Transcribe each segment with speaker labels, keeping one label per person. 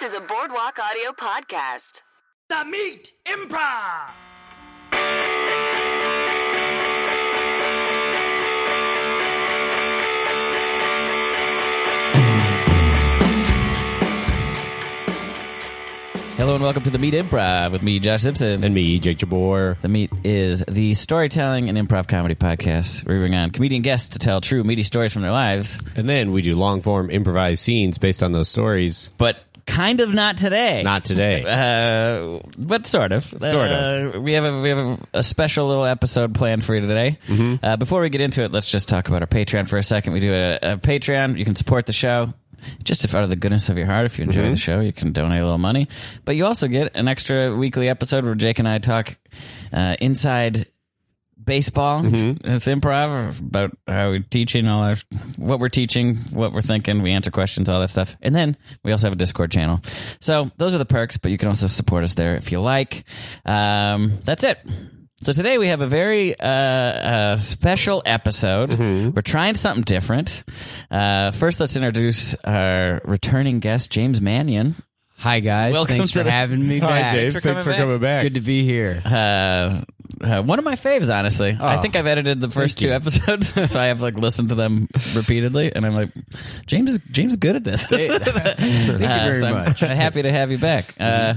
Speaker 1: to the Boardwalk Audio Podcast.
Speaker 2: The Meat Improv.
Speaker 3: Hello and welcome to the Meat Improv with me, Josh Simpson. And me, Jake Jabor. The Meat is the storytelling and improv comedy podcast where we bring on comedian guests to tell true meaty stories from their lives,
Speaker 4: And then we do long form improvised scenes based on those stories.
Speaker 3: but kind of not today.
Speaker 4: Not today.
Speaker 3: Uh, but sort of,
Speaker 4: Sort of.
Speaker 3: Uh, we have a we have a, a special little episode planned for you today. Uh, before we get into it, let's just talk about our Patreon for a second. We do a, a Patreon. You can support the show just if out of the goodness of your heart. If you enjoy the show, you can donate a little money, but you also get an extra weekly episode where Jake and I talk uh, inside baseball it's improv about how we're teaching all our what we're teaching what we're thinking we answer questions all that stuff and then we also have a discord channel so those are the perks but you can also support us there if you like um, that's it so today we have a very uh, uh, special episode we're trying something different uh, first let's introduce our returning guest james mannion
Speaker 5: Hi guys,
Speaker 3: Welcome
Speaker 5: thanks
Speaker 3: to
Speaker 5: for
Speaker 3: the-
Speaker 5: having me back.
Speaker 3: Thanks for coming
Speaker 4: back.
Speaker 5: Good to be here.
Speaker 3: uh, uh, one of my faves, honestly. I think I've edited the first two episodes, so I have like listened to them repeatedly, and I'm like, James, is- James, is good at this. Thank you
Speaker 5: very much.
Speaker 3: I'm happy to have you back. Uh,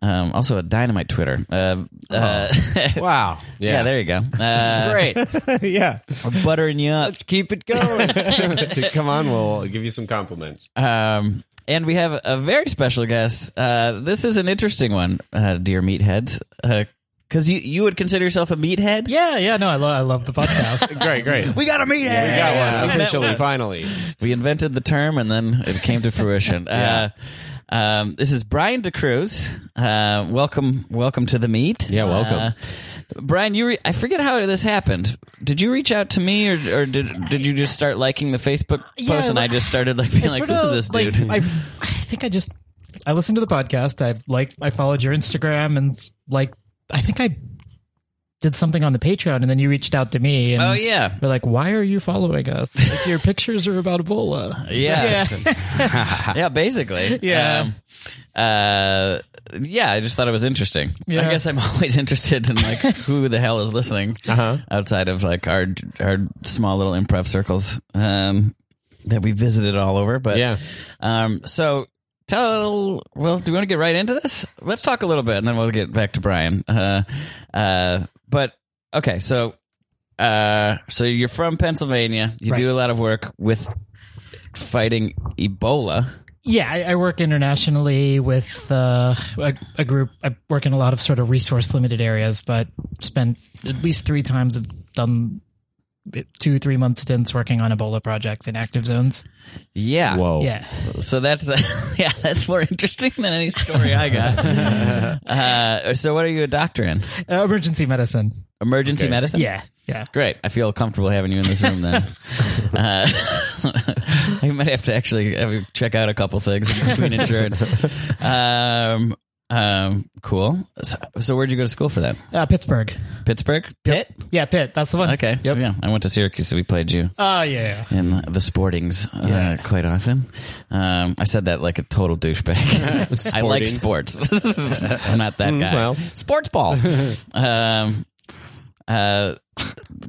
Speaker 3: um, also, a dynamite Twitter. Uh, uh, yeah.
Speaker 5: Wow,
Speaker 3: there you go. Uh,
Speaker 5: great.
Speaker 4: yeah.
Speaker 3: I'm buttering you up.
Speaker 5: Let's keep it going.
Speaker 4: Come on, we'll give you some compliments.
Speaker 3: Um, and we have a very special guest. Uh, this is an interesting one, uh, dear meatheads, because you you would consider yourself a meathead.
Speaker 6: Yeah, yeah, no, I, lo- I love the podcast.
Speaker 4: Great, great. We
Speaker 3: We got a meathead.
Speaker 4: got one officially, finally.
Speaker 3: we invented the term and then it came to fruition. uh, um, this is Brian DeCruz. Uh, welcome, welcome to the meet.
Speaker 4: Yeah, welcome.
Speaker 3: Uh, Brian. You, re- I forget how this happened. Did you reach out to me, or, or did did you just start liking the Facebook
Speaker 6: Yeah,
Speaker 3: post and I
Speaker 6: like-
Speaker 3: just started like being
Speaker 6: It's
Speaker 3: like,
Speaker 6: sort
Speaker 3: "Who's
Speaker 6: of
Speaker 3: this
Speaker 6: like,
Speaker 3: dude?"
Speaker 6: I, I think I just I listened to the podcast. I like I followed your Instagram and like I think I did something on the Patreon, and then you reached out to me. And
Speaker 3: oh yeah.
Speaker 6: You're like, why are you following us? Like, your pictures are about Ebola.
Speaker 3: Yeah.
Speaker 6: yeah.
Speaker 3: yeah, basically.
Speaker 6: Yeah.
Speaker 3: Um, uh, yeah, I just thought it was interesting. I
Speaker 6: Yeah.
Speaker 3: guess I'm always interested in like who the hell is listening
Speaker 6: Uh-huh.
Speaker 3: outside of like our our small little improv circles um, that we visited all over. But
Speaker 4: Yeah.
Speaker 3: um, so tell well, do we want to get right into this? Let's talk a little bit, and then we'll get back to Brian. Uh, uh, but okay, so. Uh, so you're from Pennsylvania. You
Speaker 6: Right.
Speaker 3: do a lot of work with fighting Ebola.
Speaker 6: Yeah, I, I work internationally with uh, a, a group. I work in a lot of sort of resource limited areas, but spent at least three times I've done two, three month stints working on Ebola projects in active zones.
Speaker 3: Yeah.
Speaker 4: Whoa.
Speaker 6: Yeah.
Speaker 3: So that's yeah, that's more interesting than any story I got. uh, so what are you a doctor in?
Speaker 6: Uh, emergency medicine.
Speaker 3: Emergency medicine.
Speaker 6: Yeah. Yeah.
Speaker 3: Great. I feel comfortable having you in this room then. uh, I might have to actually have you check out a couple things between insurance. Um, um, cool. So, so where'd you go to school for that?
Speaker 6: Uh, Pittsburgh.
Speaker 3: Pittsburgh. Pitt.
Speaker 6: Yeah, Pitt. That's the one.
Speaker 3: Okay. Yep. Yeah. I went to Syracuse, so we played you.
Speaker 6: Oh, yeah.
Speaker 3: in the sportings uh,
Speaker 6: Yeah.
Speaker 3: quite often. Um, I said that like a total douchebag. I like
Speaker 4: Sportings. Mm,
Speaker 3: sports. I'm not that guy.
Speaker 4: well.
Speaker 3: Sports ball. um, uh,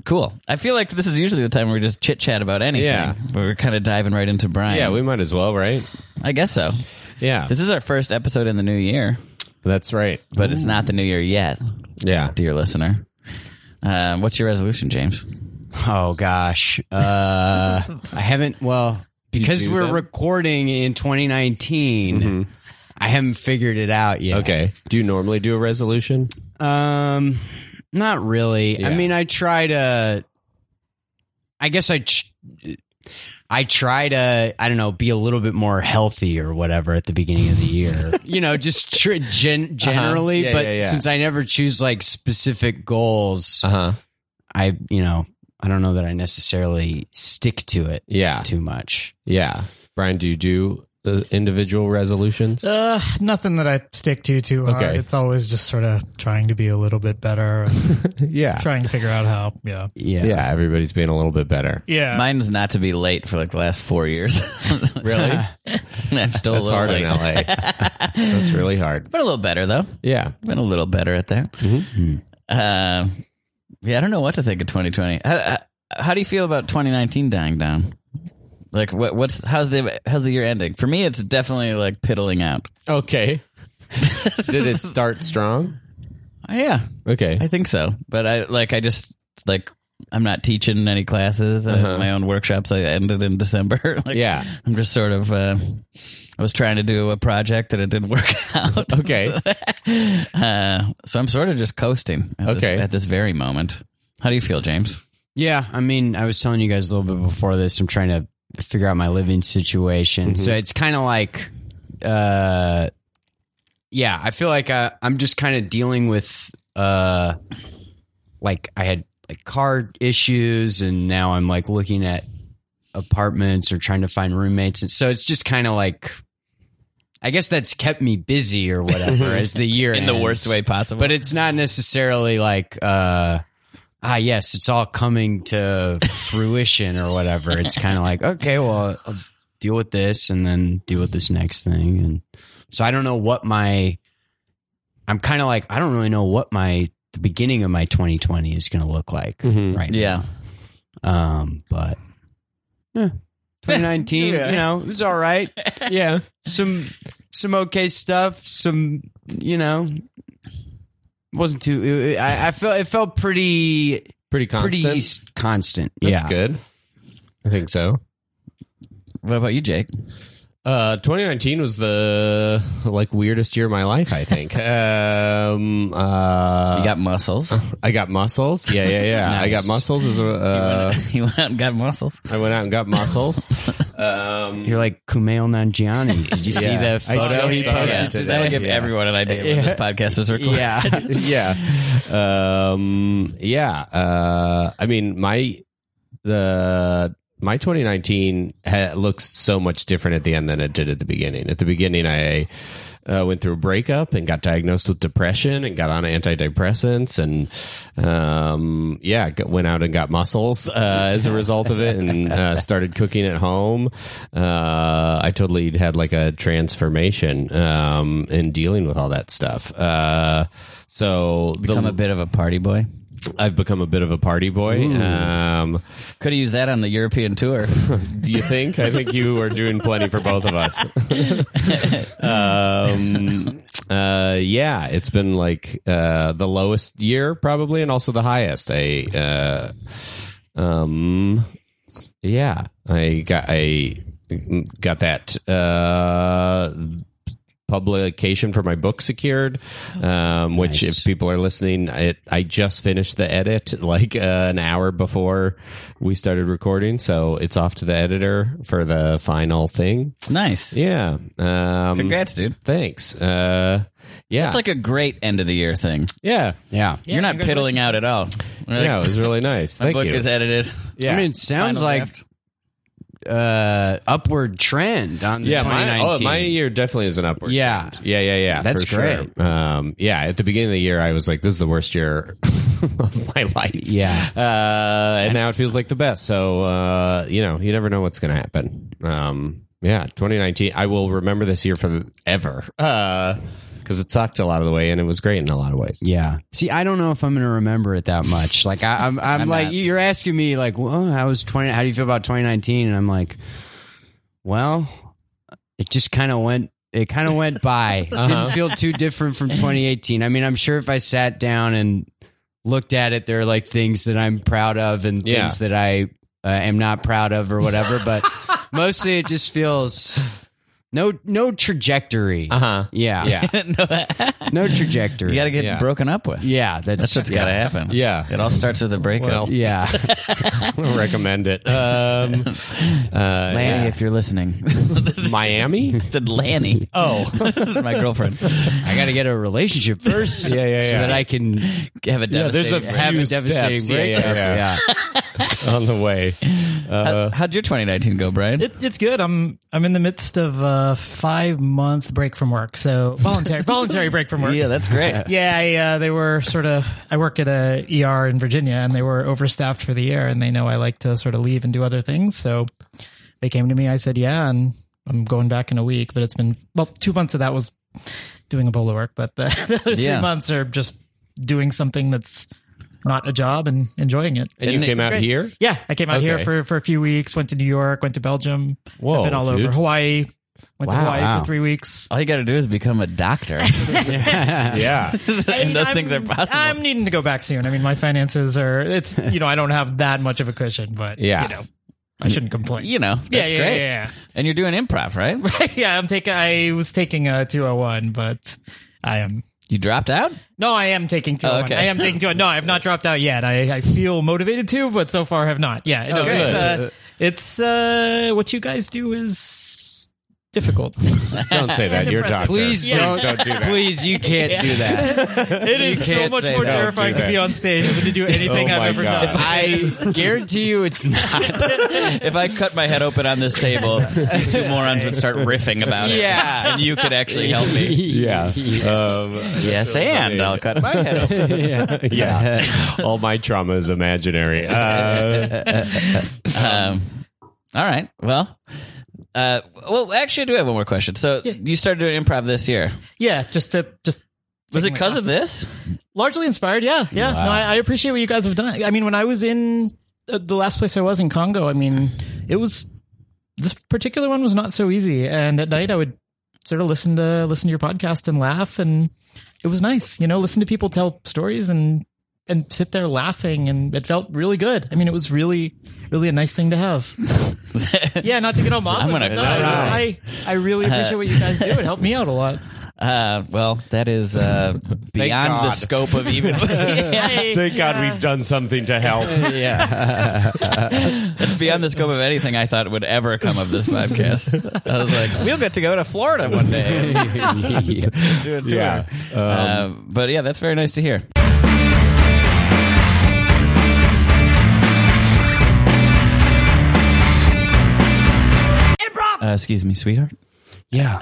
Speaker 3: cool. I feel like this is usually the time where we just chit chat about anything.
Speaker 4: Yeah.
Speaker 3: But We're kind of diving right into Brian.
Speaker 4: Yeah, we might as well, right?
Speaker 3: I guess so.
Speaker 4: Yeah.
Speaker 3: This is our first episode in the new year,
Speaker 4: That's right.
Speaker 3: but it's not the new year yet,
Speaker 4: Yeah.
Speaker 3: dear listener. Um, what's your resolution, James?
Speaker 5: oh gosh, uh, I haven't. Well, because
Speaker 4: do
Speaker 5: we're
Speaker 4: them?
Speaker 5: recording in 2019, I haven't figured it out yet.
Speaker 4: Okay. Do you normally do a resolution?
Speaker 5: Um, not really. I
Speaker 4: Yeah.
Speaker 5: mean, I try to. I guess I. Ch- I try to, I don't know, be a little bit more healthy or whatever at the beginning of the year. you know, just tr- gen-
Speaker 4: Uh-huh.
Speaker 5: generally,
Speaker 4: Yeah,
Speaker 5: but
Speaker 4: yeah, Uh-huh. yeah.
Speaker 5: since I never choose like specific goals,
Speaker 4: huh.
Speaker 5: I, you know, I don't know that I necessarily stick to it
Speaker 4: Yeah.
Speaker 5: too much.
Speaker 4: Yeah. Brian, do you do uh, individual resolutions?
Speaker 6: Uh, nothing that I stick to too hard.
Speaker 4: Okay.
Speaker 6: It's always just sort of trying to be a little bit better, and
Speaker 4: yeah.
Speaker 6: trying to figure out how. Yeah,
Speaker 5: Yeah.
Speaker 4: Yeah, everybody's being a little bit better.
Speaker 6: yeah.
Speaker 3: Mine was not to be late for like the last four years.
Speaker 4: Really?
Speaker 3: I'm still
Speaker 4: That's
Speaker 3: a little
Speaker 4: hard
Speaker 3: late.
Speaker 4: in LA. That's really hard.
Speaker 3: But a little better though.
Speaker 4: Yeah.
Speaker 3: Been a little better at that. Uh, yeah, I don't know what to think of 2020. How, how, how do you feel about 2019 dying down? Like what? What's how's the how's the year ending? For me, it's definitely like piddling out.
Speaker 4: Okay. Did it start strong?
Speaker 3: Uh, yeah,
Speaker 4: Okay.
Speaker 3: I think so. But I like I just like I'm not teaching any classes. Uh, my own workshops I ended in December. like,
Speaker 4: Yeah.
Speaker 3: I'm just sort of. Uh, I was trying to do a project and it didn't work out.
Speaker 4: Okay.
Speaker 3: uh, so I'm sort of just coasting. At
Speaker 4: Okay.
Speaker 3: This, at this very moment, how do you feel, James?
Speaker 5: Yeah, I mean, I was telling you guys a little bit before this. I'm trying to figure out my living situation, so it's kind of like, uh, yeah, I feel like uh, I'm just kind of dealing with, uh, like I had like car issues, and now I'm like looking at apartments or trying to find roommates, and so it's just kind of like, I guess that's kept me busy or whatever as the year ends.
Speaker 3: possible.
Speaker 5: but it's not necessarily like uh ah yes it's all coming to fruition or whatever it's kind of like okay well I'll deal with this and then deal with this next thing and so i don't know what my i'm kind of like i don't really know what my the beginning of my 2020 is going to look like
Speaker 4: Mhm.
Speaker 5: right
Speaker 3: yeah,
Speaker 5: now. um but eh, 2019 you know it was all right
Speaker 4: Yeah.
Speaker 5: some some okay stuff. Some you know wasn't too. I, I felt it felt pretty
Speaker 4: Pretty constant.
Speaker 5: pretty s- constant.
Speaker 4: That's
Speaker 5: yeah,
Speaker 4: good. I think so.
Speaker 3: What about you, Jake?
Speaker 4: Uh, 2019 was the like weirdest year of my life. I think. um, uh,
Speaker 3: you got muscles.
Speaker 4: I got muscles. Yeah, yeah, yeah. I got
Speaker 3: Nice.
Speaker 4: muscles. As a, uh,
Speaker 3: you went out and got muscles.
Speaker 4: I went out and got muscles. um,
Speaker 5: You're like Kumail Nanjiani. Did you see
Speaker 4: Yeah.
Speaker 5: the photo
Speaker 4: I
Speaker 5: he
Speaker 4: just saw
Speaker 5: posted
Speaker 4: that
Speaker 5: today?
Speaker 3: That'll
Speaker 4: today.
Speaker 3: give
Speaker 4: Yeah.
Speaker 3: everyone an idea when this podcast is recorded.
Speaker 5: Yeah,
Speaker 4: yeah. Um, yeah. Uh, I mean, my the my 2019 ha- looks so much different at the end than it did at the beginning. At the beginning, I uh, went through a breakup and got diagnosed with depression and got on antidepressants and um, yeah, got, went out and got muscles uh, as a result of it and uh, started cooking at home. Uh, I totally had like a transformation um, in dealing with all that stuff. Uh, so the-
Speaker 3: I'm a bit of a party boy.
Speaker 4: I've become a bit of a party boy. Um,
Speaker 3: Could have used that on the European tour.
Speaker 4: do you think? I think you are doing plenty for both of us. um, uh, yeah, it's been like uh, the lowest year probably, and also the highest. I, uh, um, yeah, I got I got that uh, publication for my book secured.
Speaker 5: Oh,
Speaker 4: Um, which, if people are listening, it I just finished the edit like uh, an hour before we started recording, so it's off to the editor for the final thing.
Speaker 3: nice.
Speaker 4: Yeah, um,
Speaker 3: Congrats, dude.
Speaker 4: Thanks. Uh, yeah,
Speaker 3: It's like a great end of the year thing.
Speaker 4: yeah,
Speaker 5: yeah.
Speaker 3: You're not piddling out at all. You're like,
Speaker 4: yeah. It was really nice.
Speaker 3: my
Speaker 4: Thank
Speaker 3: book
Speaker 4: you.
Speaker 3: is edited.
Speaker 4: yeah.
Speaker 5: I mean, it sounds
Speaker 3: Final
Speaker 5: like
Speaker 3: draft.
Speaker 5: uh upward trend on the
Speaker 4: yeah, my,
Speaker 5: 2019.
Speaker 4: oh, my year definitely is an upward.
Speaker 5: Yeah.
Speaker 4: trend. yeah, yeah, yeah.
Speaker 5: That's
Speaker 4: for sure. Um, yeah, at the beginning of the year, I was like, "This is the worst year of my life."
Speaker 5: Yeah.
Speaker 4: uh, and now it feels like the best. So uh, you know, you never know what's going to happen. Um, yeah, 2019. I will remember this year for ever because it sucked a lot of the way, and it was great in a lot of ways.
Speaker 5: Yeah. See, I don't know if I'm going to remember it that much. Like, I, I'm, I'm, like, you're asking me, like, well, how was 20? How do you feel about 2019? And I'm like, well, it just kind of went. It kind of went by. It didn't
Speaker 4: Uh-huh.
Speaker 5: feel too different from 2018. I mean, I'm sure if I sat down and looked at it, there are like things that I'm proud of and
Speaker 4: Yeah.
Speaker 5: things that I uh, am not proud of or whatever. But mostly, it just feels no no trajectory.
Speaker 4: huh.
Speaker 5: Yeah,
Speaker 4: Uh-huh. Yeah.
Speaker 5: no trajectory.
Speaker 3: You got to get
Speaker 4: Yeah.
Speaker 3: broken up with.
Speaker 5: yeah, that's,
Speaker 3: That's what's got to happen.
Speaker 4: Yeah.
Speaker 3: It all starts with a breakup.
Speaker 4: Well,
Speaker 5: Yeah.
Speaker 4: I don't recommend it. Um, uh,
Speaker 3: Lanny,
Speaker 4: yeah.
Speaker 3: if you're listening,
Speaker 4: Miami.
Speaker 3: it's Lanny. Oh, my girlfriend.
Speaker 5: I got to get a relationship first.
Speaker 4: Yeah, yeah,
Speaker 5: So
Speaker 4: yeah.
Speaker 5: that I can
Speaker 3: Have a devastating.
Speaker 4: there's a
Speaker 5: have
Speaker 4: Few
Speaker 5: a devastating
Speaker 4: steps. Yeah,
Speaker 5: breakup.
Speaker 4: yeah,
Speaker 5: Yeah,
Speaker 4: on the way. Uh,
Speaker 3: How, would your 2019 go, Brian?
Speaker 6: It, it's good. I'm I'm in the midst of a five month break from work, so voluntary voluntary break from work.
Speaker 3: yeah, that's great.
Speaker 6: Yeah, I, uh, they were sort of. I work at a ER in Virginia, and they were overstaffed for the year, and they know I like to sort of leave and do other things, so they came to me. I said, "Yeah," and I'm going back in a week. But it's been well, two months of that was doing Ebola work, but the, the other
Speaker 3: Yeah.
Speaker 6: three months are just doing something that's not a job and enjoying it.
Speaker 4: and you
Speaker 3: Isn't it
Speaker 4: came out
Speaker 6: great?
Speaker 4: here?
Speaker 6: Yeah, I came out here
Speaker 4: Okay.
Speaker 6: for, for a few weeks, went to New York, went to Belgium,
Speaker 4: Whoa,
Speaker 6: I've been all
Speaker 4: dude.
Speaker 6: over Hawaii, went to
Speaker 4: Wow.
Speaker 6: Hawaii
Speaker 4: Wow.
Speaker 6: for three weeks.
Speaker 3: All you got to do is become a doctor,
Speaker 4: Yeah.
Speaker 3: and those
Speaker 6: I'm-
Speaker 3: things are possible.
Speaker 6: I'm needing to go back soon. I mean, my finances are, it's, you know, I don't have that much of a cushion, but,
Speaker 4: Yeah.
Speaker 6: you know, I shouldn't complain.
Speaker 3: you know,
Speaker 6: yeah,
Speaker 3: that's
Speaker 6: yeah,
Speaker 3: great.
Speaker 6: yeah,
Speaker 3: And you're doing improv, right?
Speaker 6: yeah. yeah, I'm taking, I was taking a 201, but I am.
Speaker 3: You dropped out?
Speaker 6: No, I am taking 201.
Speaker 3: okay.
Speaker 6: I am taking 201. No, I have not dropped out yet. I, I feel motivated to, but so far have not. Yeah. No,
Speaker 3: Okay.
Speaker 6: it's, uh, it's, uh, what you guys do is difficult.
Speaker 4: Don't say that. You're a doctor.
Speaker 5: Please don't,
Speaker 4: do that.
Speaker 5: Please, you can't do that.
Speaker 6: It is so
Speaker 5: can't
Speaker 6: much
Speaker 5: say
Speaker 6: more
Speaker 5: no
Speaker 4: to
Speaker 6: terrifying to
Speaker 4: that.
Speaker 6: be on stage than to do anything
Speaker 4: Oh my
Speaker 6: I've ever
Speaker 4: God.
Speaker 6: done.
Speaker 5: I guarantee you it's not.
Speaker 3: If I cut my head open on this table, these two morons would start riffing about it.
Speaker 5: Yeah.
Speaker 3: And you could actually help me.
Speaker 4: Yeah. Um,
Speaker 3: Yes, and I'll cut my head open.
Speaker 4: yeah. All my trauma is imaginary. Uh,
Speaker 3: Um, all right. Well, uh, well, actually, I do have one more question. So you started doing improv this year.
Speaker 6: Yeah, just to just
Speaker 3: Was it
Speaker 6: Taking
Speaker 3: because of this?
Speaker 6: largely inspired. Yeah, yeah. No, I, I appreciate what you guys have done. I mean, when I was in uh, the last place I was in Congo, I mean, it was this particular one was not so easy. And at night, I would sort of listen to listen to your podcast and laugh, and it was nice. You know, listen to people tell stories and and sit there laughing, and it felt really good. I mean, it was really really a nice thing to have. yeah, not to get all maudlin.
Speaker 3: I'm gonna-
Speaker 6: but no,
Speaker 3: no, no.
Speaker 6: I I really appreciate what you guys do. It helped me out a lot.
Speaker 3: Uh, well, that is uh, beyond the
Speaker 4: God.
Speaker 3: scope of even. Yeah,
Speaker 4: thank God we've done something to help.
Speaker 3: it's beyond the scope of anything I thought would ever come of this podcast. I was like, we'll get to go to Florida one day. Do a tour.
Speaker 4: Yeah.
Speaker 3: Uh, but yeah, that's very nice to hear.
Speaker 2: Improv!
Speaker 3: Uh, excuse me, sweetheart.
Speaker 5: Yeah.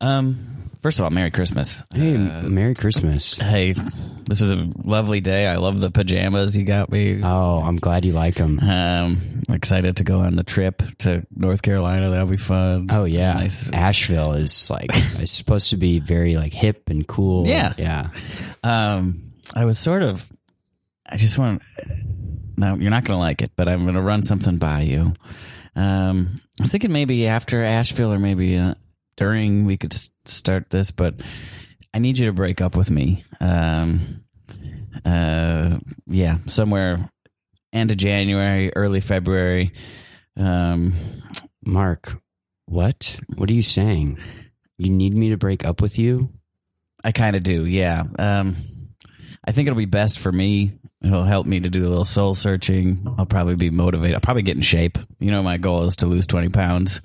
Speaker 3: Um, first of all, Merry Christmas.
Speaker 5: Hey, Merry Christmas.
Speaker 3: Hey, this was a lovely day. I love the pajamas you got me.
Speaker 5: Oh, I'm glad you like them.
Speaker 3: Um, excited to go on the trip to North Carolina. That'll be fun.
Speaker 5: Oh yeah,
Speaker 3: nice.
Speaker 5: Asheville is like it's supposed to be very like hip and cool.
Speaker 3: Yeah.
Speaker 5: yeah.
Speaker 3: Um, I was sort of. I just want. No, you're not going to like it, but I'm going to run something by you. Um, I was thinking maybe after Asheville or maybe uh, during we could s- start this, but I need you to break up with me. Um, uh, yeah, somewhere end of January, early February. Um,
Speaker 5: Mark, what? What are you saying? You need me to break up with you?
Speaker 3: I kind of do, yeah. Um, I think it'll be best for me. It'll help me to do a little soul searching. I'll probably be motivated. I'll probably get in shape. You know, my goal is to lose twenty pounds.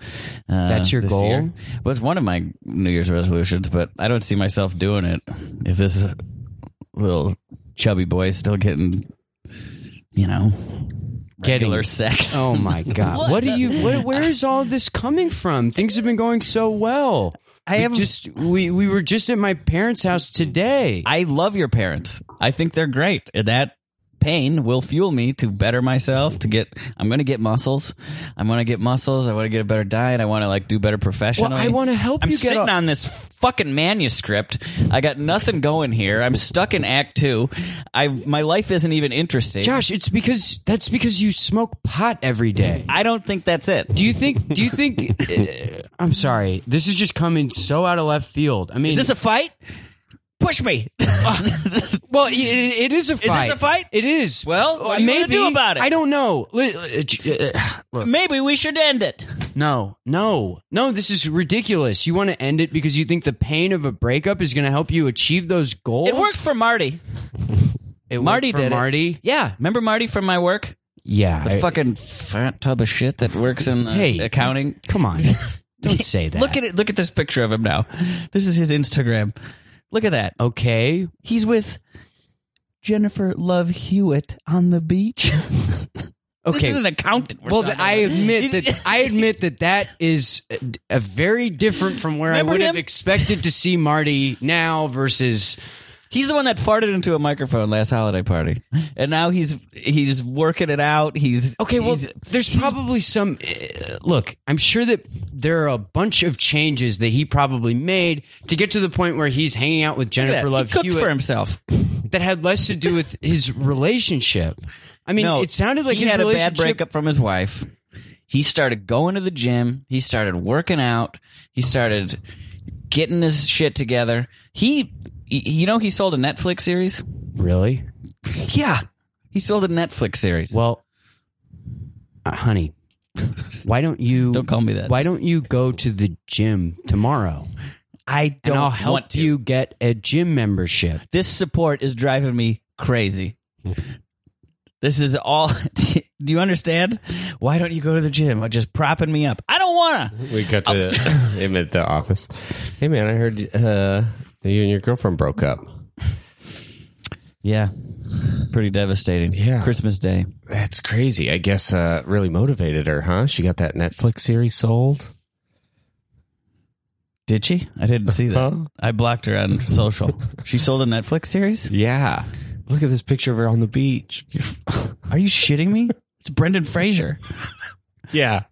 Speaker 3: Uh,
Speaker 5: That's your
Speaker 3: this
Speaker 5: goal?
Speaker 3: year. Well, it's one of my New Year's resolutions, but I don't see myself doing it if this little chubby boy is still getting, you know,
Speaker 5: Getting-
Speaker 3: regular sex.
Speaker 5: Oh my god! what? are you? What, where is all this coming from? Things have been going so well. I
Speaker 3: have-
Speaker 5: just we we were just at my parents' house today.
Speaker 3: I love your parents. I think they're great. That pain will fuel me to better myself. To get, I'm going to get muscles. I'm going to get muscles. I want to get a better diet. I want to like do better professionally.
Speaker 5: Well, I wanna help
Speaker 3: I'm
Speaker 5: you get
Speaker 3: sitting
Speaker 5: a-
Speaker 3: on this fucking manuscript. I got nothing going here. I'm stuck in Act Two. I my life isn't even interesting.
Speaker 5: Josh, it's because that's because you smoke pot every day.
Speaker 3: I don't think that's it.
Speaker 5: Do you think? Do you think? uh, I'm sorry. This is just coming so out of left field. I mean,
Speaker 3: Is this a fight? Push me.
Speaker 5: Ah. Well, it, it is a
Speaker 3: this
Speaker 5: fight.
Speaker 3: a fight?
Speaker 5: It is.
Speaker 3: Well, what do you wanna do about it?
Speaker 5: I don't know. Li- uh, j- uh, Look,
Speaker 3: Maybe we should end it.
Speaker 5: no, no, no. This is ridiculous. You want to end it because you think the pain of a breakup is going to help you achieve those goals.
Speaker 3: It worked for Marty.
Speaker 5: It worked
Speaker 3: Marty
Speaker 5: for
Speaker 3: did it.
Speaker 5: Marty.
Speaker 3: Yeah, remember Marty from my work?
Speaker 5: Yeah.
Speaker 3: The
Speaker 5: I-
Speaker 3: fucking fat tub of shit that works in uh,
Speaker 5: Hey.
Speaker 3: accounting.
Speaker 5: Come on. Don't say that.
Speaker 3: Look at it. Look at this picture of him now. This is his Instagram. Look at that.
Speaker 5: Okay.
Speaker 3: He's with Jennifer Love Hewitt on the beach.
Speaker 5: Okay.
Speaker 3: This is an accountant. we're
Speaker 5: well,
Speaker 3: talking
Speaker 5: I
Speaker 3: about.
Speaker 5: admit that I admit that that is a, a very different from where I
Speaker 3: Remember
Speaker 5: would have
Speaker 3: him?
Speaker 5: expected to see Marty now versus
Speaker 3: He's the one that farted into a microphone last holiday party, and now he's he's working it out. He's
Speaker 5: Okay, well,
Speaker 3: he's-
Speaker 5: there's probably some. Uh, look, I'm sure that there are a bunch of changes that he probably made to get to the point where he's hanging out
Speaker 3: look
Speaker 5: with
Speaker 3: at
Speaker 5: Jennifer
Speaker 3: that.
Speaker 5: Love
Speaker 3: he cooked
Speaker 5: Hewitt
Speaker 3: for himself.
Speaker 5: that had less to do with his relationship. I mean,
Speaker 3: No,
Speaker 5: it sounded like
Speaker 3: he
Speaker 5: his
Speaker 3: had a bad
Speaker 5: relationship.
Speaker 3: breakup from his wife. He started going to the gym. He started working out. He started getting his shit together. He, y- you know, he sold a Netflix series.
Speaker 5: Really?
Speaker 3: Yeah, he sold a Netflix series.
Speaker 5: Well, uh, honey, why don't you
Speaker 3: Don't call me that.
Speaker 5: Why don't you go to the gym tomorrow?
Speaker 3: I don't
Speaker 5: and I'll help
Speaker 3: want to.
Speaker 5: you get a gym membership.
Speaker 3: This support is driving me crazy. This is all. Do you understand? Why don't you go to the gym? Or just propping me up. I don't wanna.
Speaker 4: We got to him at the office. Hey, man, I heard uh, you and your girlfriend broke up.
Speaker 3: Yeah, pretty devastating.
Speaker 4: Yeah.
Speaker 3: Christmas Day.
Speaker 4: That's crazy. I guess uh, really motivated her, huh? She got that Netflix series sold.
Speaker 3: Did she? I didn't see that.
Speaker 4: Huh?
Speaker 3: I blocked her on social. she sold a Netflix series?
Speaker 4: Yeah. Look at this picture of her on the beach.
Speaker 3: Are you shitting me? It's Brendan Fraser.
Speaker 4: yeah.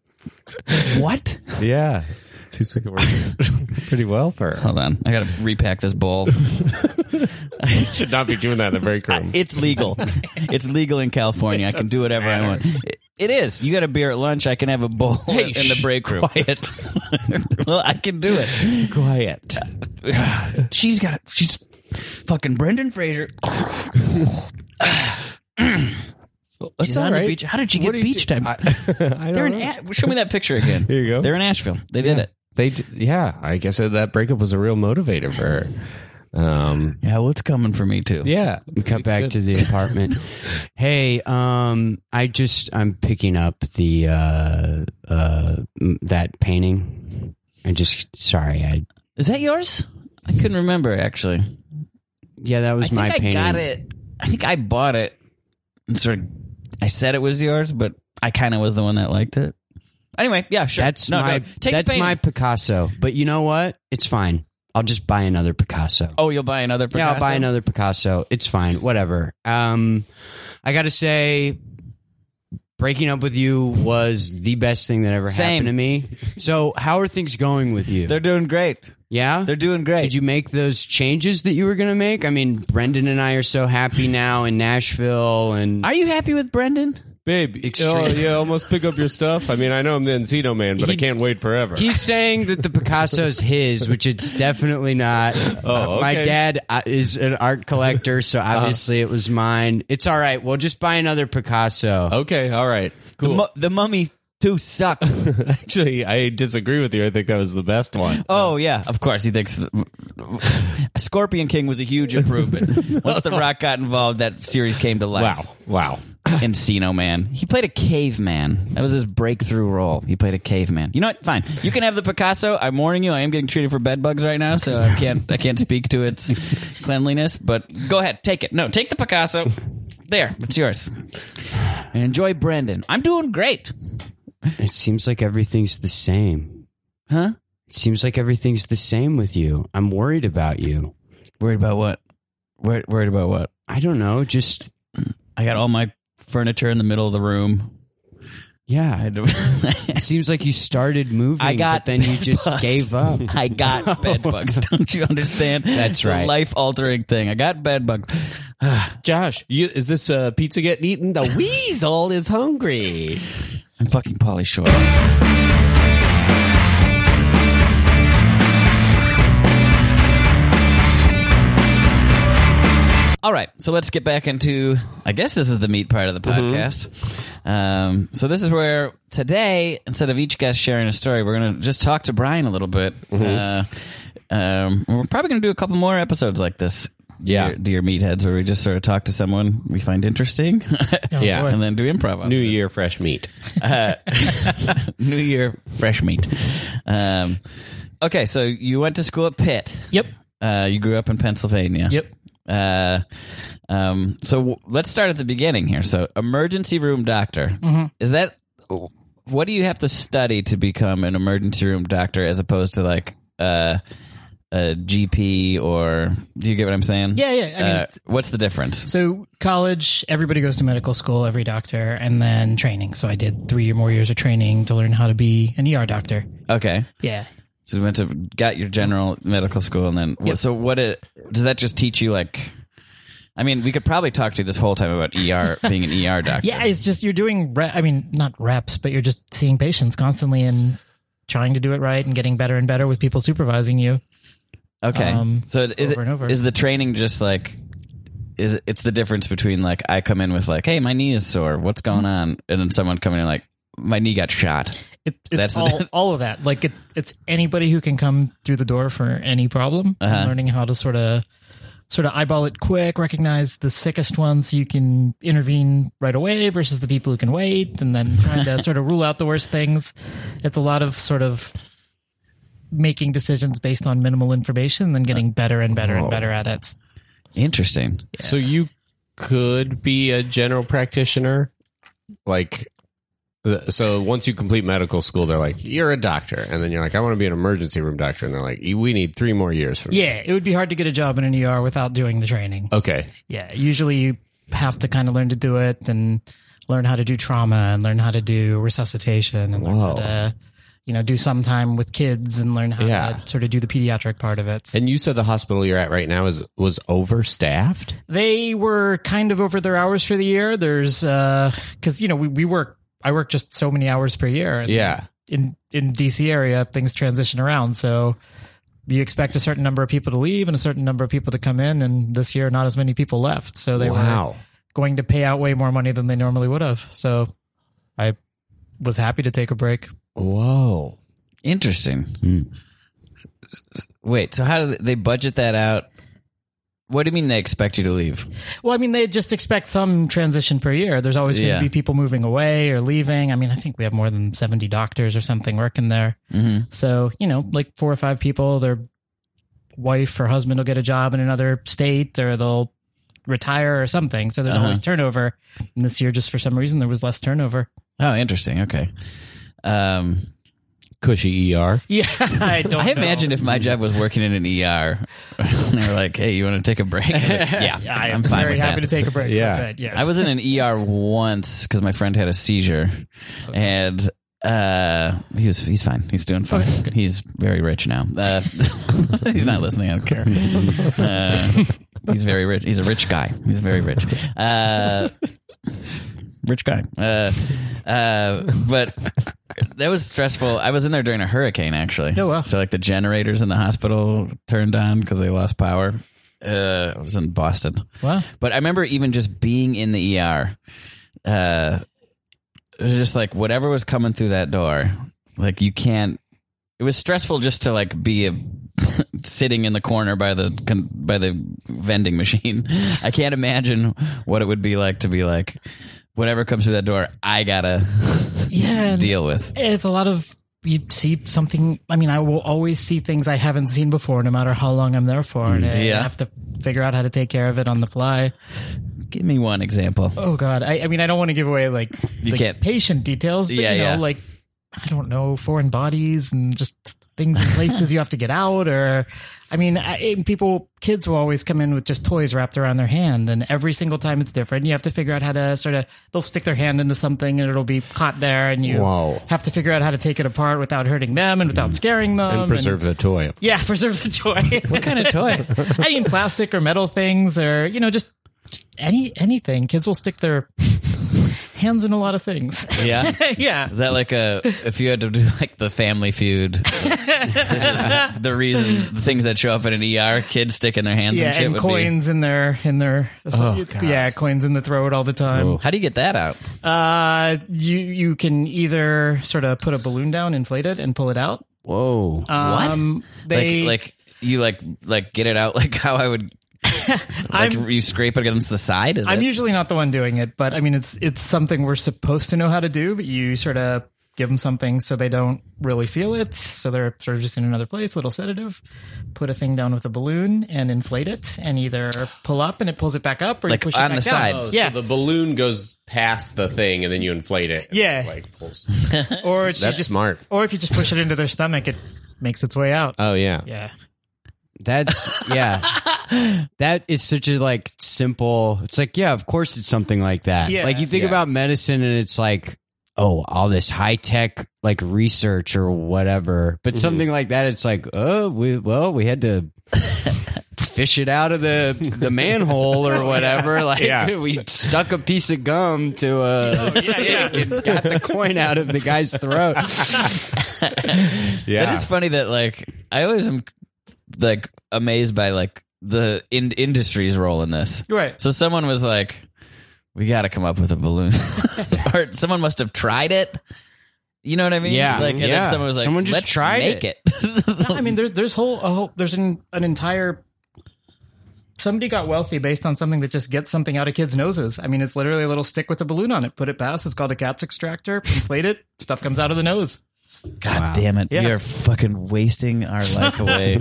Speaker 3: What?
Speaker 4: Yeah. Seems like it worked pretty well for her.
Speaker 3: Hold on. I got to repack this bowl.
Speaker 4: Should not be doing that in the break room.
Speaker 3: It's legal. it's legal in California. I can do whatever I want. It, it is. You got a beer at lunch. I can have a bowl in, in the break room. Quiet. well, I can do it.
Speaker 4: quiet.
Speaker 3: She's got. She's fucking Brendan Fraser.
Speaker 4: That's
Speaker 3: She's on the beach. How did she get beach time?
Speaker 4: I
Speaker 3: They're
Speaker 4: don't
Speaker 3: in.
Speaker 4: know.
Speaker 3: A- Show me that picture again.
Speaker 4: Here you go.
Speaker 3: They're in Asheville. They did it.
Speaker 4: They, d- yeah, I guess that breakup was a real motivator for her. Um,
Speaker 3: Yeah, well, it's coming for me too.
Speaker 4: yeah,
Speaker 5: We cut back to the apartment. hey, um, I just I'm picking up the uh, uh, m- that painting. I just sorry, I
Speaker 3: Is that yours? I couldn't remember actually.
Speaker 5: yeah, that was
Speaker 3: I think
Speaker 5: my
Speaker 3: I
Speaker 5: painting.
Speaker 3: got it. I think I bought it. And sort of, I said it was yours, but I kind of was the one that liked it. Anyway, yeah, sure.
Speaker 5: That's
Speaker 3: No,
Speaker 5: my
Speaker 3: no, take
Speaker 5: that's
Speaker 3: the painting.
Speaker 5: my Picasso. But you know what? It's fine. I'll just buy another Picasso.
Speaker 3: Oh, you'll buy another.
Speaker 5: Yeah, I'll
Speaker 3: Picasso?
Speaker 5: buy another Picasso. It's fine. Whatever. Um, I got to say, breaking up with you was the best thing that ever
Speaker 3: Same.
Speaker 5: happened to me. So, how are things going with you?
Speaker 3: They're doing great.
Speaker 5: yeah,
Speaker 3: They're doing great.
Speaker 5: Did you make those changes that you were going to make? I mean, Brendan and I are so happy now in Nashville, and
Speaker 3: Are you happy with Brendan?
Speaker 4: babe.
Speaker 5: Extreme.
Speaker 4: Oh, yeah, almost pick up your stuff. I mean, I know I'm the Encino man, but I
Speaker 5: He-
Speaker 4: can't wait forever.
Speaker 5: he's saying that the Picasso's his, which it's definitely not.
Speaker 4: Oh,
Speaker 5: My
Speaker 4: okay.
Speaker 5: dad uh, is an art collector, so
Speaker 3: Uh-huh.
Speaker 5: obviously it was mine. It's all right. We'll just buy another
Speaker 3: Oh.
Speaker 5: Picasso.
Speaker 4: Okay, all right, cool.
Speaker 3: The, mu- the Mummy Two sucked.
Speaker 4: Actually, I disagree with you. I think that was the best one.
Speaker 3: oh yeah, of course he thinks. Scorpion King was a huge improvement. Once The Rock got involved, that series came to life.
Speaker 4: Wow, wow.
Speaker 3: Encino Man. He played a caveman. That was his breakthrough role. He played a caveman. You know what? Fine. You can have the Picasso. I'm warning you. I am getting treated for bed bugs right now, so I can't. I can't speak to its cleanliness. But go ahead, take it. No, take the Picasso. There, it's yours. And enjoy Brandon. I'm doing great.
Speaker 5: It seems like everything's the same.
Speaker 3: Huh?
Speaker 5: It seems like everything's the same with you. I'm worried about you.
Speaker 3: Worried about what? Wor- worried about what?
Speaker 5: I don't know. Just
Speaker 3: I got all my furniture in the middle of the room. I
Speaker 5: yeah.
Speaker 3: had to-
Speaker 5: It seems like you started moving,
Speaker 3: I got
Speaker 5: but then you
Speaker 3: bed
Speaker 5: just
Speaker 3: bugs.
Speaker 5: gave up.
Speaker 3: I got bed bugs. Don't you understand?
Speaker 5: That's
Speaker 3: It's a
Speaker 5: right.
Speaker 3: Life altering thing. I got bed bugs.
Speaker 4: Josh, you, is this uh, pizza getting eaten? The weasel is hungry.
Speaker 3: I'm fucking Polly Shore. All right, so let's get back into. I guess this is the meat part of the
Speaker 4: Mm-hmm.
Speaker 3: podcast. Um, so this is where today, instead of each guest sharing a story, we're gonna just talk to Brian a little bit.
Speaker 4: Mm-hmm.
Speaker 3: Uh, um, we're probably gonna do a couple more episodes like this.
Speaker 4: Yeah.
Speaker 3: dear, dear meatheads, where we just sort of talk to someone we find interesting,
Speaker 4: Yeah.
Speaker 3: and then do improv. on
Speaker 4: New
Speaker 3: it.
Speaker 4: year, fresh meat.
Speaker 3: New Year, fresh meat. Um, okay, so you went to school at Pitt.
Speaker 6: Yep.
Speaker 3: Uh, you grew up in Pennsylvania.
Speaker 6: Yep.
Speaker 3: Uh, um, so w- let's start at the beginning here. So, emergency room doctor
Speaker 6: Mm-hmm.
Speaker 3: is that? What do you have to study to become an emergency room doctor, as opposed to like uh, a GP or? Do you get what I'm saying?
Speaker 6: Yeah, yeah. I mean,
Speaker 3: uh, what's the difference?
Speaker 6: So college, everybody goes to medical school, every doctor, and then training. So I did three or more years of training to learn how to be an ER doctor.
Speaker 3: Okay,
Speaker 6: Yeah.
Speaker 3: so you went to got your general medical school, and then so what? It, does that just teach you like? I mean, we could probably talk to you this whole time about ER being an ER doctor.
Speaker 6: Yeah, it's just you're doing. Re- I mean, not reps, but you're just seeing patients constantly and trying to do it right and getting better and better with people supervising you.
Speaker 3: Okay.
Speaker 6: Um,
Speaker 3: so it- is
Speaker 6: over
Speaker 3: it-
Speaker 6: and over.
Speaker 3: is the training just like is it- it's the difference between like I come in with like, hey, my knee is sore, what's going on, and then someone coming in like, my knee got shot.
Speaker 6: It,
Speaker 3: That's
Speaker 6: it's
Speaker 3: the-
Speaker 6: all all of that. Like it, it's anybody who can come through the door for any problem. and
Speaker 3: Uh-huh.
Speaker 6: Learning how to sort of sort of eyeball it quick, recognize the sickest ones so you can intervene right away versus the people who can wait, and then trying to sort of rule out the worst things. It's a lot of sort of making decisions based on minimal information, and then
Speaker 3: Uh,
Speaker 6: getting better and better and better at it.
Speaker 3: Interesting.
Speaker 4: So you could be a general practitioner, like. uh, So once you complete medical school, they're like, "You're a doctor," and then you're like, "I want to be an emergency room doctor," and they're like, "We need three more years from." you."
Speaker 6: Yeah, it would be hard to get a job in an ER without doing the training.
Speaker 4: Okay.
Speaker 6: Yeah, usually you have to kind of learn to do it and learn how to do trauma and learn how to do resuscitation and learn how
Speaker 4: Whoa.
Speaker 6: to, you know, do some time with kids and learn how
Speaker 4: Yeah.
Speaker 6: to sort of do the pediatric part of it.
Speaker 4: And you said the hospital you're at right now is was overstaffed.
Speaker 6: They were kind of over their hours for the year. There's, uh, cause you know, we, we work, I work just so many hours per year. And
Speaker 4: Yeah.
Speaker 6: In, in DC area, things transition around. So you expect a certain number of people to leave and a certain number of people to come in. And this year, not as many people left. So they were
Speaker 4: wow.
Speaker 6: going to pay out way more money than they normally would have. So I was happy to take a break.
Speaker 4: Whoa.
Speaker 3: Interesting. S- s- Wait, so how do they- they budget that out? What do you mean they expect you to leave?
Speaker 6: Well, I mean, they just expect some transition per year. There's always going to
Speaker 3: Yeah.
Speaker 6: be people moving away or leaving. I mean, I think we have more than 70 doctors or something working there.
Speaker 3: Mhm.
Speaker 6: So, you know, like four or five people, their wife or husband will get a job in another state or they'll retire or something. So there's
Speaker 3: Uh-huh.
Speaker 6: always turnover. And this year, just for some reason, there was less turnover.
Speaker 3: Oh, interesting. Okay. Um,
Speaker 4: Cushy ER.
Speaker 6: Yeah, I don't
Speaker 3: I
Speaker 6: know.
Speaker 3: imagine if my job was working in an ER, and they were like, "Hey, you want to take a break?" I'm like, yeah, I'm fine
Speaker 6: very
Speaker 3: with that.
Speaker 6: happy to take a break.
Speaker 4: Yeah.
Speaker 6: Okay, yeah.
Speaker 3: I was in an ER once because my friend had a seizure, and uh, he was he's fine. He's doing fine. He's very rich now. Uh, he's not listening. I don't care. Uh, he's very rich. He's a rich guy. He's very rich. Uh, rich guy. Uh, uh, but that was stressful. I was in there during a hurricane, actually.
Speaker 6: Oh, wow.
Speaker 3: So like the generators in the hospital turned on because they lost power. Uh, I was in Boston.
Speaker 6: Wow.
Speaker 3: But I remember even just being in the ER. Uh, it was just like whatever was coming through that door, like you can't. It was stressful just to like be a, sitting in the corner by the con- by the vending machine. I can't imagine what it would be like to be like whatever comes through that door. I gotta
Speaker 6: Yeah. and
Speaker 3: deal with.
Speaker 6: It's a lot of you see something. I mean, I will always see things I haven't seen before, no matter how long I'm there for. And
Speaker 3: Mm, Yeah.
Speaker 6: I have to figure out how to take care of it on the fly.
Speaker 3: Give me one example.
Speaker 6: Oh God. I, I mean, I don't want to give away like,
Speaker 3: You
Speaker 6: like,
Speaker 3: can't-
Speaker 6: patient details, but
Speaker 3: Yeah,
Speaker 6: you know,
Speaker 3: yeah.
Speaker 6: like, I don't know, foreign bodies and just things and places you have to get out or, I mean, I, and people, kids will always come in with just toys wrapped around their hand and every single time it's different. You have to figure out how to sort of, they'll stick their hand into something and it'll be caught there and you
Speaker 4: Wow.
Speaker 6: have to figure out how to take it apart without hurting them and without scaring them.
Speaker 4: And preserve the toy.
Speaker 6: yeah, preserve the toy. what kind of toy? I mean, plastic or metal things, or you know, just, just any anything. Kids will stick their hands in a lot of things.
Speaker 3: Yeah.
Speaker 6: yeah,
Speaker 3: Is that like a if you had to do like the Family Feud? this is the reason the things that show up in an ER, kids sticking their hands and
Speaker 6: yeah,
Speaker 3: shit.
Speaker 6: and
Speaker 3: would Oh,
Speaker 6: coins in their in their yeah coins in the throat all the
Speaker 3: Be,
Speaker 6: time.
Speaker 3: how do you get that out?
Speaker 6: Uh, you you can either sort of put a balloon down, inflate it, and pull it out.
Speaker 4: Whoa.
Speaker 6: Um, They
Speaker 3: like, like you like like get it out like how I would. like
Speaker 6: I'm-
Speaker 3: you scrape it against the side. Is
Speaker 6: I'm
Speaker 3: that-
Speaker 6: usually not the one doing it, but I mean, it's it's something we're supposed to know how to do. But you sort of give them something so they don't really feel it. So they're sort of just in another place, little sedative. Put a thing down with a balloon and inflate it, and either pull up and it pulls it back up, or
Speaker 3: Like,
Speaker 6: you push it
Speaker 3: on
Speaker 6: back
Speaker 3: the
Speaker 6: down.
Speaker 3: side.
Speaker 4: Oh,
Speaker 6: yeah,
Speaker 4: So the balloon goes past the thing, and then you inflate it. and
Speaker 6: Yeah.
Speaker 4: it, like pulls.
Speaker 6: or it's
Speaker 4: That's
Speaker 6: just,
Speaker 4: smart.
Speaker 6: or if you just push it into their stomach, it makes its way
Speaker 3: Uh,
Speaker 6: out.
Speaker 4: Oh yeah.
Speaker 6: yeah,
Speaker 5: That's yeah. that is such a like simple. It's like yeah, of course it's something like that.
Speaker 6: Yeah.
Speaker 5: like you think
Speaker 4: Yeah.
Speaker 5: about medicine and it's like oh, all this high tech like research or whatever. But something like that, it's like oh, we well we had to. Fish it out of the the manhole or whatever. Like
Speaker 4: Yeah.
Speaker 5: we stuck a piece of gum to a stick and got the coin out of the guy's throat.
Speaker 4: Yeah.
Speaker 3: It is funny that like I always am like amazed by like the in- industry's role in this.
Speaker 6: right.
Speaker 3: So someone was like, "We got to come up with a balloon," or someone must have tried it. You know what I mean?
Speaker 5: Yeah,
Speaker 3: Like, and
Speaker 5: yeah.
Speaker 3: then someone was like,
Speaker 5: Someone just
Speaker 3: Let's
Speaker 5: tried
Speaker 3: make it."
Speaker 6: No, I mean, there's there's whole a whole there's an an entire. Somebody got wealthy based on something that just gets something out of kids' noses. I mean, it's literally a little stick with a balloon on it. Put it past. It's called a cat's extractor. Inflate it. Stuff comes out of the nose.
Speaker 3: God damn it!
Speaker 6: Yeah.
Speaker 3: We are fucking wasting our life away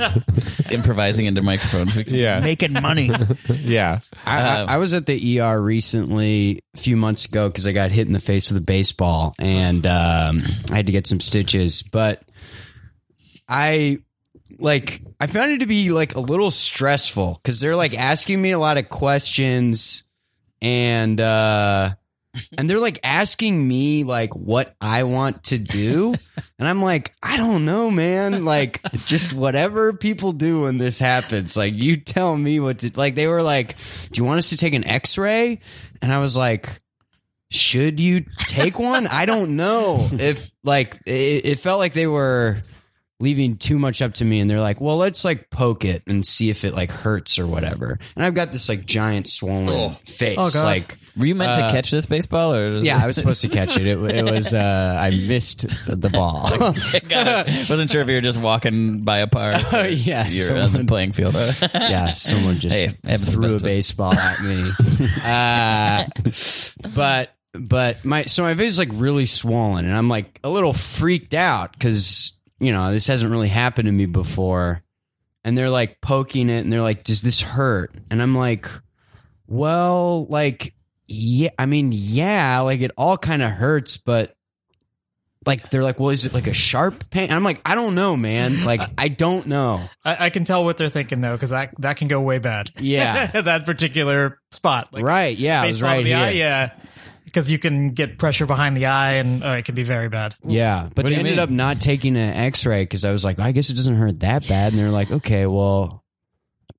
Speaker 3: improvising into microphones. We can
Speaker 4: Yeah.
Speaker 3: making money.
Speaker 4: yeah.
Speaker 5: I, I, I was at the ER recently, a few months ago, because I got hit in the face with a baseball and um, I had to get some stitches. But I like I found it to be like a little stressful because they're like asking me a lot of questions and uh and they're like asking me like what I want to do and I'm like I don't know man like just whatever people do when this happens like you tell me what to like they were like do you want us to take an x-ray and I was like should you take one I don't know if like it, it felt like they were leaving too much up to me and they're like well let's like poke it and see if it like hurts or whatever and I've got this like giant swollen face
Speaker 6: Oh, God.
Speaker 5: like
Speaker 3: Were you meant to catch this baseball, or
Speaker 5: Uh, yeah, I was supposed to catch it. It, it was uh, I missed the ball.
Speaker 3: Got it. Wasn't sure if you were just walking by a park. or
Speaker 5: Oh, yeah,
Speaker 3: you're on the
Speaker 5: someone-
Speaker 3: playing field.
Speaker 5: yeah, someone just
Speaker 3: Hey, happens to
Speaker 5: threw
Speaker 3: the
Speaker 5: a
Speaker 3: best of us.
Speaker 5: baseball at me. uh, but but my so my face is like really swollen, and I'm like a little freaked out because you know this hasn't really happened to me before. And they're like poking it, and they're like, "Does this hurt?" And I'm like, "Well, like." Yeah, I mean, yeah, like it all kind of hurts, but like they're like, well, is it like a sharp pain? And I'm like, I don't know, man. Like, I don't know.
Speaker 6: I, I can tell what they're thinking though, because that that can go way bad.
Speaker 5: Yeah,
Speaker 6: that particular spot, like
Speaker 5: right. Yeah, I was
Speaker 6: baseball
Speaker 5: right
Speaker 6: to the
Speaker 5: here.
Speaker 6: eye, yeah, because you can get pressure behind the eye, and uh, it can be very bad.
Speaker 5: Yeah,
Speaker 3: What
Speaker 5: but
Speaker 3: do
Speaker 5: they
Speaker 3: you
Speaker 5: ended
Speaker 3: mean?
Speaker 5: up not taking an X-ray because I was like, I guess it doesn't hurt that bad, and they're like, okay, well.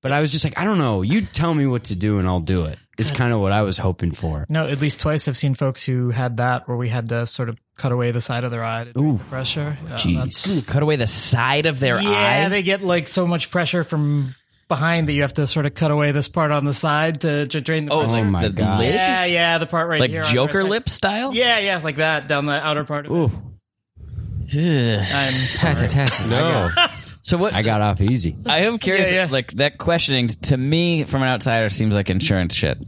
Speaker 5: But I was just like, I don't know. You tell me what to do, and I'll do it. It's kind of what I was hoping for.
Speaker 6: No, at least twice I've seen folks who had that where we had to sort of cut away the side of their eye to take the pressure. Yeah, that's-
Speaker 3: Cut away the side of their
Speaker 6: yeah,
Speaker 3: eye.
Speaker 6: they get like so much pressure from behind that you have to sort of cut away this part on the side to, to drain the.
Speaker 3: oh,
Speaker 6: pressure.
Speaker 3: like
Speaker 5: my
Speaker 3: the
Speaker 5: God.
Speaker 3: lid?
Speaker 6: yeah, yeah, the part right
Speaker 3: like
Speaker 6: here, on the
Speaker 3: Joker
Speaker 6: right side.
Speaker 3: lip style.
Speaker 6: Yeah, yeah, like that down the outer part. Of it.
Speaker 5: Ooh,
Speaker 6: I'm
Speaker 5: no, I got,
Speaker 3: So what?
Speaker 5: I got off easy.
Speaker 3: I am curious.
Speaker 6: Yeah, yeah.
Speaker 3: Like that questioning to me from an outsider seems like insurance shit.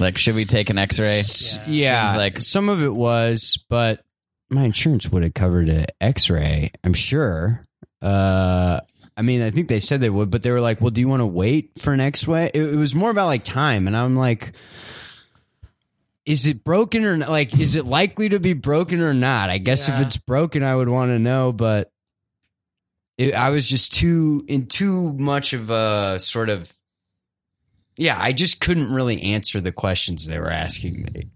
Speaker 3: Like, should we take an X-ray?
Speaker 5: Yeah,
Speaker 3: Seems
Speaker 5: like
Speaker 3: like-
Speaker 5: some of it was, but my insurance would have covered an X-ray. I'm sure. Uh, I mean, I think they said they would, but they were like, "Well, do you want to wait for an X-ray?" It, it was more about like time, and I'm like. Is it broken or not? like? Is it likely to be broken or not? I guess
Speaker 6: Yeah.
Speaker 5: if it's broken, I would want to know. But it, I was just too in too much of a sort of yeah. I just couldn't really answer the questions they were asking me.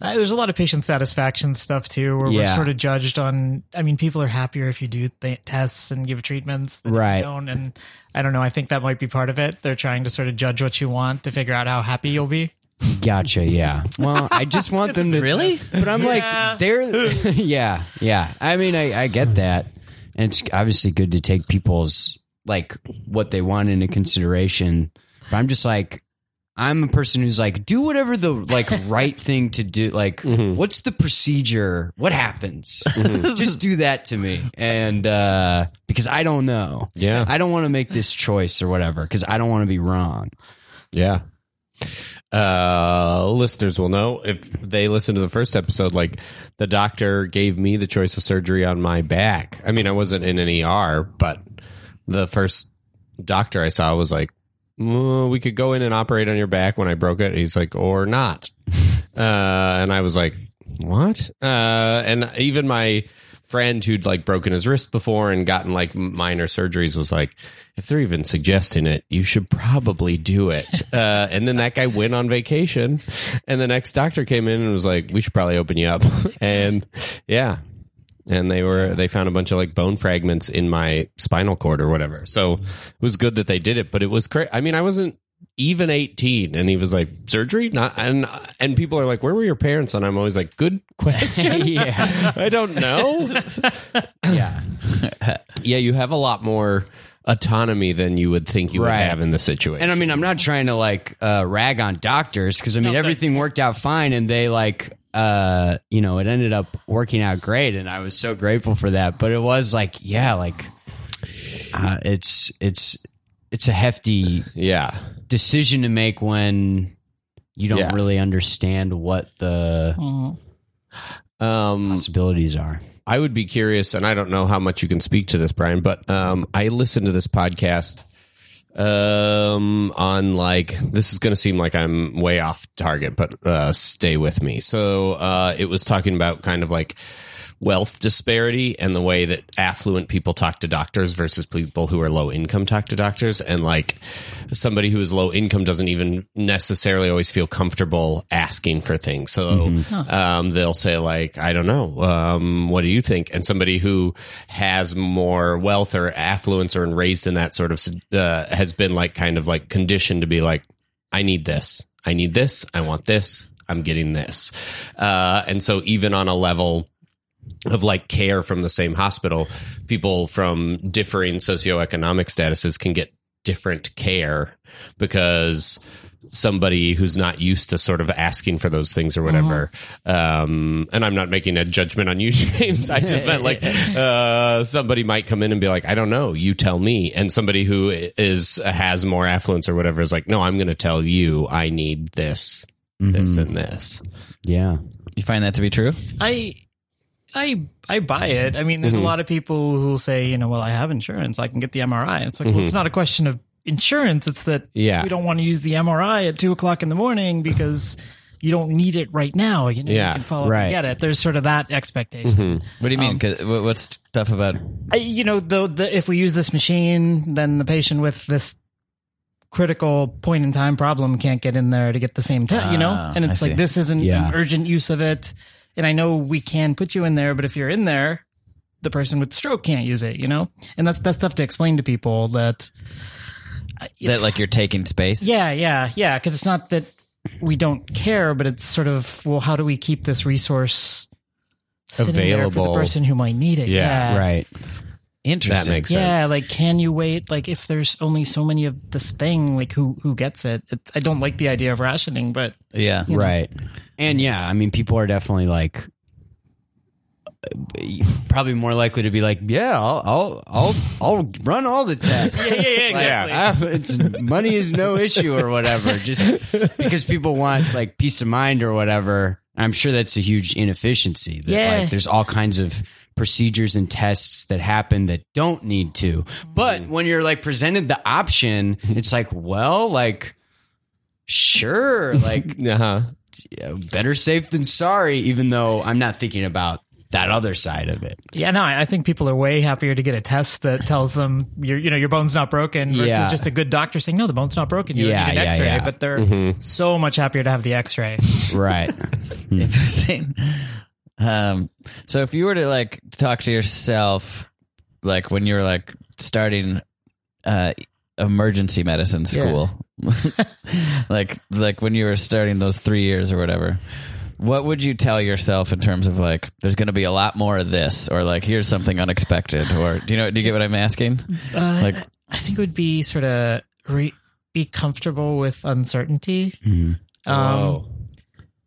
Speaker 6: Uh, there's a lot of patient satisfaction stuff too, where
Speaker 5: Yeah.
Speaker 6: we're sort of judged on. I mean, people are happier if you do th- tests and give treatments, than if you
Speaker 5: Right.
Speaker 6: don't. and I don't know. I think that might be part of it. They're trying to sort of judge what you want to figure out how happy you'll be.
Speaker 5: Gotcha. Yeah. Well, I just want them to really, but I'm like, they're yeah, yeah. I mean, I, I get that, and it's obviously good to take people's like what they want into consideration. But I'm just like, I'm a person who's like, do whatever the like right thing to do. Like, what's the procedure? What happens? just do that to me, and uh because I don't know.
Speaker 4: Yeah.
Speaker 5: I don't want to make this choice or whatever because I don't want to be wrong.
Speaker 4: Yeah. uh, listeners will know if they listen to the first episode. Like the doctor gave me the choice of surgery on my back. I mean, I wasn't in an ER, but the first doctor I saw was like, "Mm, "We could go in and operate on your back when I broke it." He's like, "Or not," uh, and I was like, "What?" Uh, and even my friend who'd like broken his wrist before and gotten like minor surgeries was like, if they're even suggesting it, you should probably do it. Uh, and then that guy went on vacation, and the next doctor came in and was like, we should probably open you up. and yeah, and they were they found a bunch of like bone fragments in my spinal cord or whatever. So it was good that they did it, but it was crazy. I mean, I wasn't even 18 and he was like surgery not and and people are like where were your parents and i'm always like good question
Speaker 5: yeah.
Speaker 4: I don't know. yeah. Yeah, you have a lot more autonomy than you would think you
Speaker 5: Right.
Speaker 4: would have in the situation.
Speaker 5: And I mean, I'm not trying to like uh, rag on doctors because I mean, everything worked out fine and they like, uh, you know, it ended up working out great. And I was so grateful for that. But it was like, yeah, like uh, it's, it's, it's a hefty
Speaker 4: yeah.
Speaker 5: decision to make when you don't
Speaker 4: Yeah.
Speaker 5: really understand what the
Speaker 4: Um
Speaker 5: possibilities are.
Speaker 4: I would be curious and I don't know how much you can speak to this Brian, but um I listened to this podcast um on like this is going to seem like I'm way off target, but uh stay with me. So uh it was talking about kind of like wealth disparity and the way that affluent people talk to doctors versus people who are low income talk to doctors and like somebody who is low income doesn't even necessarily always feel comfortable asking for things so um, they'll say like i don't know um, what do you think and somebody who has more wealth or affluence or raised in that sort of uh, has been like kind of like conditioned to be like I need this. I need this. I want this. I'm getting this. Uh, and so even on a level of like care from the same hospital, people from differing socioeconomic statuses can get different care because somebody who's not used to sort of asking for those things or whatever um and i'm not making a judgment on you james i just meant like uh somebody might come in and be like i don't know you tell me and somebody who is has more affluence or whatever is like no i'm gonna tell you i need this this and this
Speaker 5: Yeah.
Speaker 3: You find that to be true?
Speaker 6: I I I buy it. I mean, there's
Speaker 4: Mm-hmm.
Speaker 6: a lot of people who say, you know, well, I have insurance, I can get the MRI. It's like, well, it's not a question of insurance. It's that
Speaker 4: Mm-hmm. Yeah.
Speaker 6: we don't want to use the MRI at two o'clock in the morning because you don't need it right now. You know,
Speaker 4: Yeah, Mm-hmm.
Speaker 6: you can follow up
Speaker 5: right.
Speaker 6: and get it. There's sort of that expectation.
Speaker 3: What do you
Speaker 6: Um,
Speaker 3: mean? 'Cause what what's stuff about?
Speaker 6: I, you know, the, the if we use this machine, then the patient with this critical point in time problem can't get in there to get the same test, you know?
Speaker 3: Ah,
Speaker 6: And it's
Speaker 3: I
Speaker 6: like,
Speaker 3: see.
Speaker 6: this isn't
Speaker 5: Yeah.
Speaker 6: an urgent use of it. And I know we can put you in there, but if you're in there, the person with stroke can't use it, you know? And that's, that's tough to explain to people that,
Speaker 3: that like you're taking space?
Speaker 6: yeah, yeah, yeah. Cause it's not that we don't care, but it's sort of, well, how do we keep this resource sitting there for
Speaker 4: Available.
Speaker 6: the person who might need it?
Speaker 4: Yeah,
Speaker 5: Right.
Speaker 4: that
Speaker 3: Interesting.
Speaker 4: makes
Speaker 6: yeah
Speaker 4: sense
Speaker 6: like can you wait like if there's only so many of this thing like who who gets it, it i don't like the idea of rationing but
Speaker 3: yeah.
Speaker 5: Right. And yeah, I mean, people are definitely like, probably more likely to be like, yeah, I'll, I'll, I'll, I'll run all the tests. yeah,
Speaker 4: exactly.
Speaker 5: it's money is no issue or whatever. Just because people want like peace of mind or whatever. I'm sure that's a huge inefficiency. That,
Speaker 6: Yeah.
Speaker 5: Like, there's all kinds of procedures and tests that happen that don't need to. But when you're like presented the option, it's like, well, like, sure, like
Speaker 4: uh-huh
Speaker 5: yeah, better safe than sorry, even though I'm not thinking about that other side of it.
Speaker 6: yeah no i I think people are way happier to get a test that tells them your you know your bone's not broken versus
Speaker 5: Yeah.
Speaker 6: just a good doctor saying no the bone's not broken you
Speaker 5: Yeah,
Speaker 6: don't need an
Speaker 5: yeah,
Speaker 6: x-ray
Speaker 5: yeah. Mm-hmm.
Speaker 6: but they're so much happier to have the x-ray
Speaker 5: Right.
Speaker 3: Interesting. Um, so if you were to like talk to yourself, like when you were like starting uh, emergency medicine school, like like when you were starting those three years or whatever, what would you tell yourself in terms of like there's going to be a lot more of this, or like here's something unexpected, or do you know? Do you get what I'm asking?
Speaker 6: uh,
Speaker 3: Like-
Speaker 6: i think it would be sort of re- be comfortable with uncertainty um
Speaker 4: Oh.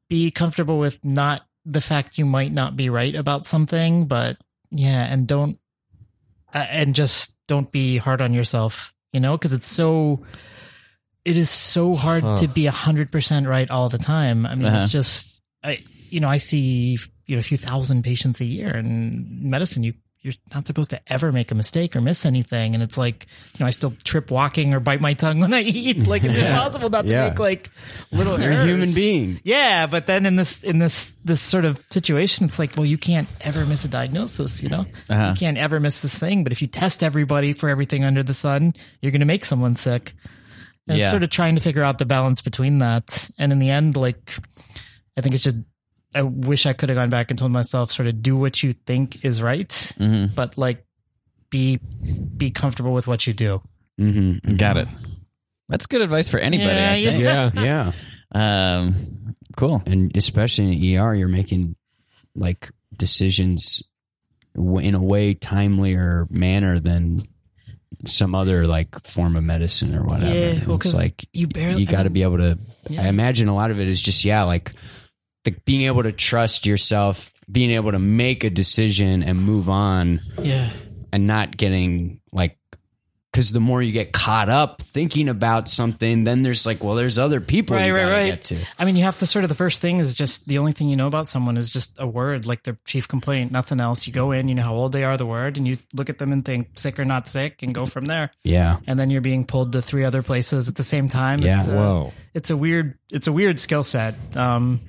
Speaker 6: be comfortable with not the fact you might not be right about something, but yeah, and don't uh, and just don't be hard on yourself, you know, because it's so it is so hard to be hundred percent right all the time. I mean,
Speaker 3: Uh-huh.
Speaker 6: it's just I, you know, I see you know a few thousand patients a year, and in medicine you you're not supposed to ever make a mistake or miss anything, and it's like you know I still trip walking or bite my tongue when I eat. Like it's impossible not to
Speaker 5: Yeah.
Speaker 6: make like little
Speaker 5: You're a
Speaker 6: errors.
Speaker 5: human being.
Speaker 6: Yeah, but then in this in this this sort of situation, it's like, well, you can't ever miss a diagnosis. You know,
Speaker 5: Uh-huh.
Speaker 6: you can't ever miss this thing. But if you test everybody for everything under the sun, you're going to make someone sick. And
Speaker 3: Yeah.
Speaker 6: it's sort of trying to figure out the balance between that. And in the end, like, I think it's just. I wish I could have gone back and told myself, sort of do what you think is right, but like be be comfortable with what you do.
Speaker 5: Mm-hmm.
Speaker 3: Got it. That's good advice for anybody.
Speaker 6: Yeah,
Speaker 3: I think.
Speaker 5: Yeah, yeah.
Speaker 3: Um, cool.
Speaker 5: and especially in ER, you're making like decisions w- in a way timelier manner than some other like form of medicine or whatever.
Speaker 6: Yeah, well,
Speaker 5: it's
Speaker 6: 'cause
Speaker 5: like
Speaker 6: you barely-
Speaker 5: you got to be able to.
Speaker 6: Yeah.
Speaker 5: I imagine a lot of it is just yeah, like the, being able to trust yourself, being able to make a decision and move on
Speaker 6: Yeah,
Speaker 5: and not getting like because the more you get caught up thinking about something, then there's like, well, there's other people
Speaker 6: Right,
Speaker 5: you
Speaker 6: right,
Speaker 5: gotta
Speaker 6: right.
Speaker 5: get to.
Speaker 6: I mean, you have to sort of the first thing is just the only thing you know about someone is just a word, like their chief complaint, nothing else. You go in, you know how old they are, the word, and you look at them and think sick or not sick, and go from there.
Speaker 5: Yeah.
Speaker 6: And then you're being pulled to three other places at the same time.
Speaker 5: Yeah.
Speaker 6: It's a,
Speaker 5: Whoa.
Speaker 6: It's a weird. It's a weird skill set. Um,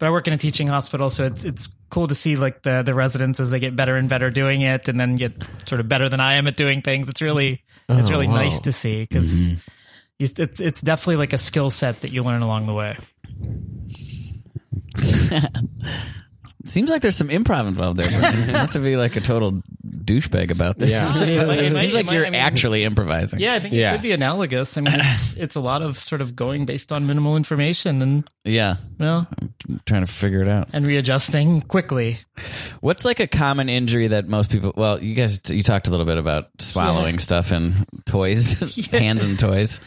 Speaker 6: but I work in a teaching hospital, so it's it's cool to see like the the residents as they get better and better doing it, and then get sort of better than I am at doing things. It's really it's
Speaker 5: Oh,
Speaker 6: really nice to see
Speaker 5: Mm-hmm.
Speaker 6: because. It's it's definitely like a skill set that you learn along the way.
Speaker 3: Seems like there's some improv involved there. Brian. Not to be like a total douchebag about this.
Speaker 4: Yeah.
Speaker 3: it
Speaker 6: Am I-
Speaker 3: seems like
Speaker 6: am I-
Speaker 3: you're
Speaker 6: I mean-
Speaker 3: actually improvising.
Speaker 6: Yeah, I think
Speaker 4: Yeah.
Speaker 6: it could be analogous. I mean, it's, it's a lot of sort of going based on minimal information and
Speaker 3: Yeah.
Speaker 6: well
Speaker 3: I'm trying to figure it out.
Speaker 6: and readjusting quickly.
Speaker 3: What's like a common injury that most people? Well, you guys, you talked a little bit about swallowing stuff and toys, hands and toys.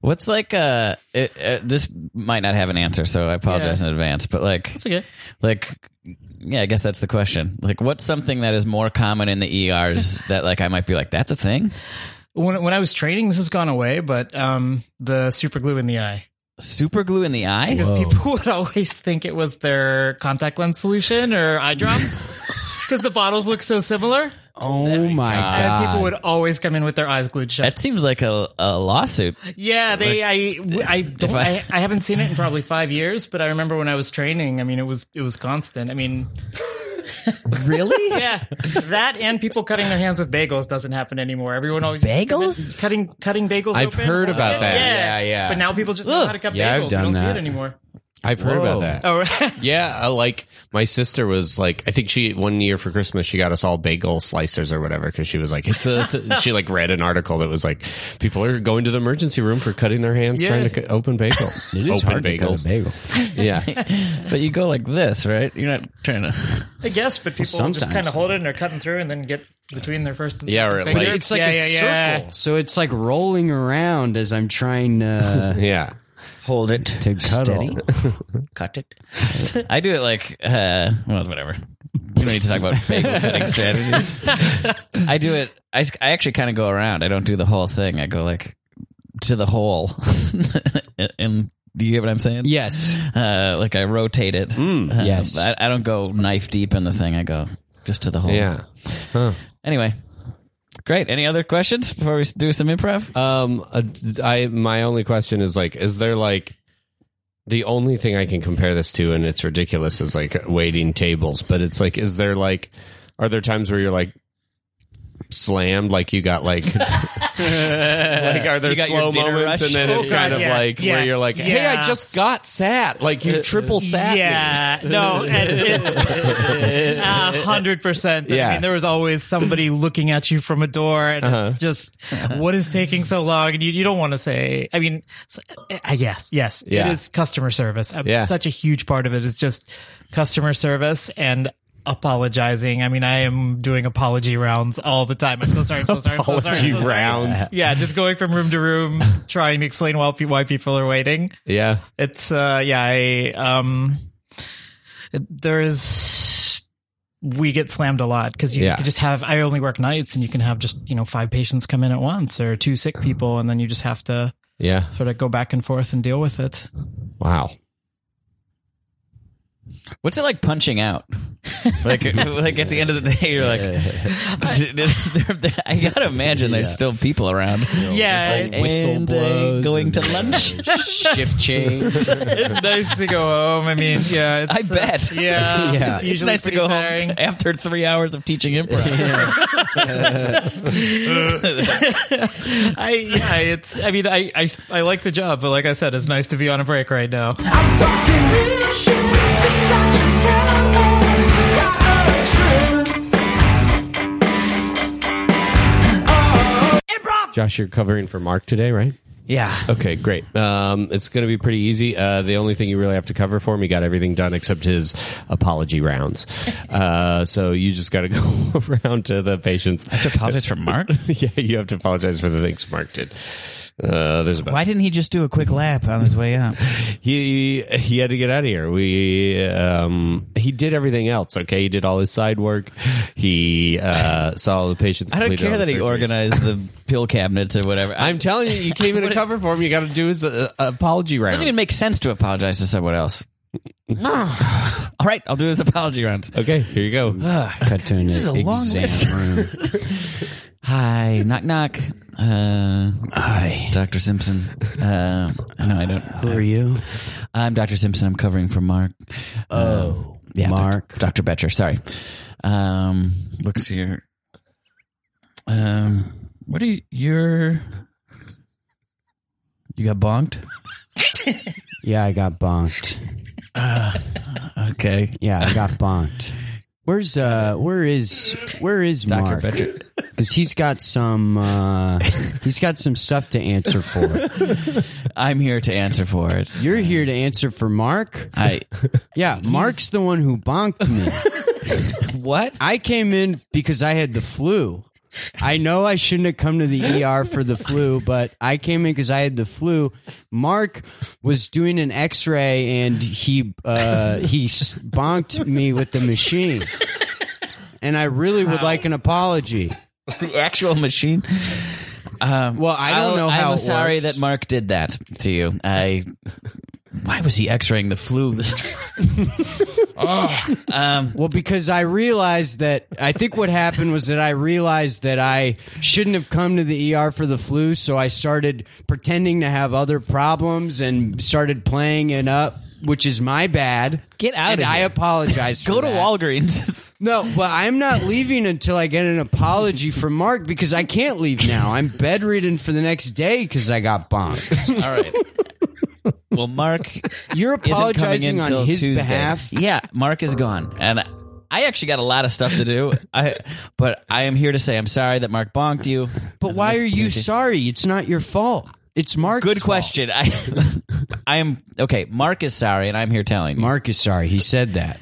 Speaker 3: What's like a? It, uh this might not have an answer, so I apologize in advance. But like,
Speaker 6: It's okay.
Speaker 3: like, yeah, I guess that's the question. Like, what's something that is more common in the ERs that like I might be like, that's a thing?
Speaker 6: When when I was training, this has gone away, but um, the super glue in the eye
Speaker 3: Super glue in the eye.
Speaker 6: because people would always think it was their contact lens solution or eye drops because the bottles look so similar,
Speaker 5: Oh my god!
Speaker 6: and people would always come in with their eyes glued shut.
Speaker 3: That seems like a, a lawsuit.
Speaker 6: Yeah, they. I. w- I don't.
Speaker 3: I-
Speaker 6: I, I haven't seen it in probably five years, but I remember when I was training. I mean, it was it was constant. I mean, really? yeah, that and people cutting their hands with bagels doesn't happen anymore. Everyone always
Speaker 3: Bagels?
Speaker 6: cutting cutting bagels.
Speaker 4: I've
Speaker 6: open.
Speaker 4: heard about that.
Speaker 5: Yeah, yeah.
Speaker 6: But now people just know how to cut
Speaker 5: Yeah, I've
Speaker 6: bagels.
Speaker 5: done
Speaker 6: you don't see
Speaker 5: that.
Speaker 6: it anymore.
Speaker 4: I've heard
Speaker 5: Whoa.
Speaker 4: about that.
Speaker 6: Oh,
Speaker 4: Yeah, uh, like my sister was like, I think she one year for Christmas she got us all bagel slicers or whatever because she was like, it's a. she like read an article that was like, people are going to the emergency room for cutting their hands trying to cut open bagels.
Speaker 5: It is
Speaker 4: open
Speaker 5: hard to cut a bagel.
Speaker 4: yeah,
Speaker 3: But you go like this, right? You're not trying to.
Speaker 6: I guess, but people just
Speaker 5: sometimes.
Speaker 6: kind of hold it and they're cutting through and then get between their first and
Speaker 4: Yeah,
Speaker 6: second
Speaker 4: or it
Speaker 6: finger.
Speaker 4: like-
Speaker 5: It's like
Speaker 6: Yeah,
Speaker 5: a
Speaker 6: yeah, yeah.
Speaker 5: circle, so it's like rolling around as I'm trying to
Speaker 4: yeah.
Speaker 3: Hold it
Speaker 5: to cuddle.
Speaker 3: cut it. I do it like uh, well, whatever. We don't need to talk about bagel cutting strategies. I do it. I, I actually kind of go around. I don't do the whole thing. I go like to the hole, and do you get what I'm saying?
Speaker 5: Yes,
Speaker 3: Uh, like I rotate it. Uh,
Speaker 5: yes.
Speaker 3: I, I don't go knife deep in the thing. I go just to the hole.
Speaker 4: Yeah.
Speaker 5: Oh.
Speaker 3: Anyway, great. Any other questions before we s- do some improv?
Speaker 4: Um, uh, I my only question is like, is there like the only thing I can compare this to, and it's ridiculous, is like waiting tables. But it's like, is there like, are there times where you're like slammed, like you got like, like are there
Speaker 3: You got your
Speaker 4: slow
Speaker 3: dinner
Speaker 4: moments,
Speaker 3: rush?
Speaker 4: and then
Speaker 6: Oh,
Speaker 4: it's kind
Speaker 6: God,
Speaker 4: of
Speaker 6: yeah,
Speaker 4: like
Speaker 6: yeah,
Speaker 4: where you're like, hey,
Speaker 6: yeah.
Speaker 4: I just got sat, like you triple sat. me.
Speaker 6: Yeah, no, and- a hundred percent. I
Speaker 4: Yeah. Uh-huh.
Speaker 6: mean, there was always somebody looking at you from a door, and it's just what is taking so long? And you, you don't want to say. I mean, s- uh, yes, yes,
Speaker 4: Yeah.
Speaker 6: it is customer service. Um,
Speaker 4: Yeah.
Speaker 6: such a huge part of it is just customer service and. Apologizing. I mean, I am doing apology rounds all the time. I'm so sorry. I'm so sorry. I'm so sorry. I'm
Speaker 4: Apology
Speaker 6: so sorry.
Speaker 4: rounds.
Speaker 6: Yeah, just going from room to room, trying to explain why pe- why people are waiting
Speaker 4: Yeah.
Speaker 6: it's uh yeah i um there's we get slammed a lot because you
Speaker 4: Yeah.
Speaker 6: could just have i
Speaker 3: Mm-hmm.
Speaker 6: only work nights and you can have just you know five patients come in at once or two sick people and then you just have to
Speaker 4: Yeah.
Speaker 6: sort of go back and forth and deal with it.
Speaker 4: Wow.
Speaker 3: What's it like punching out? Like, like at the end of the day, you're like, I gotta imagine there's still people around.
Speaker 6: Yeah,
Speaker 3: Like, and, uh, going to lunch.
Speaker 5: shift change.
Speaker 6: it's nice to go home. I mean, yeah, uh,
Speaker 3: I bet.
Speaker 6: yeah,
Speaker 5: Yeah.
Speaker 6: It's,
Speaker 3: It's
Speaker 6: usually
Speaker 3: nice to go
Speaker 6: tiring.
Speaker 3: home after three hours of teaching improv.
Speaker 6: I yeah, it's. I mean, I, I I like the job, but like I said, it's nice to be on a break right now.
Speaker 7: I'm talking real shit. Things I should tell all. So got a truth.
Speaker 4: Josh, you're covering for Mark today, right?
Speaker 3: yeah.
Speaker 4: Okay, great. Um, it's going to be pretty easy. Uh, the only thing you really have to cover for him, he got everything done except his apology rounds. Uh, so you just got to go around to the patients.
Speaker 3: To apologize for Mark.
Speaker 4: yeah, you have to apologize for the things Mark did. Uh, there's about
Speaker 3: Why didn't he just do a quick lap on his way up?
Speaker 4: he he had to get out of here. We um he did everything else. Okay, he did all his side work. He uh saw all the patients.
Speaker 3: I don't
Speaker 4: completed
Speaker 3: care
Speaker 4: all the
Speaker 3: that he
Speaker 4: surgeries.
Speaker 3: organized the pill cabinets or whatever. I,
Speaker 4: I'm
Speaker 3: it
Speaker 4: telling you, you came in a cover for him. You got to do his uh, apology round.
Speaker 3: doesn't even make sense to apologize to someone else. All right, I'll do his apology rounds.
Speaker 4: Okay, here you go.
Speaker 5: Cut to an
Speaker 3: is a long list.
Speaker 5: exam room.
Speaker 3: Hi, knock knock. Uh, Hi, Doctor Simpson. Uh, no, I don't. Who
Speaker 5: Are you?
Speaker 3: I'm Doctor Simpson. I'm covering for Mark. Uh,
Speaker 5: Oh,
Speaker 3: Yeah,
Speaker 5: Mark.
Speaker 3: Doctor Betcher. Sorry. Um, looks here. Um, what are you? You're. You got bonked.
Speaker 5: Yeah, I got bonked.
Speaker 3: Okay.
Speaker 5: Yeah, I got bonked. Where's uh where is where is Mark? Because he's got some uh he's got some stuff to answer for.
Speaker 3: I'm here to answer for it.
Speaker 5: You're here to answer for Mark?
Speaker 3: I
Speaker 5: Yeah, Mark's the one who bonked me.
Speaker 3: what?
Speaker 5: I came in because I had the flu. I know I shouldn't have come to the ER for the flu, but I came in because I had the flu. Mark was doing an X-ray and he uh, he s- bonked me with the machine, and I really would like an apology.
Speaker 3: The actual machine.
Speaker 5: Well, I don't
Speaker 3: I'll-
Speaker 5: know how.
Speaker 3: I'm
Speaker 5: it
Speaker 3: sorry
Speaker 5: works.
Speaker 3: that Mark did that to you. I. Why was he X-raying the flu? This-
Speaker 5: Well, because I realized that I think what happened was that I realized that I shouldn't have come to the ER for the flu, so I started pretending to have other problems and started playing it up, which is my bad.
Speaker 3: Get out
Speaker 5: And
Speaker 3: of
Speaker 5: I
Speaker 3: here.
Speaker 5: apologize.
Speaker 3: Go
Speaker 5: for
Speaker 3: to
Speaker 5: that.
Speaker 3: Walgreens.
Speaker 5: No, but I'm not leaving until I get an apology from Mark because I can't leave now. I'm bedridden for the next day because I got bonked.
Speaker 3: All right. Well, Mark
Speaker 5: You're
Speaker 3: isn't coming in
Speaker 5: apologizing
Speaker 3: till
Speaker 5: on his
Speaker 3: Tuesday.
Speaker 5: behalf.
Speaker 3: Yeah, Mark is gone, and I actually got a lot of stuff to do. I, but I am here to say I'm sorry that Mark bonked you.
Speaker 5: But
Speaker 3: It's a
Speaker 5: why are you
Speaker 3: miscommunication.
Speaker 5: sorry? It's not your fault. It's Mark's
Speaker 3: Good
Speaker 5: fault.
Speaker 3: question. I, I am okay. Mark is sorry, and I'm here telling you.
Speaker 5: Mark is sorry. He said that.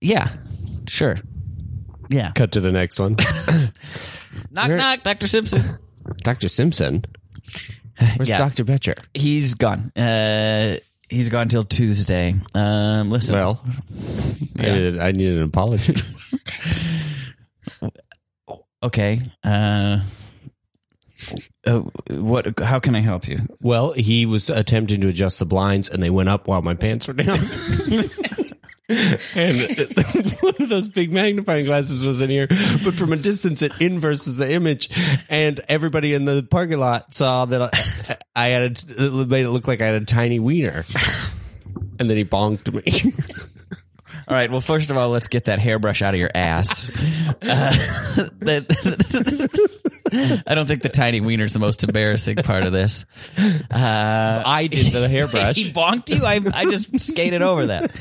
Speaker 3: Yeah, sure. Yeah.
Speaker 4: Cut to the next one.
Speaker 3: Knock knock, Doctor Simpson.
Speaker 4: Dr. Simpson. Where's
Speaker 3: Yeah.
Speaker 4: Dr. Betcher?
Speaker 3: He's gone. Uh, he's gone till Tuesday. Um, listen.
Speaker 4: Well, I, needed, I needed an apology.
Speaker 3: okay. Uh, oh, what? How can I help you?
Speaker 4: well, he was attempting to adjust the blinds and they went up while my pants were down. and one of those big magnifying glasses was in here, but from a distance it inverses the image. And everybody in the parking lot saw that I, I had a, it made it look like I had a tiny wiener. And then he bonked me.
Speaker 3: All right. Well, first of all, let's get that hairbrush out of your ass. Uh, that- I don't think the tiny wiener's the most embarrassing part of this. Uh,
Speaker 4: I did the
Speaker 3: he
Speaker 4: hairbrush.
Speaker 3: bonked you. I I just skated over that.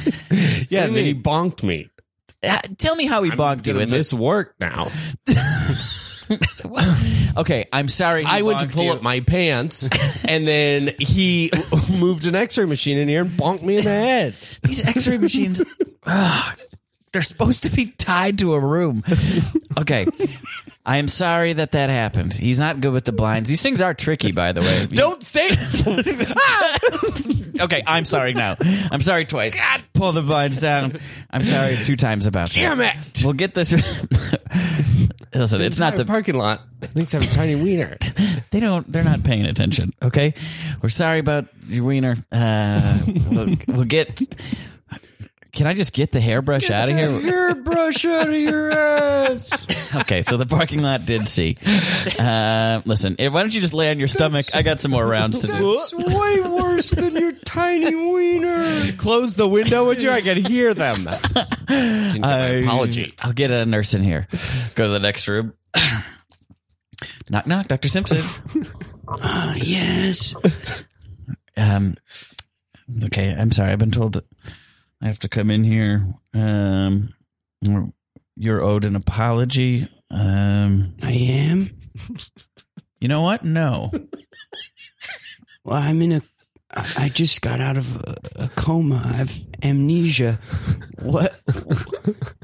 Speaker 4: yeah, and then he bonked me.
Speaker 3: Uh, Tell me how he bonked you.
Speaker 4: Gonna
Speaker 3: With
Speaker 4: miss work now.
Speaker 3: Okay, I'm sorry. he
Speaker 4: I went to
Speaker 3: bonked
Speaker 4: pull
Speaker 3: you.
Speaker 4: up my pants, and then he moved an X-ray machine in here and bonked me in the head.
Speaker 3: These X-ray machines, ugh, Ah, they're supposed to be tied to a room. Okay, I am sorry that that happened. He's not good with the blinds. These things are tricky, by the way.
Speaker 4: Don't stay.
Speaker 3: Okay, I'm sorry now. I'm sorry twice. Pull the blinds down. I'm sorry two times about that.
Speaker 4: Damn it.
Speaker 3: We'll get this. Listen, it's not the
Speaker 4: parking lot. Thinks I'm a tiny wiener.
Speaker 3: They don't. They're not paying attention. Okay, we're sorry about your wiener. Uh, we'll, we'll get. Can I just get the hairbrush out of here?
Speaker 4: Hairbrush out of your ass.
Speaker 3: Okay, so the parking lot did see. Uh, listen, eh, why don't you just lay on your stomach? I got some more rounds to do.
Speaker 4: way worse than your tiny wiener. Close the window, would you? I can hear them. apology.
Speaker 3: I'll get a nurse in here. Go to the next room. knock, knock, Doctor Simpson. Ah, yes. Um. Okay, I'm sorry. I've been told I have to come in here. Um, you're owed an apology. Um,
Speaker 5: I am.
Speaker 3: you know what? No.
Speaker 5: Well, I'm in a. I I just got out of a, a coma. I have amnesia. What?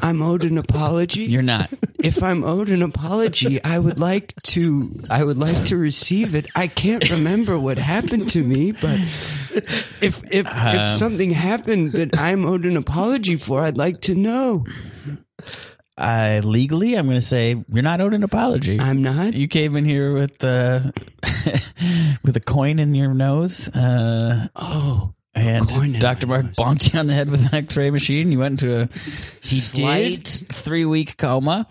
Speaker 5: I'm owed an apology.
Speaker 3: You're not.
Speaker 5: if I'm owed an apology, I would like to I would like to receive it. I can't remember what happened to me, but if if, if something happened that I'm owed an apology for, I'd like to know.
Speaker 3: I legally, I'm going to say you're not owed an apology.
Speaker 5: I'm not.
Speaker 3: you came in here with uh, with a coin in your nose, uh,
Speaker 5: Oh, coin
Speaker 3: and
Speaker 5: in
Speaker 3: Doctor
Speaker 5: my
Speaker 3: Mark
Speaker 5: nose.
Speaker 3: bonked you on the head with an X-ray machine. You went into a slight three week coma.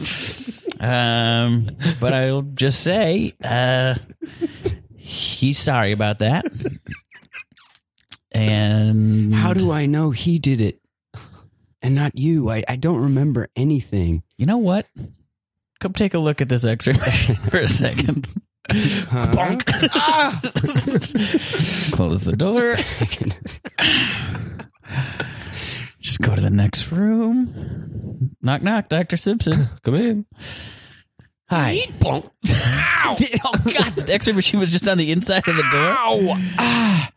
Speaker 3: Um, but I'll just say uh, he's sorry about that. And
Speaker 5: how do I know he did it and not you? I, I don't remember anything.
Speaker 3: you know what? Come take a look at this X-ray machine for a second. Bonk.
Speaker 4: Ah!
Speaker 3: Close the door. Just go to the next room. Knock, knock, Doctor Simpson.
Speaker 4: Come in.
Speaker 3: Hi. Ow! oh, God. The x ray machine was just on the inside of the door. Ow!
Speaker 4: Ah!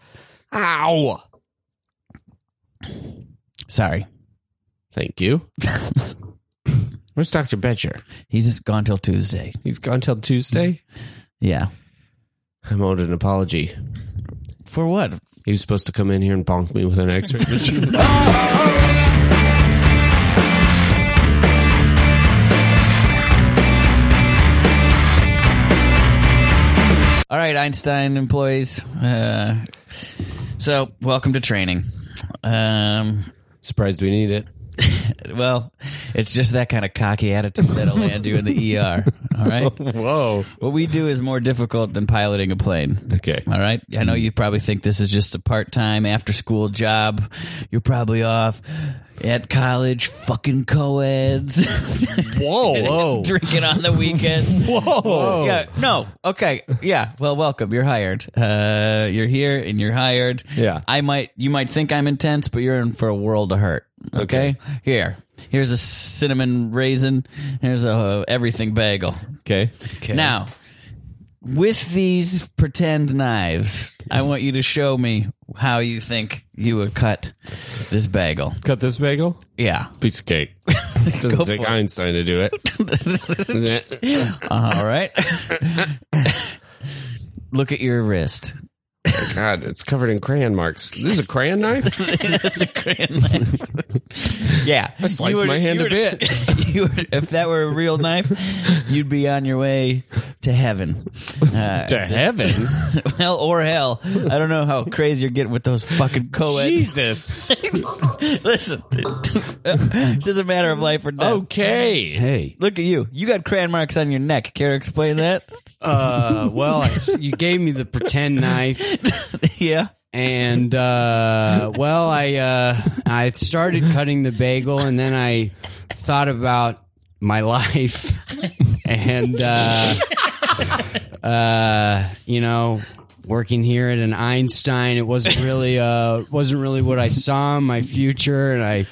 Speaker 4: Ow.
Speaker 3: Sorry.
Speaker 4: Thank you. Where's Dr. Betcher?
Speaker 3: He's just gone till Tuesday.
Speaker 4: He's gone till Tuesday.
Speaker 3: Yeah.
Speaker 4: I'm owed an apology.
Speaker 3: For what?
Speaker 4: He was supposed to come in here and bonk me with an x-ray machine.
Speaker 3: All right, Einstein employees. Uh, so, welcome to training. Um,
Speaker 4: Surprised we need it.
Speaker 3: Well, it's just that kind of cocky attitude that'll land you in the ER. All right.
Speaker 4: Whoa.
Speaker 3: What we do is more difficult than piloting a plane.
Speaker 4: Okay. Mm.
Speaker 3: All right. I know you probably think this is just a part time after school job. You're probably off at college, fucking co-eds,
Speaker 4: Whoa. Whoa.
Speaker 3: drinking on the weekends.
Speaker 4: Whoa.
Speaker 3: Yeah. No. Okay. Yeah. Well, welcome. You're hired. Uh, you're here and you're hired.
Speaker 4: Yeah.
Speaker 3: I might. You might think I'm intense, but you're in for a world of hurt. Okay. Here. Here's a cinnamon raisin. Here's a uh, everything bagel.
Speaker 4: Okay.
Speaker 3: Now, with these pretend knives, I want you to show me how you think you would cut this bagel.
Speaker 4: Cut this bagel.
Speaker 3: Yeah.
Speaker 4: Piece of cake. Doesn't take
Speaker 3: for it.
Speaker 4: Einstein to do it.
Speaker 3: Uh-huh. All right. Look at your wrist.
Speaker 4: God, it's covered in crayon marks. This is a crayon knife?
Speaker 3: That's a crayon knife. yeah. I
Speaker 4: sliced my hand to
Speaker 3: bits. you would, if that were a real knife, you'd be on your way to heaven. Uh,
Speaker 4: to heaven.
Speaker 3: hell or hell. I don't know how crazy you're getting with those fucking co-eds.
Speaker 4: Jesus.
Speaker 3: Listen, it's just a matter of life or death.
Speaker 4: Oh. Okay. Hey.
Speaker 3: Look at you. You got crayon marks on your neck. Care to explain that?
Speaker 5: Uh, well, I s you gave me the pretend knife,
Speaker 3: yeah.
Speaker 5: and uh, well, I uh, I started cutting the bagel, and then I thought about my life, and uh, uh, you know, working here at an Einstein, it wasn't really uh, wasn't really what I saw in my future, and I.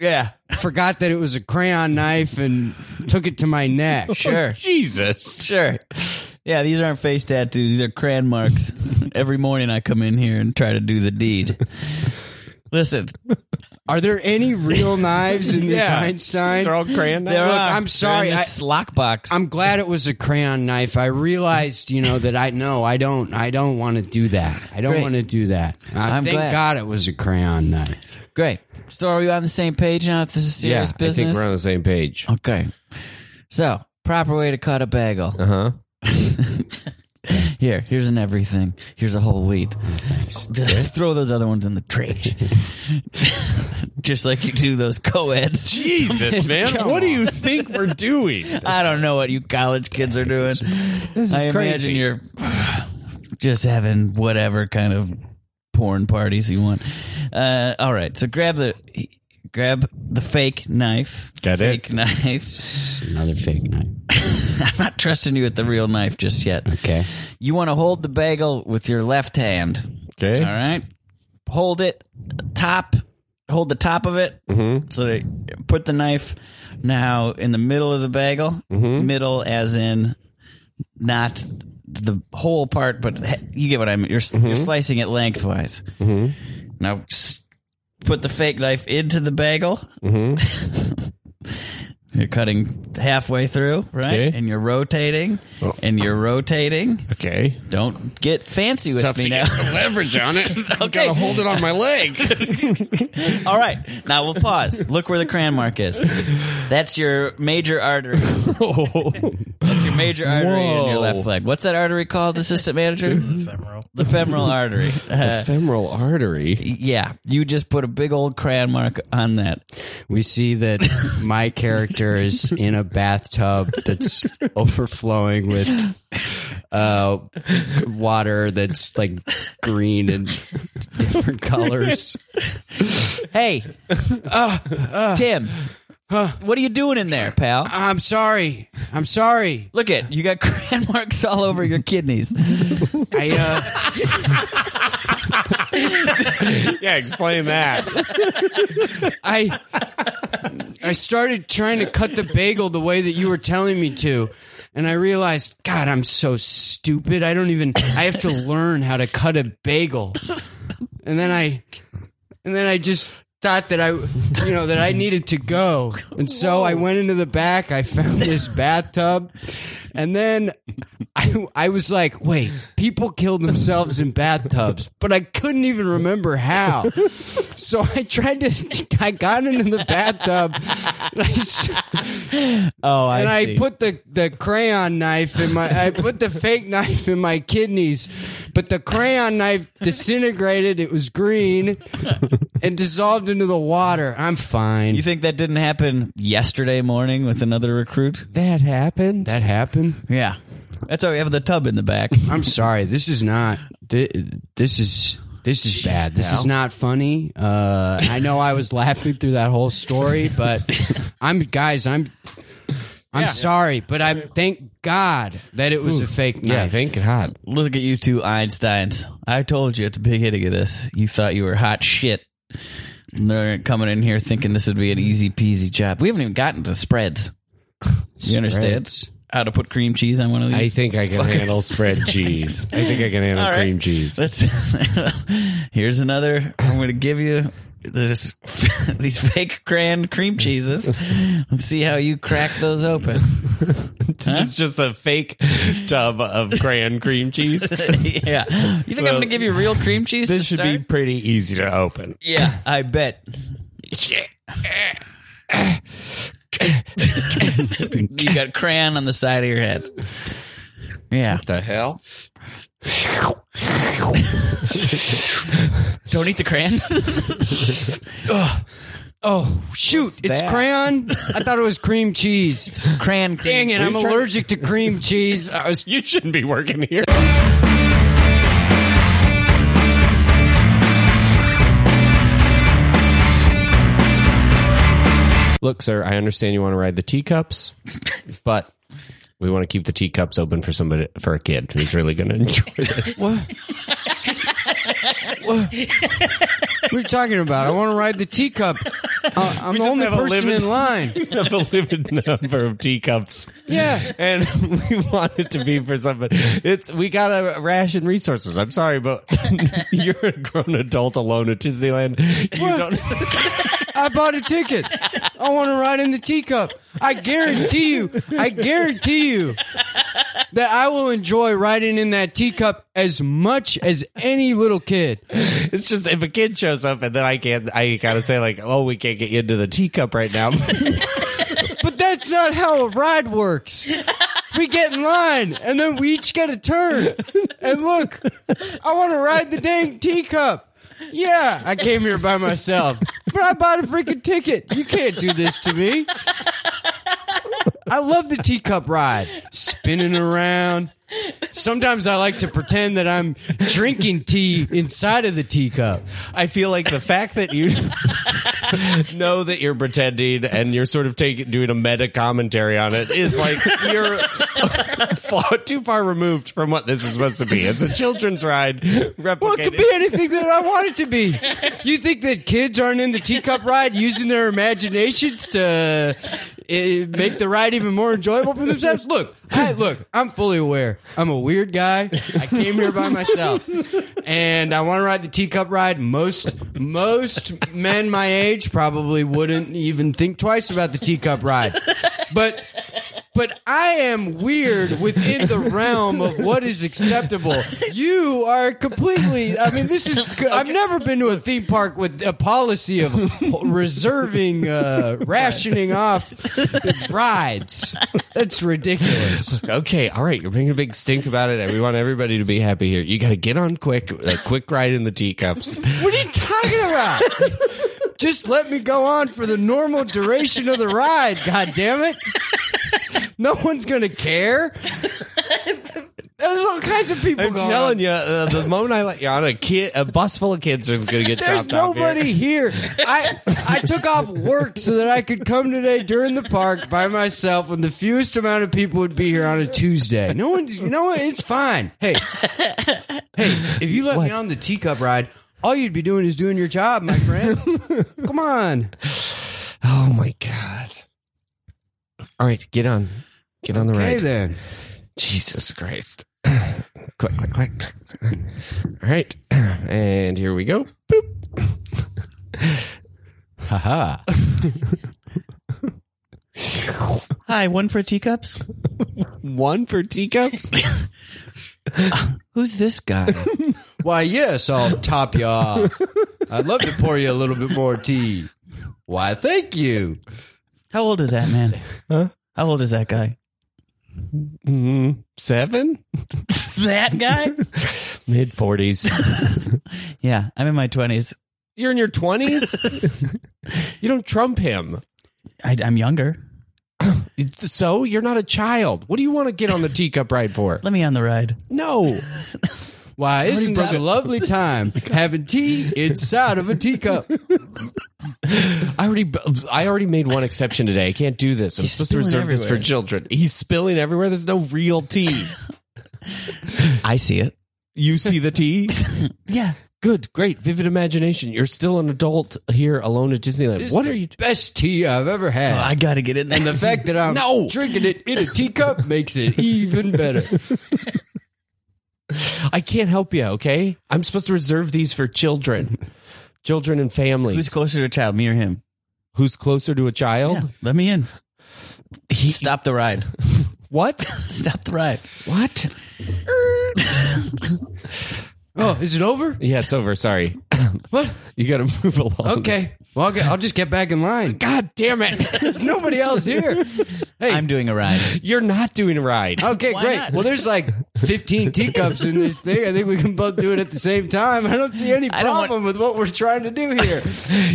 Speaker 5: Yeah, forgot that it was a crayon knife and took it to my neck.
Speaker 3: Sure.
Speaker 4: Jesus.
Speaker 3: Sure. Yeah, these aren't face tattoos. These are crayon marks. Every morning I come in here and try to do the deed. Listen,
Speaker 5: Are there any real knives in this
Speaker 4: Yeah.
Speaker 5: Einstein?
Speaker 4: They're all crayon
Speaker 3: there
Speaker 5: Look,
Speaker 4: knives.
Speaker 3: are.
Speaker 5: I'm sorry,
Speaker 3: They're in
Speaker 5: I-
Speaker 3: this lock box.
Speaker 5: I'm glad it was a crayon knife. I realized, you know, that I no, I don't, I don't want to do that. I don't
Speaker 3: Great.
Speaker 5: want to do that. I
Speaker 3: I'm
Speaker 5: thank
Speaker 3: glad.
Speaker 5: God it was a crayon knife.
Speaker 3: Great. So are we on the same page now? If this is serious
Speaker 4: I think
Speaker 3: business.
Speaker 4: we're on the same page.
Speaker 3: okay. So, proper way to cut a bagel.
Speaker 4: Uh huh.
Speaker 3: Here, here's an everything. Here's a whole wheat. Throw those other ones in the trash. Just like you do those co-eds.
Speaker 4: Jesus, man,
Speaker 3: Come
Speaker 4: what do
Speaker 3: on.
Speaker 4: you think we're doing?
Speaker 3: I don't know what you college kids are doing.
Speaker 4: This is
Speaker 3: I
Speaker 4: crazy.
Speaker 3: imagine you're just having whatever kind of porn parties you want. Uh, all right, so grab the grab the fake knife.
Speaker 4: Got it.
Speaker 3: fake knife.
Speaker 5: Another fake night.
Speaker 3: I'm not trusting you with the real knife just yet.
Speaker 5: Okay.
Speaker 3: You want to hold the bagel with your left hand.
Speaker 4: okay.
Speaker 3: All right. Hold it top. Hold the top of it. Mm-hmm. So they put the knife now in the middle of the bagel.
Speaker 4: Mm-hmm.
Speaker 3: Middle, as in not the whole part, but he- you get what I mean. You're, you're slicing it lengthwise. Mm-hmm. Now s- put the fake knife into the bagel. Mm-hmm. you're cutting halfway through, right?
Speaker 4: Okay.
Speaker 3: And you're rotating, and you're rotating.
Speaker 4: Okay.
Speaker 3: Don't get fancy with me now.
Speaker 4: leverage on it. I
Speaker 3: Okay.
Speaker 4: hold it on my leg.
Speaker 3: All right, now we'll pause. Look where the crayon mark is. That's your major artery. That's your major artery in your
Speaker 4: Whoa.
Speaker 3: left leg. What's that artery called, assistant manager? the
Speaker 6: Ephemeral.
Speaker 3: femoral artery. Uh,
Speaker 4: Femoral artery.
Speaker 3: yeah, you just put a big old crayon mark on that.
Speaker 5: We see that my character is in a bathtub that's overflowing with uh, water that's like green and different colors.
Speaker 3: Hey, uh, Tim, what are you doing in there, pal?
Speaker 5: I'm sorry. I'm sorry.
Speaker 3: Look at you got crayon marks all over your kidneys.
Speaker 5: I uh,
Speaker 4: Yeah, explain that.
Speaker 5: I I started trying to cut the bagel the way that you were telling me to, and I realized, God, I'm so stupid. I don't even. I have to learn how to cut a bagel, and then I, and then I just thought that I, you know, that I needed to go, and so I went into the back. I found this bathtub, and then I, I was like, wait, people kill themselves in bathtubs, but I couldn't even remember how. So I tried to, I got into the bathtub and I, s-
Speaker 3: Oh, I
Speaker 5: and I
Speaker 3: see.
Speaker 5: put the, the crayon knife in my, I put the fake knife in my kidneys, but the crayon knife disintegrated. It was green and dissolved into the water. I'm fine.
Speaker 3: you think that didn't happen yesterday morning with another recruit?
Speaker 5: that happened? That happened?
Speaker 3: Yeah, that's why we have the tub in the back.
Speaker 5: I'm sorry. This is not, thi- this is, this is bad. This is not funny. Uh, I know I was laughing through that whole story, but I'm guys. I'm I'm sorry, but I thank God that it was a fake
Speaker 4: Yeah,
Speaker 5: knife.
Speaker 4: thank God.
Speaker 3: Look at you two Einsteins. I told you at the beginning of this, you thought you were hot shit. And they're coming in here thinking this would be an easy peasy job. We haven't even gotten to spreads. You understand?
Speaker 5: Spreads.
Speaker 3: How to put cream cheese on one of these?
Speaker 4: I think I can
Speaker 3: Fuckers.
Speaker 4: handle spread cheese. I think I can handle
Speaker 3: All right.
Speaker 4: cream cheese.
Speaker 3: That's, here's another. I'm going to give you this, these fake grand cream cheeses. Let's see how you crack those open.
Speaker 4: It's just a fake tub of crayon cream cheese.
Speaker 3: yeah. You think I'm
Speaker 4: Well,
Speaker 3: going to give you real cream cheese?
Speaker 4: This
Speaker 3: to
Speaker 4: should be
Speaker 3: start?
Speaker 4: pretty easy to open.
Speaker 3: Yeah, I bet. you got crayon on the side of your head. Yeah.
Speaker 4: The hell?
Speaker 3: Don't eat the crayon.
Speaker 5: Oh shoot, it's
Speaker 4: that?
Speaker 5: crayon. I thought it was cream cheese.
Speaker 3: crayon.
Speaker 5: Dang it, I'm allergic to cream cheese. I was
Speaker 4: You shouldn't be working here. Look, sir, I understand you want to ride the teacups, but we want to keep the teacups open for somebody for a kid who's really going to enjoy it.
Speaker 5: what are you talking about? I want to ride the teacup. Uh, I'm the
Speaker 4: just
Speaker 5: only
Speaker 4: have a
Speaker 5: person
Speaker 4: limit.
Speaker 5: in line.
Speaker 4: have a limited number of teacups.
Speaker 5: Yeah.
Speaker 4: and we want it to be for somebody. It's we gotta ration resources. I'm sorry, but you're a grown adult alone at Disneyland. You don't.
Speaker 5: I bought a ticket. I want to ride in the teacup. I guarantee you, I guarantee you that I will enjoy riding in that teacup as much as any little kid.
Speaker 4: It's just if a kid shows up and then I can't, I gotta say like, oh, we can't get you into the teacup right now.
Speaker 5: But that That's not how a ride works. We get in line and then we each get a turn. And look, I want to ride the dang teacup. Yeah, I came here by myself, but I bought a freaking ticket. You can't do this to me. I love the teacup ride, spinning around. Sometimes I like to pretend that I'm drinking tea inside of the teacup.
Speaker 4: I feel like the fact that you know that you're pretending and you're sort of taking doing a meta commentary on it is like you're far, too far removed from what this is supposed to be. It's a children's ride replicated.
Speaker 5: Well, it could be anything that I want it to be. You think that kids aren't in the teacup ride using their imaginations to eh, make the ride even more enjoyable for themselves? Look, I, look, I'm fully aware. I'm a weird guy. I came here by myself, and I want to ride the teacup ride. Most most men my age probably wouldn't even think twice about the teacup ride, but but I am weird within the realm of what is acceptable. You are completely. I mean, this is. I've never been to a theme park with a policy of reserving, uh, rationing off rides. That's ridiculous.
Speaker 4: Okay, all right. You're making a big stink about it, and we want everybody to be happy here. You got to get on quick, a quick ride in the teacups.
Speaker 5: What are you talking about? Just let me go on for the normal duration of the ride. God damn it! No one's gonna care. There's all kinds of people.
Speaker 4: I'm
Speaker 5: going on.
Speaker 4: telling you, uh, the moment I let you on, a kid, a bus full of kids is going to get
Speaker 5: There's
Speaker 4: dropped off here.
Speaker 5: nobody here. I I took off work so that I could come today during the park by myself when the fewest amount of people would be here on a Tuesday. No one's you know what? It's fine. Hey. Hey, if you let me on the teacup ride, all you'd be doing is doing your job, my friend. come on.
Speaker 4: Oh my god! All right, get on, get on the
Speaker 5: Hey
Speaker 4: ride.
Speaker 5: then.
Speaker 4: Jesus Christ! click, click, click. All right, and here we go. Boop. Haha.
Speaker 3: Hi, one for teacups.
Speaker 4: One for teacups.
Speaker 3: Who's this guy?
Speaker 5: Why yes, I'll top you off. I'd love to pour you a little bit more tea. Why thank you.
Speaker 3: How old is that man?
Speaker 4: Huh?
Speaker 3: How old is that guy?
Speaker 4: Mm, seven,
Speaker 3: That guy?
Speaker 4: mid forties.
Speaker 3: yeah, I'm in my twenties.
Speaker 4: You're in your twenties. you don't trump him.
Speaker 3: I'm younger.
Speaker 4: So you're not a child. What do you want to get on the teacup ride for?
Speaker 3: Let me on the ride.
Speaker 4: No.
Speaker 5: Why, isn't this a lovely time having tea inside of a teacup?
Speaker 4: I already, I already made one exception today. I can't do this. I'm
Speaker 3: He's
Speaker 4: supposed to reserve
Speaker 3: spilling
Speaker 4: this for
Speaker 3: everywhere.
Speaker 4: children. He's spilling everywhere. There's no real tea.
Speaker 3: I see it.
Speaker 4: You see the tea?
Speaker 3: Yeah.
Speaker 4: Good, great, vivid imagination. You're still an adult here alone at Disneyland. what are you?
Speaker 5: Best tea I've ever had.
Speaker 3: I gotta get in there.
Speaker 5: and the fact that I'm
Speaker 4: No.
Speaker 5: drinking it in a teacup makes it even better.
Speaker 4: I can't help you. Okay, I'm supposed to reserve these for children, children and families.
Speaker 3: Who's closer to a child, me or him?
Speaker 4: Who's closer to a child?
Speaker 3: Yeah, let me in. Stop the ride.
Speaker 4: What?
Speaker 3: Stop the ride.
Speaker 4: What?
Speaker 5: Oh, is it over?
Speaker 4: Yeah, it's over. Sorry.
Speaker 5: What?
Speaker 4: You got to move along.
Speaker 5: Okay. Well, I'll, get, I'll just get back in line.
Speaker 4: God damn it!
Speaker 5: There's nobody else here. Hey,
Speaker 3: I'm doing a ride.
Speaker 4: You're not doing a ride.
Speaker 5: okay,
Speaker 3: Why
Speaker 5: great.
Speaker 3: not?
Speaker 5: Well, there's like 15 teacups in this thing. I think we can both do it at the same time. I don't see any
Speaker 3: I don't want-
Speaker 5: problem with what we're trying to do here.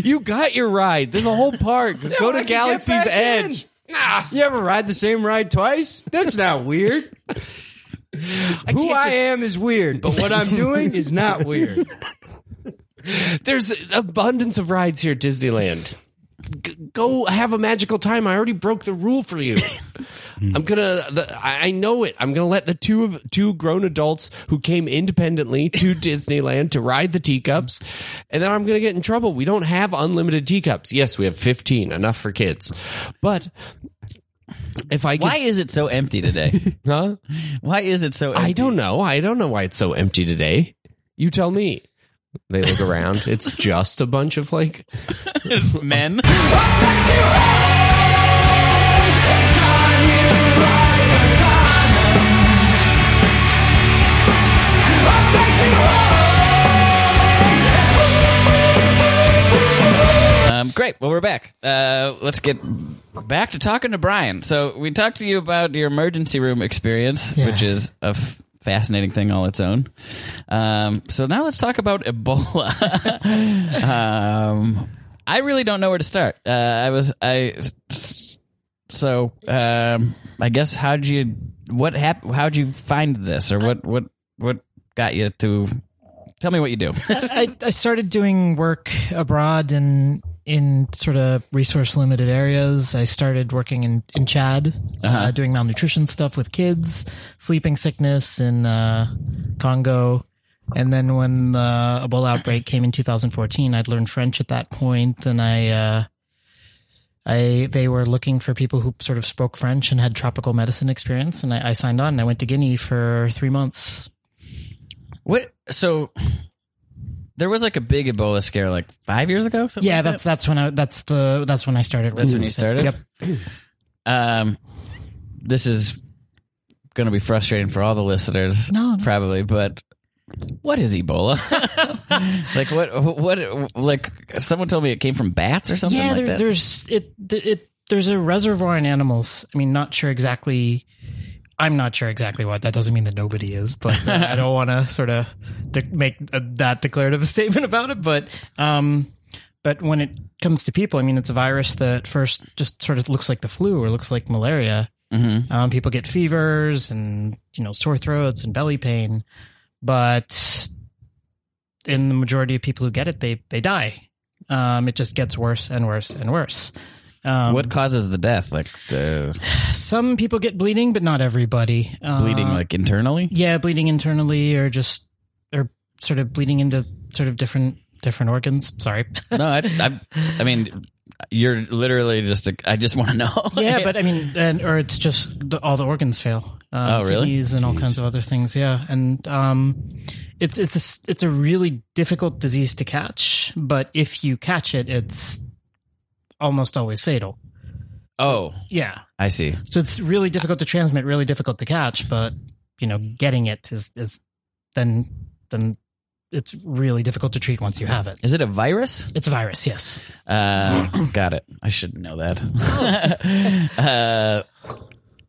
Speaker 4: You got your ride. There's a whole park. Go
Speaker 5: I
Speaker 4: to
Speaker 5: can get
Speaker 4: Galaxy's
Speaker 5: back
Speaker 4: Edge.
Speaker 5: You ever ride the same ride twice? That's not weird. Who I am is weird, but what I'm doing is not weird.
Speaker 4: There's abundance of rides here at Disneyland. G- go have a magical time. I already broke the rule for you. I'm gonna. The, I I know it. I'm gonna let the two of two grown adults who came independently to Disneyland to ride the teacups, and then I'm gonna get in trouble. We don't have unlimited teacups. Yes, we have 15, enough for kids. But if I get,
Speaker 3: Why is it so empty today?
Speaker 4: huh?
Speaker 3: Why is it so empty?
Speaker 4: I don't know. I don't know why it's so empty today. You tell me. They look around. It's just a bunch of like
Speaker 3: Men? Um, Great. Well, we're back. Uh, let's get back to talking to Brian. So we talked to you about your emergency room experience,
Speaker 6: Yeah.
Speaker 3: which is a f- fascinating thing all its own. Um, so now let's talk about Ebola. um, I really don't know where to start. Uh, I was I so um, I guess how'd you what hap- How'd you find this or what what what got you to tell me what you do?
Speaker 6: I, I started doing work abroad in in sort of resource limited areas. I started working in in Chad, uh doing malnutrition stuff with kids, sleeping sickness in uh, Congo, and then when the Ebola outbreak came in 2014, I'd learned French at that point, and I. Uh, I they were looking for people who sort of spoke French and had tropical medicine experience, and I, I signed on. and I went to Guinea for three months.
Speaker 3: What? So there was like a big Ebola scare like five years ago. Something
Speaker 6: Yeah,
Speaker 3: like
Speaker 6: that's that's when I that's the that's when I started.
Speaker 3: That's when you started?
Speaker 6: Yep.
Speaker 3: that? um, this is going to be frustrating for all the listeners,
Speaker 6: No, no.
Speaker 3: probably. But what is Ebola? like what? What? Like someone told me it came from bats or something.
Speaker 6: yeah,
Speaker 3: like
Speaker 6: there,
Speaker 3: that.
Speaker 6: there's it it there's a reservoir in animals. I mean, not sure exactly. I'm not sure exactly what. That doesn't mean that nobody is, but uh, I don't want to sort of de- make uh that declarative statement about it. But um, but when it comes to people, I mean, it's a virus that at first just sort of looks like the flu or looks like malaria.
Speaker 3: Mm-hmm.
Speaker 6: Um, people get fevers and you know sore throats and belly pain, but in the majority of people who get it, they they die. Um, it just gets worse and worse and worse. Um,
Speaker 3: what causes the death? Like the
Speaker 6: some people get bleeding, but not everybody. Uh,
Speaker 3: bleeding, like internally.
Speaker 6: yeah, bleeding internally, or just or sort of bleeding into sort of different different organs. Sorry.
Speaker 3: No, I, I, I mean, you're literally just. A, I just want to know.
Speaker 6: yeah, but I mean, and, or it's just the, all the organs fail. Um,
Speaker 3: Oh, really?
Speaker 6: Kidneys and all kinds of other things. Yeah, and um, it's it's a, s- it's a really difficult disease to catch, but if you catch it, it's almost always fatal.
Speaker 3: oh,
Speaker 6: Yeah,
Speaker 3: I see.
Speaker 6: so it's really difficult to transmit, really difficult to catch, but you know, getting it is is then then it's really difficult to treat once you have it.
Speaker 3: Is it a virus?
Speaker 6: It's a virus, yes.
Speaker 3: Uh, got it. I should know that. uh,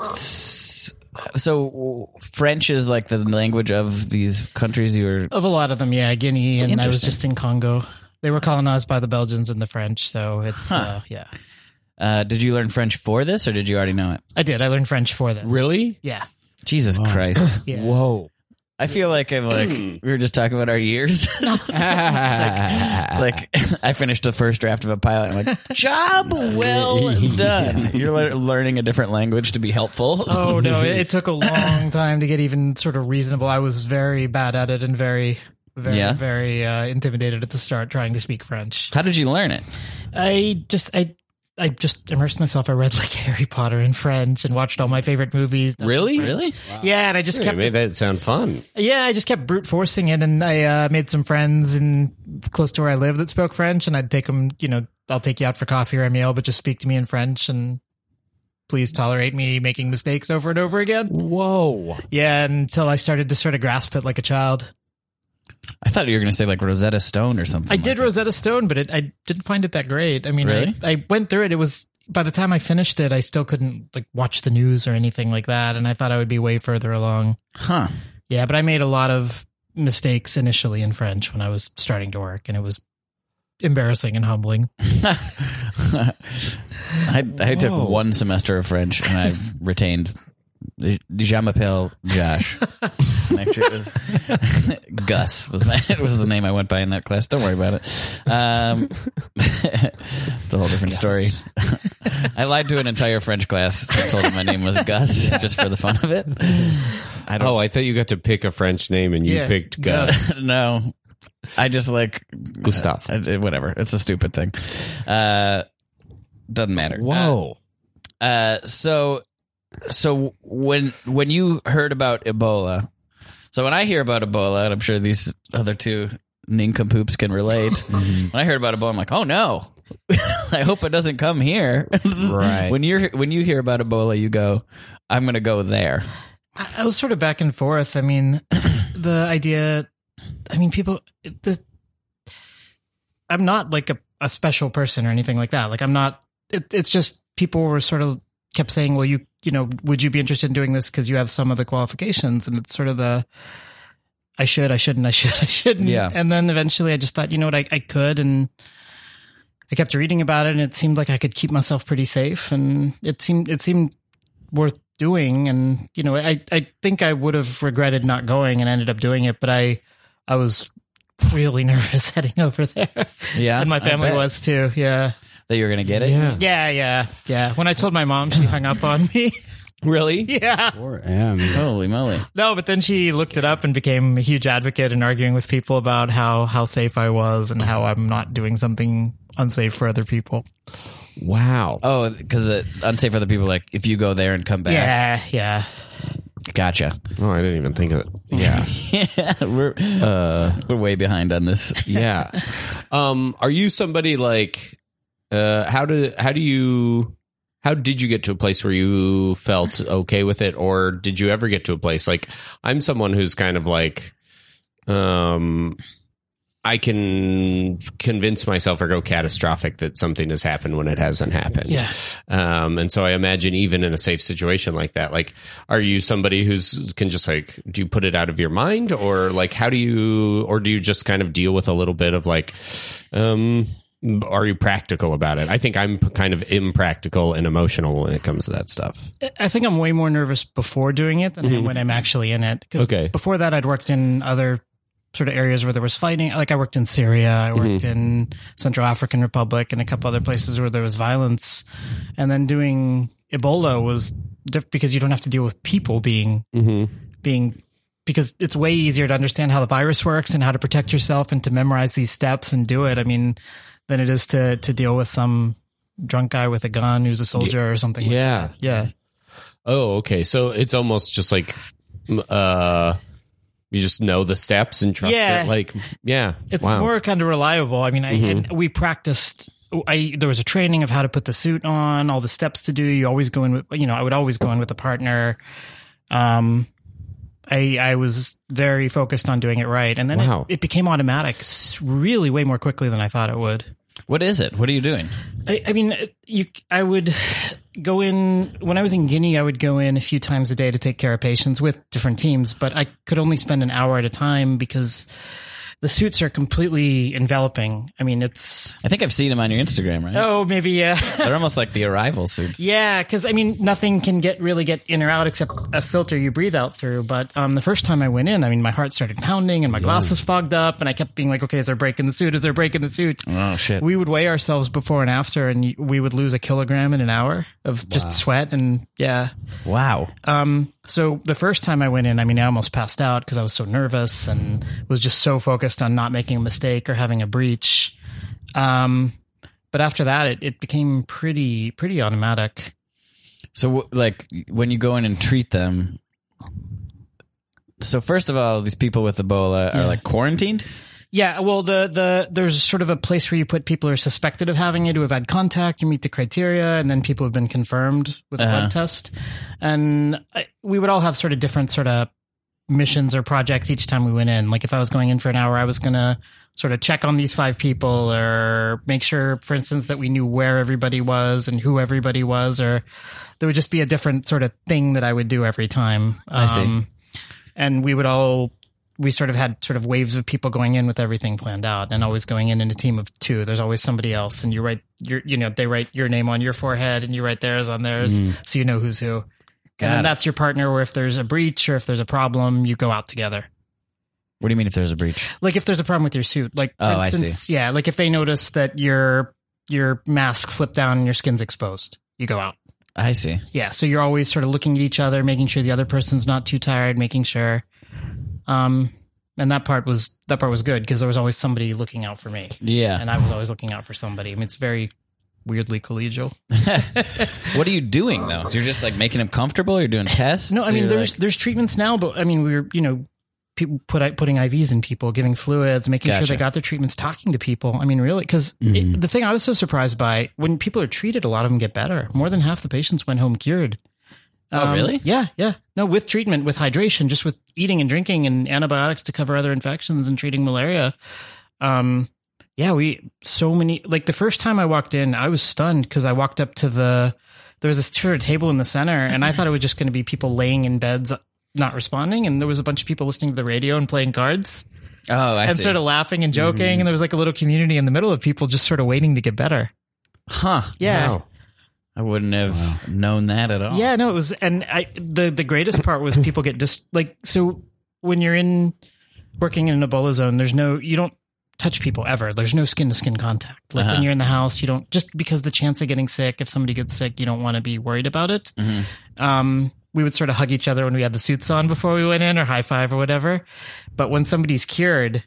Speaker 3: s- so French is like the language of these countries. You were
Speaker 6: Of a lot of them, yeah. Guinea, and I was
Speaker 3: Interesting.
Speaker 6: just in Congo. They were colonized by the Belgians and the French, so it's uh, yeah.
Speaker 3: uh, did you learn French for this, or did you already know it?
Speaker 6: I did. I learned French for this.
Speaker 4: Really?
Speaker 6: Yeah.
Speaker 3: Jesus Christ!
Speaker 6: Yeah.
Speaker 4: Whoa.
Speaker 3: I feel like I'm like we were just talking about our years. it's like I finished the first draft of a pilot. And I'm like, job well done. You're lear- learning a different language to be helpful.
Speaker 6: Oh no, it, it took a long time to get even sort of reasonable. I was very bad at it and very very
Speaker 3: Yeah.
Speaker 6: very uh, intimidated at the start trying to speak French.
Speaker 3: How did you learn it?
Speaker 6: I just I I just immersed myself. I read like Harry Potter in French and watched all my favorite movies.
Speaker 3: Really? Really?
Speaker 6: Yeah, and I just
Speaker 4: You
Speaker 6: kept
Speaker 4: made that sound fun.
Speaker 6: yeah, I just kept brute forcing it, and I uh, made some friends in close to where I live that spoke French, and I'd take them. You know, I'll take you out for coffee or a meal, but just speak to me in French and. Please tolerate me making mistakes over and over again.
Speaker 4: Whoa.
Speaker 6: Yeah, until I started to sort of grasp it like a child.
Speaker 3: I thought you were going to say like Rosetta Stone or something.
Speaker 6: I
Speaker 3: like
Speaker 6: did
Speaker 3: that.
Speaker 6: Rosetta Stone, but it, I didn't find it that great. I mean,
Speaker 3: Really?
Speaker 6: I, I went through it. It was by the time I finished it, I still couldn't like watch the news or anything like that, and I thought I would be way further along.
Speaker 3: Huh.
Speaker 6: Yeah, but I made a lot of mistakes initially in French when I was starting to work, and it was embarrassing and humbling.
Speaker 3: I, I took one semester of French and I retained Je m'appelle Josh. And Actually, it was Gus was my, it was the name I went by in that class. Don't worry about it. Um, it's a whole different story. I lied to an entire French class. I told them my name was Gus just for the fun of it. I don't
Speaker 4: Oh, I thought you got to pick a French name and you
Speaker 6: Yeah.
Speaker 4: picked Gus.
Speaker 3: no. I just like
Speaker 4: Gustav.
Speaker 3: I- I- whatever. It's a stupid thing. Uh, doesn't matter.
Speaker 4: Whoa.
Speaker 3: Uh, uh, so, so when when you heard about Ebola, so when I hear about Ebola, and I'm sure these other two nincompoops can relate.
Speaker 4: Mm-hmm.
Speaker 3: When I heard about Ebola, I'm like, oh no, I hope it doesn't come here.
Speaker 4: Right.
Speaker 3: when you're when you hear about Ebola, you go, I'm gonna go there.
Speaker 6: I, I was sort of back and forth. I mean, the idea. I mean, people. This. I'm not like a a special person or anything like that. Like I'm not. It, it's just people were sort of kept saying, "Well, you you know, would you be interested in doing this because you have some of the qualifications?" And it's sort of the I should, I shouldn't, I should, I shouldn't.
Speaker 3: Yeah.
Speaker 6: And then eventually, I just thought, you know what, I, I could, and I kept reading about it, and it seemed like I could keep myself pretty safe, and it seemed it seemed worth doing. And you know, I I think I would have regretted not going and ended up doing it, but I I was really nervous heading over there.
Speaker 3: Yeah,
Speaker 6: and my
Speaker 3: I
Speaker 6: family
Speaker 3: bet.
Speaker 6: was too. Yeah,
Speaker 3: that you were gonna get it.
Speaker 6: yeah, yeah, yeah. When I told my mom, she hung up on me.
Speaker 3: Really?
Speaker 6: yeah.
Speaker 5: Or, yeah, I mean,
Speaker 3: Holy moly!
Speaker 6: No, but then she looked it up and became a huge advocate and arguing with people about how how safe I was and how I'm not doing something unsafe for other people.
Speaker 4: Wow.
Speaker 3: Oh, because unsafe for the people. Like if you go there and come back.
Speaker 6: Yeah, yeah.
Speaker 3: Gotcha.
Speaker 4: Oh, I didn't even think of it. Yeah.
Speaker 3: Yeah, we're uh, we're way behind on this.
Speaker 4: yeah. Um, are you somebody like uh how do how do you how did you get to a place where you felt okay with it or did you ever get to a place like I'm someone who's kind of like um I can convince myself or go catastrophic that something has happened when it hasn't happened.
Speaker 6: Yeah.
Speaker 4: Um, and so I imagine even in a safe situation like that, like, are you somebody who's can just like, do you put it out of your mind or like, how do you, or do you just kind of deal with a little bit of like, um, are you practical about it? I think I'm p- kind of impractical and emotional when it comes to that stuff.
Speaker 6: I think I'm way more nervous before doing it than I am when I'm actually in it. 'Cause
Speaker 4: Mm-hmm. Okay.
Speaker 6: Before that, I'd worked in other sort of areas where there was fighting. Like I worked in Syria, I
Speaker 4: Mm-hmm.
Speaker 6: worked in Central African Republic, and a couple other places where there was violence. And then doing Ebola was diff- because you don't have to deal with people being
Speaker 4: Mm-hmm.
Speaker 6: being because it's way easier to understand how the virus works and how to protect yourself and to memorize these steps and do it. I mean, than it is to to deal with some drunk guy with a gun who's a soldier or something. like
Speaker 4: Yeah.
Speaker 6: that. Yeah.
Speaker 4: Oh, okay. So it's almost just like, m- uh, you just know the steps and trust
Speaker 6: Yeah.
Speaker 4: it. Like, yeah.
Speaker 6: It's
Speaker 4: Wow. Mm-hmm.
Speaker 6: more kind of reliable. I mean, I and we practiced. I there was a training of how to put the suit on, all the steps to do. You always go in with, you know, I would always go in with a partner. Um, I I was very focused on doing it right, and then it-
Speaker 4: Wow.
Speaker 6: it, became automatic, s- really way more quickly than I thought it would.
Speaker 3: What is it? What are you doing?
Speaker 6: I, I mean, you. I would go in when I was in Guinea. I would go in a few times a day to take care of patients with different teams, but I could only spend an hour at a time because the suits are completely enveloping. I mean, it's
Speaker 3: I think I've seen them on your Instagram, right?
Speaker 6: oh, maybe yeah,
Speaker 3: They're almost like the arrival suits.
Speaker 6: yeah. Because I mean, nothing can get really get in or out except a filter you breathe out through. But um, the first time I went in, I mean, my heart started pounding and my glasses fogged up, and I kept being like, "Okay, is there a break in the suit? Is there a break in the suit?"
Speaker 3: Oh shit!
Speaker 6: we would weigh ourselves before and after and y- we would lose a kilogram in an hour of just sweat and yeah
Speaker 3: wow.
Speaker 6: um so the first time i went in i mean i almost passed out because i was so nervous and was just so focused on not making a mistake or having a breach um but after that it, it became pretty pretty automatic
Speaker 3: So, w- like, when you go in and treat them, so first of all, these people with Ebola are like quarantined.
Speaker 6: yeah well the the there's sort of a place where you put people who are suspected of having it who have had contact you meet the criteria and then people who have been confirmed with a blood test and I, we would all have sort of different sort of missions or projects each time we went in. Like if I was going in for an hour, I was going to sort of check on these five people or make sure, for instance, that we knew where everybody was and who everybody was, or there would just be a different sort of thing that I would do every time. I
Speaker 3: see.
Speaker 6: and we would all, we sort of had sort of waves of people going in with everything planned out and always going in in a team of two. There's always somebody else and you write your, you know, they write your name on your forehead and you write theirs on theirs. So you know who's who and
Speaker 3: Mm-hmm. Got it.
Speaker 6: then that's your partner where if there's a breach or if there's a problem you go out together
Speaker 3: What do you mean if there's a breach?
Speaker 6: like if there's a problem with your suit like for
Speaker 3: Oh, I see.
Speaker 6: instance, yeah like if they notice that your your mask slipped down and your skin's exposed you go out
Speaker 3: I see.
Speaker 6: yeah so you're always sort of looking at each other making sure the other person's not too tired making sure um and that part was that part was good because there was always somebody looking out for me
Speaker 3: Yeah.
Speaker 6: and i was always looking out for somebody i mean it's very weirdly collegial
Speaker 3: What are you doing though? You're just like making them comfortable. You're doing tests.
Speaker 6: No, I mean
Speaker 3: You're,
Speaker 6: there's
Speaker 3: like-
Speaker 6: there's treatments now, but I mean we were you know people put out- putting IVs in people, giving fluids, making sure
Speaker 3: Gotcha. Mm-hmm.
Speaker 6: they got their treatments, talking to people. I mean really because the thing I was so surprised by when people are treated, a lot of them get better. More than half the patients went home cured.
Speaker 3: Oh, really?
Speaker 6: Um, Yeah, yeah. No, with treatment, with hydration, just with eating and drinking and antibiotics to cover other infections and treating malaria. Um, Yeah, we so many like the first time I walked in, I was stunned because I walked up to the there was this sort of table in the center, and I thought it was just going to be people laying in beds not responding, and there was a bunch of people listening to the radio and playing cards
Speaker 3: Oh, I Mm-hmm.
Speaker 6: and sort of laughing and joking, and there was like a little community in the middle of people just sort of waiting to get better.
Speaker 3: huh?
Speaker 6: Yeah,
Speaker 3: I wouldn't have known that at all.
Speaker 6: Yeah, no, it was, and I the the greatest part was people get just like so when you're in working in an Ebola zone, there's no you don't touch people ever. There's no skin to skin contact. Like
Speaker 3: Uh-huh.
Speaker 6: when you're in the house, you don't just because the chance of getting sick. If somebody gets sick, you don't want to be worried about it.
Speaker 3: Mm-hmm.
Speaker 6: Um, we would sort of hug each other when we had the suits on before we went in, or high five or whatever. But when somebody's cured,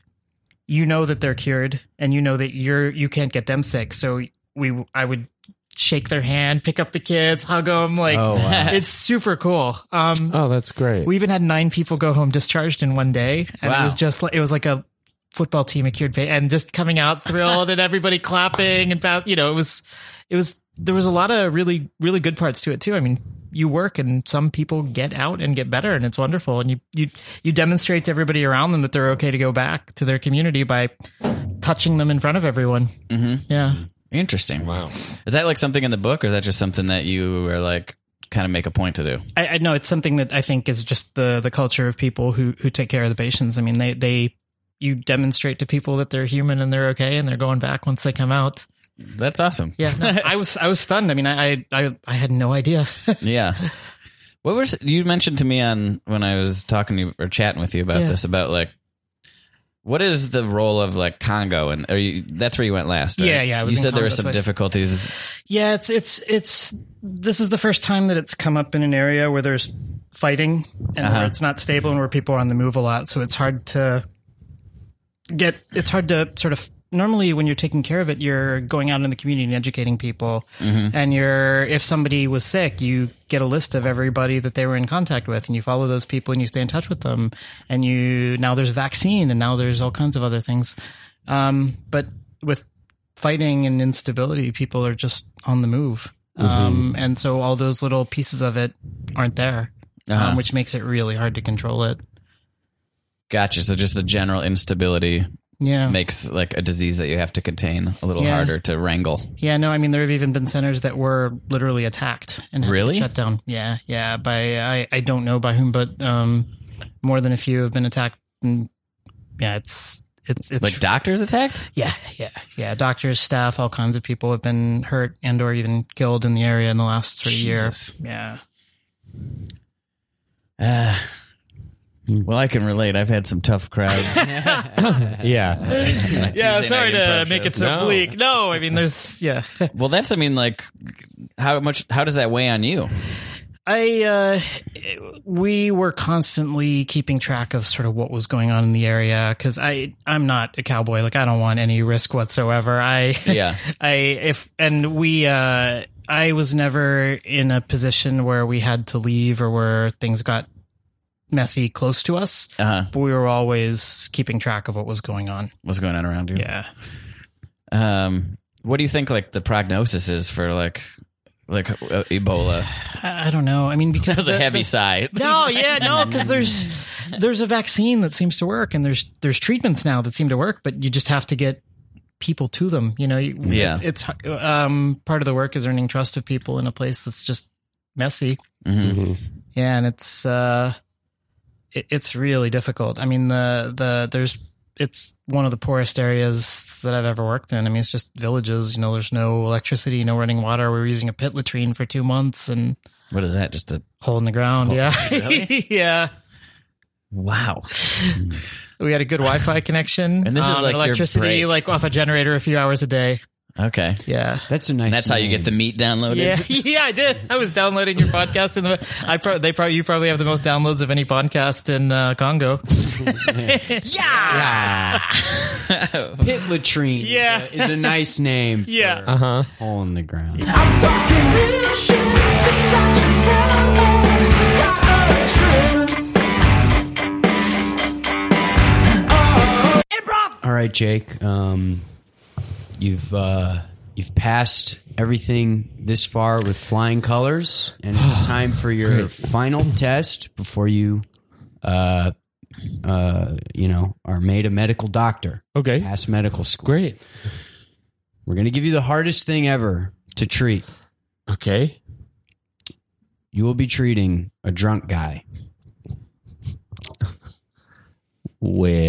Speaker 6: you know that they're cured and you know that you're you can't get them sick so we i would shake their hand pick up the kids hug them like it's super cool um
Speaker 4: Oh, that's great.
Speaker 6: we even had nine people go home discharged in one day and
Speaker 3: Wow.
Speaker 6: it was just like it was like a football team at cured pay and just coming out thrilled and everybody clapping and pass, you know it was it was there was a lot of really really good parts to it too i mean you work and some people get out and get better and it's wonderful and you you you demonstrate to everybody around them that they're okay to go back to their community by touching them in front of everyone mm-hmm. yeah
Speaker 3: Interesting. Wow. Is that like something in the book, or is that just something that you were like kind of make a point to do?
Speaker 6: I, I know it's something that I think is just the the culture of people who who take care of the patients. I mean, they they you demonstrate to people that they're human and they're okay and they're going back once they come out.
Speaker 3: That's awesome.
Speaker 6: Yeah, no, I was I was stunned. I mean, I I I, I had no idea.
Speaker 3: Yeah. What was you mentioned to me on when I was talking to you or chatting with you about
Speaker 6: Yeah.
Speaker 3: this about like what is the role of like Congo and are you that's where you went last? Right?
Speaker 6: Yeah, yeah, I was
Speaker 3: You
Speaker 6: in
Speaker 3: said there were
Speaker 6: Congo
Speaker 3: some
Speaker 6: twice.
Speaker 3: difficulties.
Speaker 6: yeah, it's it's it's this is the first time that it's come up in an area where there's fighting and
Speaker 3: Uh-huh.
Speaker 6: where it's not stable and where people are on the move a lot. So it's hard to get it's hard to sort of normally when you're taking care of it you're going out in the community and educating people and you're if somebody was sick you get a list of everybody that they were in contact with and you follow those people and you stay in touch with them and you now there's a vaccine and now there's all kinds of other things um, but with fighting and instability people are just on the move
Speaker 3: Mm-hmm.
Speaker 6: um, and so all those little pieces of it aren't there
Speaker 3: Uh-huh.
Speaker 6: um, which makes it really hard to control it
Speaker 3: Gotcha. So just the general instability
Speaker 6: yeah
Speaker 3: makes like a disease that you have to contain a little
Speaker 6: Yeah.
Speaker 3: harder to wrangle.
Speaker 6: Yeah, no, I mean there have even been centers that were literally attacked and had to
Speaker 3: Really?
Speaker 6: shut down. Yeah, yeah. By I, I don't know by whom, but um, more than a few have been attacked. And yeah, it's it's it's
Speaker 3: Like doctors attacked?
Speaker 6: yeah, yeah, yeah. Doctors, staff, all kinds of people have been hurt and or even killed in the area in the last three
Speaker 3: Jesus.
Speaker 6: years. Yeah,
Speaker 3: Well, I can relate. I've had some tough crowds.
Speaker 4: yeah.
Speaker 6: yeah.
Speaker 3: Tuesday sorry night to improv make shows. it so
Speaker 4: No. bleak.
Speaker 6: No, I mean there's yeah.
Speaker 3: well, that's I mean like how much how does that weigh on you?
Speaker 6: I uh, we were constantly keeping track of sort of what was going on in the area because I I'm not a cowboy like I don't want any risk whatsoever I
Speaker 3: Yeah.
Speaker 6: I if and we uh I was never in a position where we had to leave or where things got messy close to us
Speaker 3: Uh-huh.
Speaker 6: but we were always keeping track of what was going on
Speaker 3: What's going on around you?
Speaker 6: yeah
Speaker 3: Um, what do you think like the prognosis is for like like uh, Ebola?
Speaker 6: I, I don't know I mean because
Speaker 3: That's a
Speaker 6: the-
Speaker 3: heavy
Speaker 6: the-
Speaker 3: sigh.
Speaker 6: No, yeah, no, because there's there's a vaccine that seems to work, and there's there's treatments now that seem to work, but you just have to get people to them. You know, You-
Speaker 3: Yeah.
Speaker 6: it's, it's um part of the work is earning trust of people in a place that's just messy.
Speaker 3: Mhm.
Speaker 6: Yeah, and it's uh, it, it's really difficult. I mean, the the there's it's one of the poorest areas that I've ever worked in. I mean, it's just villages. You know, there's no electricity, no running water. We were using a pit latrine for two months and
Speaker 3: What is that? Just a
Speaker 6: hole in the ground. yeah, yeah.
Speaker 3: wow.
Speaker 6: We had a good Wi-Fi connection, um,
Speaker 3: And this is like your
Speaker 6: electricity,
Speaker 3: break.
Speaker 6: like off a generator, a few hours a day.
Speaker 3: Okay,
Speaker 6: Yeah,
Speaker 5: That's a nice.
Speaker 3: and that's how you get the meat downloaded.
Speaker 6: yeah, yeah. I did. I was downloading your podcast, in the I pro- they probably you probably have the most downloads of any podcast in uh, Congo.
Speaker 5: pit latrine.
Speaker 6: Ah. Yeah.
Speaker 5: is a, is a nice name.
Speaker 6: Yeah.
Speaker 5: uh huh. Hole in the ground.
Speaker 7: I'm talking real shit with the touch and tell words that got a trace.
Speaker 5: All right, Jake. Um, you've uh, you've passed everything this far with flying colors, and it's time for your final test before you, uh, uh, you know, are are made a medical doctor.
Speaker 4: Okay.
Speaker 5: Pass medical school.
Speaker 4: Great.
Speaker 5: We're going to give you the hardest thing ever to treat.
Speaker 4: Okay.
Speaker 5: You will be treating a drunk guy
Speaker 4: With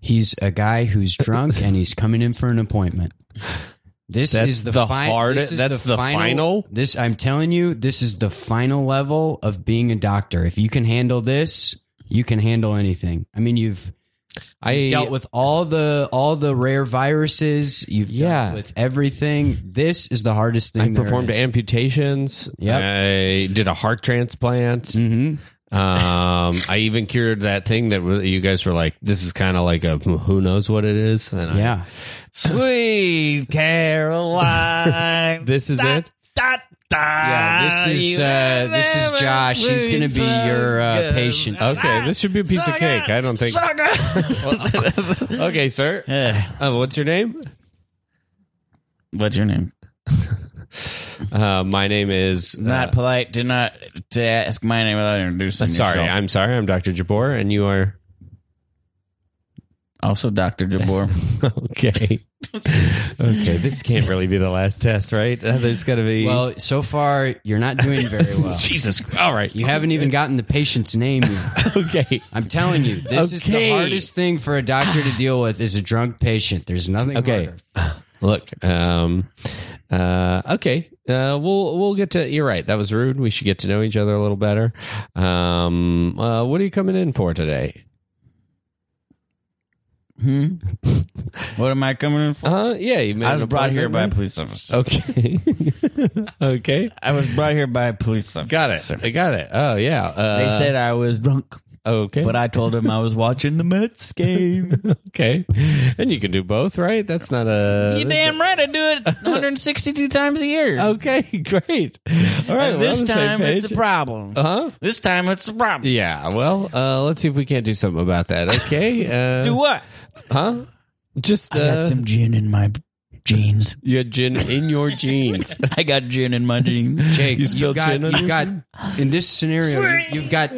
Speaker 5: He's a guy who's drunk and he's coming in for an appointment. This
Speaker 4: That's
Speaker 5: is the,
Speaker 4: the
Speaker 5: fi-
Speaker 4: hard-
Speaker 5: this is
Speaker 4: that's the final?
Speaker 5: This I'm telling you, this is the final level of being a doctor. If you can handle this, you can handle anything. I mean, you've
Speaker 4: I
Speaker 5: dealt with all the all the rare viruses. You've
Speaker 4: Yeah.
Speaker 5: dealt with everything. This is the hardest thing.
Speaker 4: I performed
Speaker 5: there is.
Speaker 4: amputations.
Speaker 5: Yep.
Speaker 4: I did a heart transplant.
Speaker 5: Mm-hmm.
Speaker 4: Um, I even cured that thing that wa- you guys were like, this is kind of like a who knows what it is. And I,
Speaker 5: Yeah,
Speaker 3: Sweet Caroline.
Speaker 4: this is it.
Speaker 3: da, da,
Speaker 5: yeah. This is
Speaker 3: you
Speaker 5: uh, this
Speaker 3: never
Speaker 5: is Josh. He's going to be your uh,
Speaker 3: forget.
Speaker 5: patient.
Speaker 6: Ah!
Speaker 4: Okay, this should be a piece of
Speaker 3: Sucker!
Speaker 4: cake. I don't think. Okay, sir.
Speaker 3: Yeah.
Speaker 4: Uh, what's your name?
Speaker 3: What's your name?
Speaker 4: Uh, my name is. uh,
Speaker 3: Not polite. Do not to ask my name without introducing
Speaker 4: sorry,
Speaker 3: yourself.
Speaker 4: I'm sorry. I'm Dr. Jabor, and you are.
Speaker 3: also Doctor Jabor.
Speaker 4: Okay. okay, this can't really be the last test, right? Uh, there's got to be. Oh.
Speaker 5: Well, so far you're not doing very well.
Speaker 4: Jesus. All right.
Speaker 5: You haven't even gotten the patient's name. yet.
Speaker 4: Okay.
Speaker 5: I'm telling you, this is the
Speaker 4: Okay.
Speaker 5: hardest thing for a doctor to deal with is a drunk patient. There's nothing.
Speaker 4: Okay.
Speaker 5: harder.
Speaker 4: Look, um, uh, okay. Uh, we'll we'll get to. You're right. That was rude. We should get to know each other a little better. Um, uh, what are you coming in for today?
Speaker 3: what am I coming in for?
Speaker 4: Uh, yeah, you made
Speaker 3: I was
Speaker 4: an
Speaker 3: brought here by a
Speaker 4: appointment?
Speaker 3: police officer.
Speaker 4: Okay. okay.
Speaker 3: I was brought here by a police officer.
Speaker 4: Got it. I got it. Oh yeah. Uh,
Speaker 3: They said I was drunk,
Speaker 4: okay,
Speaker 3: but I told them I was watching the Mets game.
Speaker 4: okay, and you can do both, right? That's not a
Speaker 3: you damn right, I do it 162 times a year.
Speaker 4: Okay, great. All
Speaker 3: And
Speaker 4: right, we're on
Speaker 3: this
Speaker 4: the same
Speaker 3: time it's a
Speaker 4: page.
Speaker 3: problem.
Speaker 4: Huh?
Speaker 3: This time it's a problem.
Speaker 4: Yeah. Well, uh, let's see if we can't do something about that. Okay. Uh,
Speaker 3: Do what?
Speaker 4: Huh? Just
Speaker 3: I got
Speaker 4: uh,
Speaker 3: some gin in my jeans.
Speaker 4: you had gin in your jeans.
Speaker 3: I got gin in my jeans.
Speaker 5: Jake,
Speaker 4: You
Speaker 5: you
Speaker 4: spilled
Speaker 5: got,
Speaker 4: gin on
Speaker 5: you've
Speaker 4: you?
Speaker 5: got in this scenario, you, you've got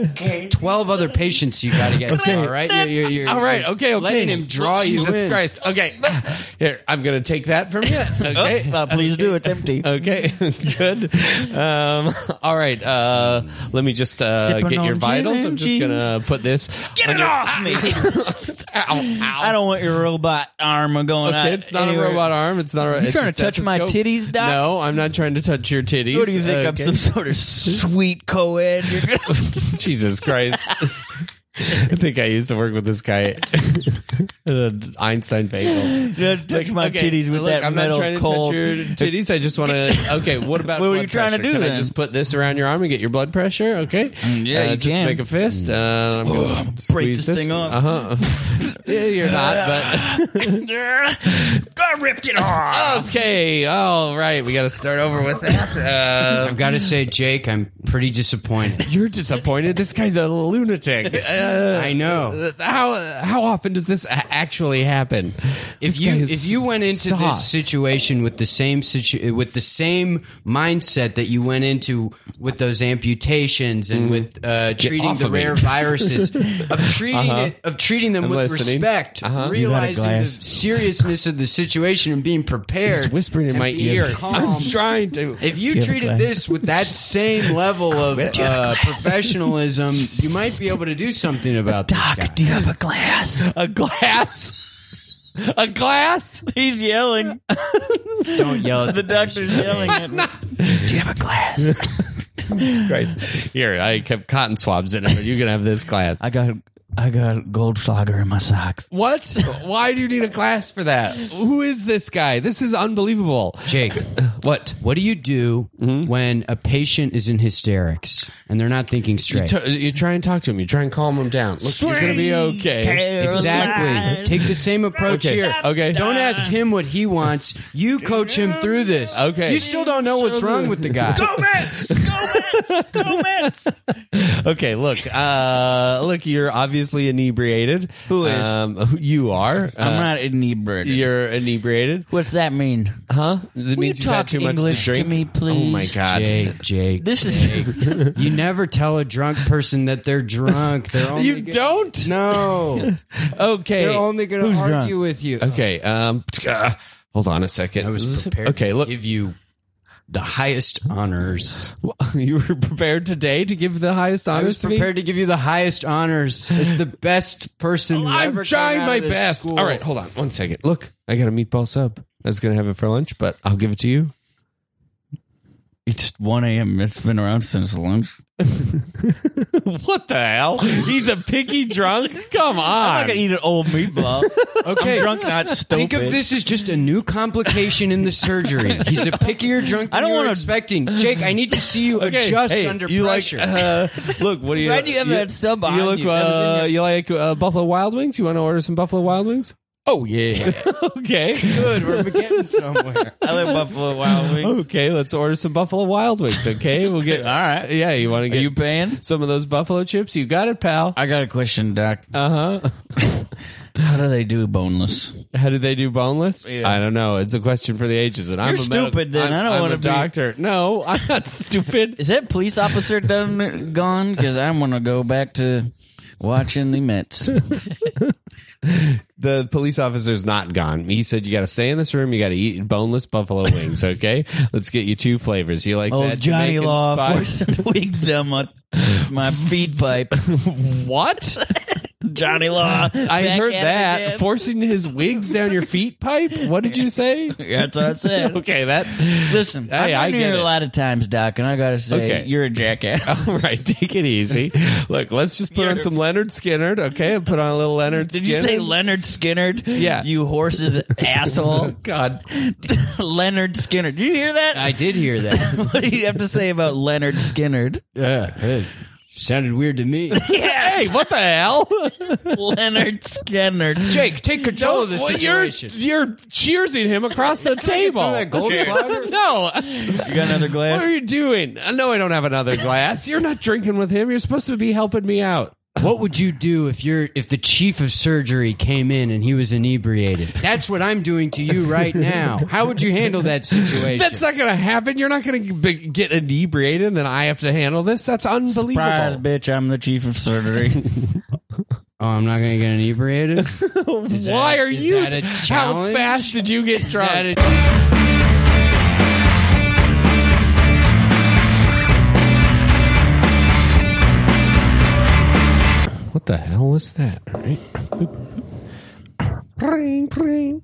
Speaker 5: 12 other patients you got to get. Okay. All right, You're- you're- you're-
Speaker 4: All right. Okay. Okay.
Speaker 5: Letting him draw you
Speaker 4: Jesus
Speaker 5: in.
Speaker 4: Christ. Okay. Here, I'm gonna take that from you. Okay.
Speaker 3: Uh, please do. It's empty.
Speaker 4: Okay, good. Um, all right, uh, let me just uh,
Speaker 3: Sipping
Speaker 4: get
Speaker 3: on
Speaker 4: your
Speaker 3: gin
Speaker 4: vitals. I'm
Speaker 3: and
Speaker 4: just gonna put this. Get it off me!
Speaker 3: I don't want your robot arm going out.
Speaker 4: Okay, it's not
Speaker 3: anywhere.
Speaker 4: a robot arm. It's not. A,
Speaker 3: You
Speaker 4: it's
Speaker 3: trying
Speaker 4: a
Speaker 3: to touch my
Speaker 4: stethoscope.
Speaker 3: titties, Doc?
Speaker 4: No, I'm not trying to touch your titties.
Speaker 3: What do you think? I'm
Speaker 4: Okay.
Speaker 3: some sort of sweet co-ed. You're gonna-
Speaker 4: Jesus Christ. I think I used to work with this guy at Einstein Bagels.
Speaker 3: You're gonna touch
Speaker 4: Like,
Speaker 3: my
Speaker 4: okay,
Speaker 3: titties with
Speaker 4: look,
Speaker 3: that
Speaker 4: I'm
Speaker 3: metal
Speaker 4: not trying
Speaker 3: cold.
Speaker 4: to touch your titties. I just want to. Okay, what about
Speaker 3: What were you
Speaker 4: blood
Speaker 3: trying to
Speaker 4: pressure?
Speaker 3: do
Speaker 4: Can I
Speaker 3: then? Mm,
Speaker 4: just put this around your arm and get your blood pressure? Okay,
Speaker 3: yeah,
Speaker 4: Uh,
Speaker 3: you
Speaker 4: just
Speaker 3: can.
Speaker 4: make a fist. Uh, I'm gonna
Speaker 3: break
Speaker 4: squeeze
Speaker 3: this thing off.
Speaker 4: Uh huh. yeah, you're not, but.
Speaker 2: I ripped it off.
Speaker 4: Okay, all right. We got to start over with that. Uh,
Speaker 5: I've got to say, Jake, I'm pretty disappointed.
Speaker 4: you're disappointed. This guy's a lunatic. Uh,
Speaker 5: I know.
Speaker 4: how how often does this a- actually happen?
Speaker 5: If
Speaker 4: This
Speaker 5: you
Speaker 4: guy is
Speaker 5: if you went into
Speaker 4: soft.
Speaker 5: this situation with the same situ- with the same mindset that you went into with those amputations and with uh, treating
Speaker 4: Mm. off
Speaker 5: the
Speaker 4: of me. Uh-huh.
Speaker 5: rare viruses of treating it, of treating them
Speaker 4: I'm
Speaker 5: with
Speaker 4: listening.
Speaker 5: respect,
Speaker 4: Uh-huh. You got
Speaker 5: realizing the
Speaker 3: glass.
Speaker 5: seriousness of the situation and being prepared.
Speaker 4: He's whispering in
Speaker 5: and
Speaker 4: my
Speaker 5: being
Speaker 4: ear. I'm
Speaker 5: calm.
Speaker 4: trying to.
Speaker 5: If you
Speaker 3: have a
Speaker 5: treated
Speaker 3: glass?
Speaker 5: this with that same level of uh, professionalism, you might be able to do something about this guy.
Speaker 3: you have a glass?
Speaker 4: a glass. A glass?
Speaker 3: He's yelling.
Speaker 5: Don't yell at
Speaker 3: The doctor's yelling at me. Do you have a glass?
Speaker 4: Christ. Here, I kept cotton swabs in it. You're going to have this glass.
Speaker 3: I got I got Goldschlager in my socks.
Speaker 4: What? Why do you need a glass for that? Who is this guy? This is unbelievable.
Speaker 5: Jake,
Speaker 4: What?
Speaker 5: what do you do
Speaker 4: Mm-hmm.
Speaker 5: when a patient is in hysterics and they're not thinking
Speaker 4: You,
Speaker 5: straight?
Speaker 4: t- you try and talk to him. You try and calm him down. Look, you're going to be okay.
Speaker 5: exactly. Take the same approach
Speaker 4: Okay,
Speaker 5: here.
Speaker 4: okay.
Speaker 5: Don't ask him what he wants. You coach him through this.
Speaker 4: Okay.
Speaker 5: You still don't know what's wrong with the guy.
Speaker 2: Go Mets! Go Comments.
Speaker 4: Okay, look, uh, look, you're obviously inebriated. Who
Speaker 3: is?
Speaker 4: Um, you are.
Speaker 3: I'm
Speaker 4: Uh,
Speaker 3: not inebriated.
Speaker 4: You're inebriated,
Speaker 3: What's that mean?
Speaker 4: huh? That
Speaker 3: Will you
Speaker 4: you've had
Speaker 3: talk English to me,
Speaker 4: Oh my
Speaker 3: please?
Speaker 4: god!
Speaker 5: Jake, Jake.
Speaker 3: This is
Speaker 5: you never tell a drunk person that they're drunk. They're only
Speaker 4: You
Speaker 5: gonna-
Speaker 4: don't?
Speaker 5: No,
Speaker 4: Okay.
Speaker 5: they're only going
Speaker 3: who's
Speaker 5: to argue
Speaker 3: drunk?
Speaker 5: with you.
Speaker 4: okay. Um. uh, hold on a second.
Speaker 5: I was prepared.
Speaker 4: Okay.
Speaker 5: to
Speaker 4: Look,
Speaker 5: give you the highest honors.
Speaker 4: you were prepared today to give the highest
Speaker 5: I was
Speaker 4: honors to me.
Speaker 5: prepared to give you the highest honors as the best person. who
Speaker 4: I'm
Speaker 5: ever came
Speaker 4: trying
Speaker 5: out
Speaker 4: my
Speaker 5: of this
Speaker 4: best.
Speaker 5: school.
Speaker 4: All right, hold on one second. Look, I got a meatball sub. I was gonna have it for lunch, but I'll give it to you.
Speaker 3: it's 1 a.m. It's been around since lunch.
Speaker 4: what the hell? He's a picky drunk. Come
Speaker 3: I'm not
Speaker 4: on.
Speaker 3: gonna eat an old meatball.
Speaker 5: Okay.
Speaker 3: I'm drunk, not stupid.
Speaker 5: Think of this as just a new complication in the surgery. He's a pickier drunk. Than
Speaker 3: I don't
Speaker 5: you were
Speaker 3: wanna-
Speaker 5: expecting Jake. I need to see you adjust
Speaker 4: hey,
Speaker 5: under
Speaker 4: you
Speaker 5: pressure.
Speaker 4: Like, uh, look, what do you?
Speaker 3: Glad you have that sub on
Speaker 4: You look.
Speaker 3: you. That was in
Speaker 4: Uh,
Speaker 3: your-
Speaker 4: you like uh, Buffalo Wild Wings? You want to order some Buffalo Wild Wings?
Speaker 5: oh yeah,
Speaker 4: Okay.
Speaker 5: good. We're getting somewhere.
Speaker 3: I like Buffalo Wild Wings.
Speaker 4: okay, let's order some Buffalo Wild Wings. Okay, we'll get.
Speaker 3: All right.
Speaker 4: Yeah, you want to
Speaker 3: Are
Speaker 4: get
Speaker 3: you paying?
Speaker 4: some of those buffalo chips? You got it, pal.
Speaker 3: I got a question, Doc.
Speaker 4: Uh huh.
Speaker 3: Uh-huh. How do they do boneless?
Speaker 4: How do they do boneless? I don't know. It's a question for the ages, and I'm
Speaker 3: You're
Speaker 4: a medical-
Speaker 3: stupid, then.
Speaker 4: I'm,
Speaker 3: I don't
Speaker 4: I'm
Speaker 3: wanna
Speaker 4: a
Speaker 3: be-
Speaker 4: doctor. No, I'm not stupid.
Speaker 3: Is that police officer done gone? Because I'm gonna go back to watching the Mets.
Speaker 4: The police officer's not gone. He said you got to stay in this room. You got to eat boneless buffalo wings. Okay, let's get you two flavors. You like
Speaker 3: Oh,
Speaker 4: that
Speaker 3: Johnny
Speaker 4: Jamaican
Speaker 3: Law
Speaker 4: spice?
Speaker 3: forced some wigs down my my feed pipe.
Speaker 4: What?
Speaker 2: Johnny Law.
Speaker 4: I
Speaker 3: Back
Speaker 4: heard
Speaker 3: at it
Speaker 4: that
Speaker 3: again.
Speaker 4: forcing his wigs down your feet pipe. What did you say?
Speaker 3: That's what I said.
Speaker 4: Okay, that.
Speaker 3: Listen,
Speaker 4: Hey, I
Speaker 3: I've been
Speaker 4: get
Speaker 3: here
Speaker 4: it.
Speaker 3: a lot of times, Doc, and I gotta say,
Speaker 4: Okay.
Speaker 3: you're a jackass.
Speaker 4: All right, take it easy. Look, let's just put on some Leonard Skinnerd. Okay, put on a little Leonard.
Speaker 3: Did you say Leonard Skinner?
Speaker 4: Yeah.
Speaker 3: You horse's asshole.
Speaker 4: God?
Speaker 3: Leonard Skinner. Did you hear that?
Speaker 5: I did hear that.
Speaker 3: what do you have to say about Leonard Skinner?
Speaker 5: Yeah, hey, sounded weird to me.
Speaker 4: Hey, what the hell?
Speaker 3: Leonard Skinner.
Speaker 5: Jake, take control
Speaker 3: Oh,
Speaker 5: of this
Speaker 4: Well, you're
Speaker 5: situation.
Speaker 4: you're cheersing him across the table.
Speaker 5: some of that Goldschlager?
Speaker 4: no,
Speaker 3: You got another glass?
Speaker 4: what are you doing? Uh, No, I don't have another glass. You're not drinking with him. You're supposed to be helping me out.
Speaker 5: What would you do if you're if the chief of surgery came in and he was inebriated? That's what I'm doing to you right now. How would you handle that situation?
Speaker 4: That's not going to happen. You're not going to get inebriated, and then I have to handle this. That's unbelievable.
Speaker 3: Surprise, bitch! I'm the chief of surgery.
Speaker 5: oh, I'm not going to get inebriated. that-
Speaker 4: Why are
Speaker 5: is
Speaker 4: you?
Speaker 5: that a
Speaker 4: how
Speaker 5: challenge?
Speaker 4: fast did you get drunk?
Speaker 5: that a-
Speaker 4: What the hell was that? All right. Pring, pring.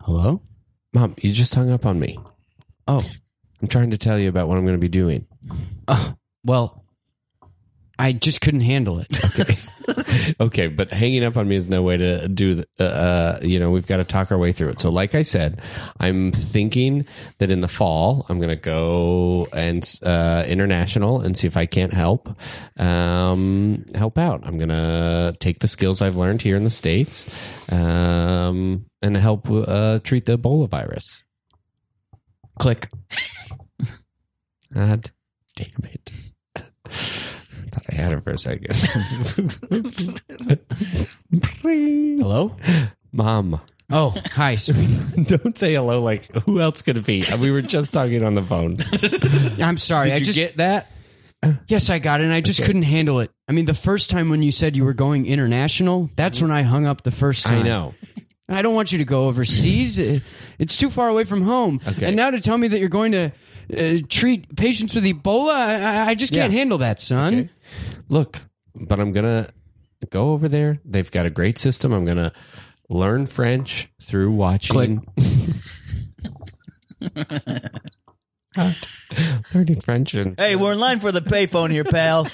Speaker 5: Hello.
Speaker 4: Mom, you just hung up on me.
Speaker 5: Oh
Speaker 4: I'm trying to tell you about what I'm going to be doing.
Speaker 5: well, I just couldn't handle it.
Speaker 4: Okay, but hanging up on me is no way to do. The, uh, uh, you know, we've got to talk our way through it. So, like I said, I'm thinking that in the fall I'm going to go and uh, international and see if I can't help um, help out. I'm going to take the skills I've learned here in the states um, and help uh, treat the Ebola virus.
Speaker 5: Click.
Speaker 4: God damn it. I thought I had it for a second.
Speaker 5: Hello.
Speaker 4: Mom.
Speaker 5: Oh, hi, sweetie.
Speaker 4: Don't say hello like who else could it be? Uh, We were just talking on the phone.
Speaker 5: I'm sorry. I just
Speaker 4: that?
Speaker 5: yes, I got it. and I just couldn't handle it. I mean, the first time when you said you were going international, that's when I hung up the first time.
Speaker 4: I know.
Speaker 5: I don't want you to go overseas. It- It's too far away from home.
Speaker 4: Okay.
Speaker 5: And now to tell me that you're going to uh, treat patients with Ebola, I, I- I just can't
Speaker 4: Yeah.
Speaker 5: handle that, son.
Speaker 4: Okay. Look, but I'm gonna go over there. They've got a great system. I'm gonna learn French through watching. God, Learning French and
Speaker 3: hey, we're in line for the payphone here, pal.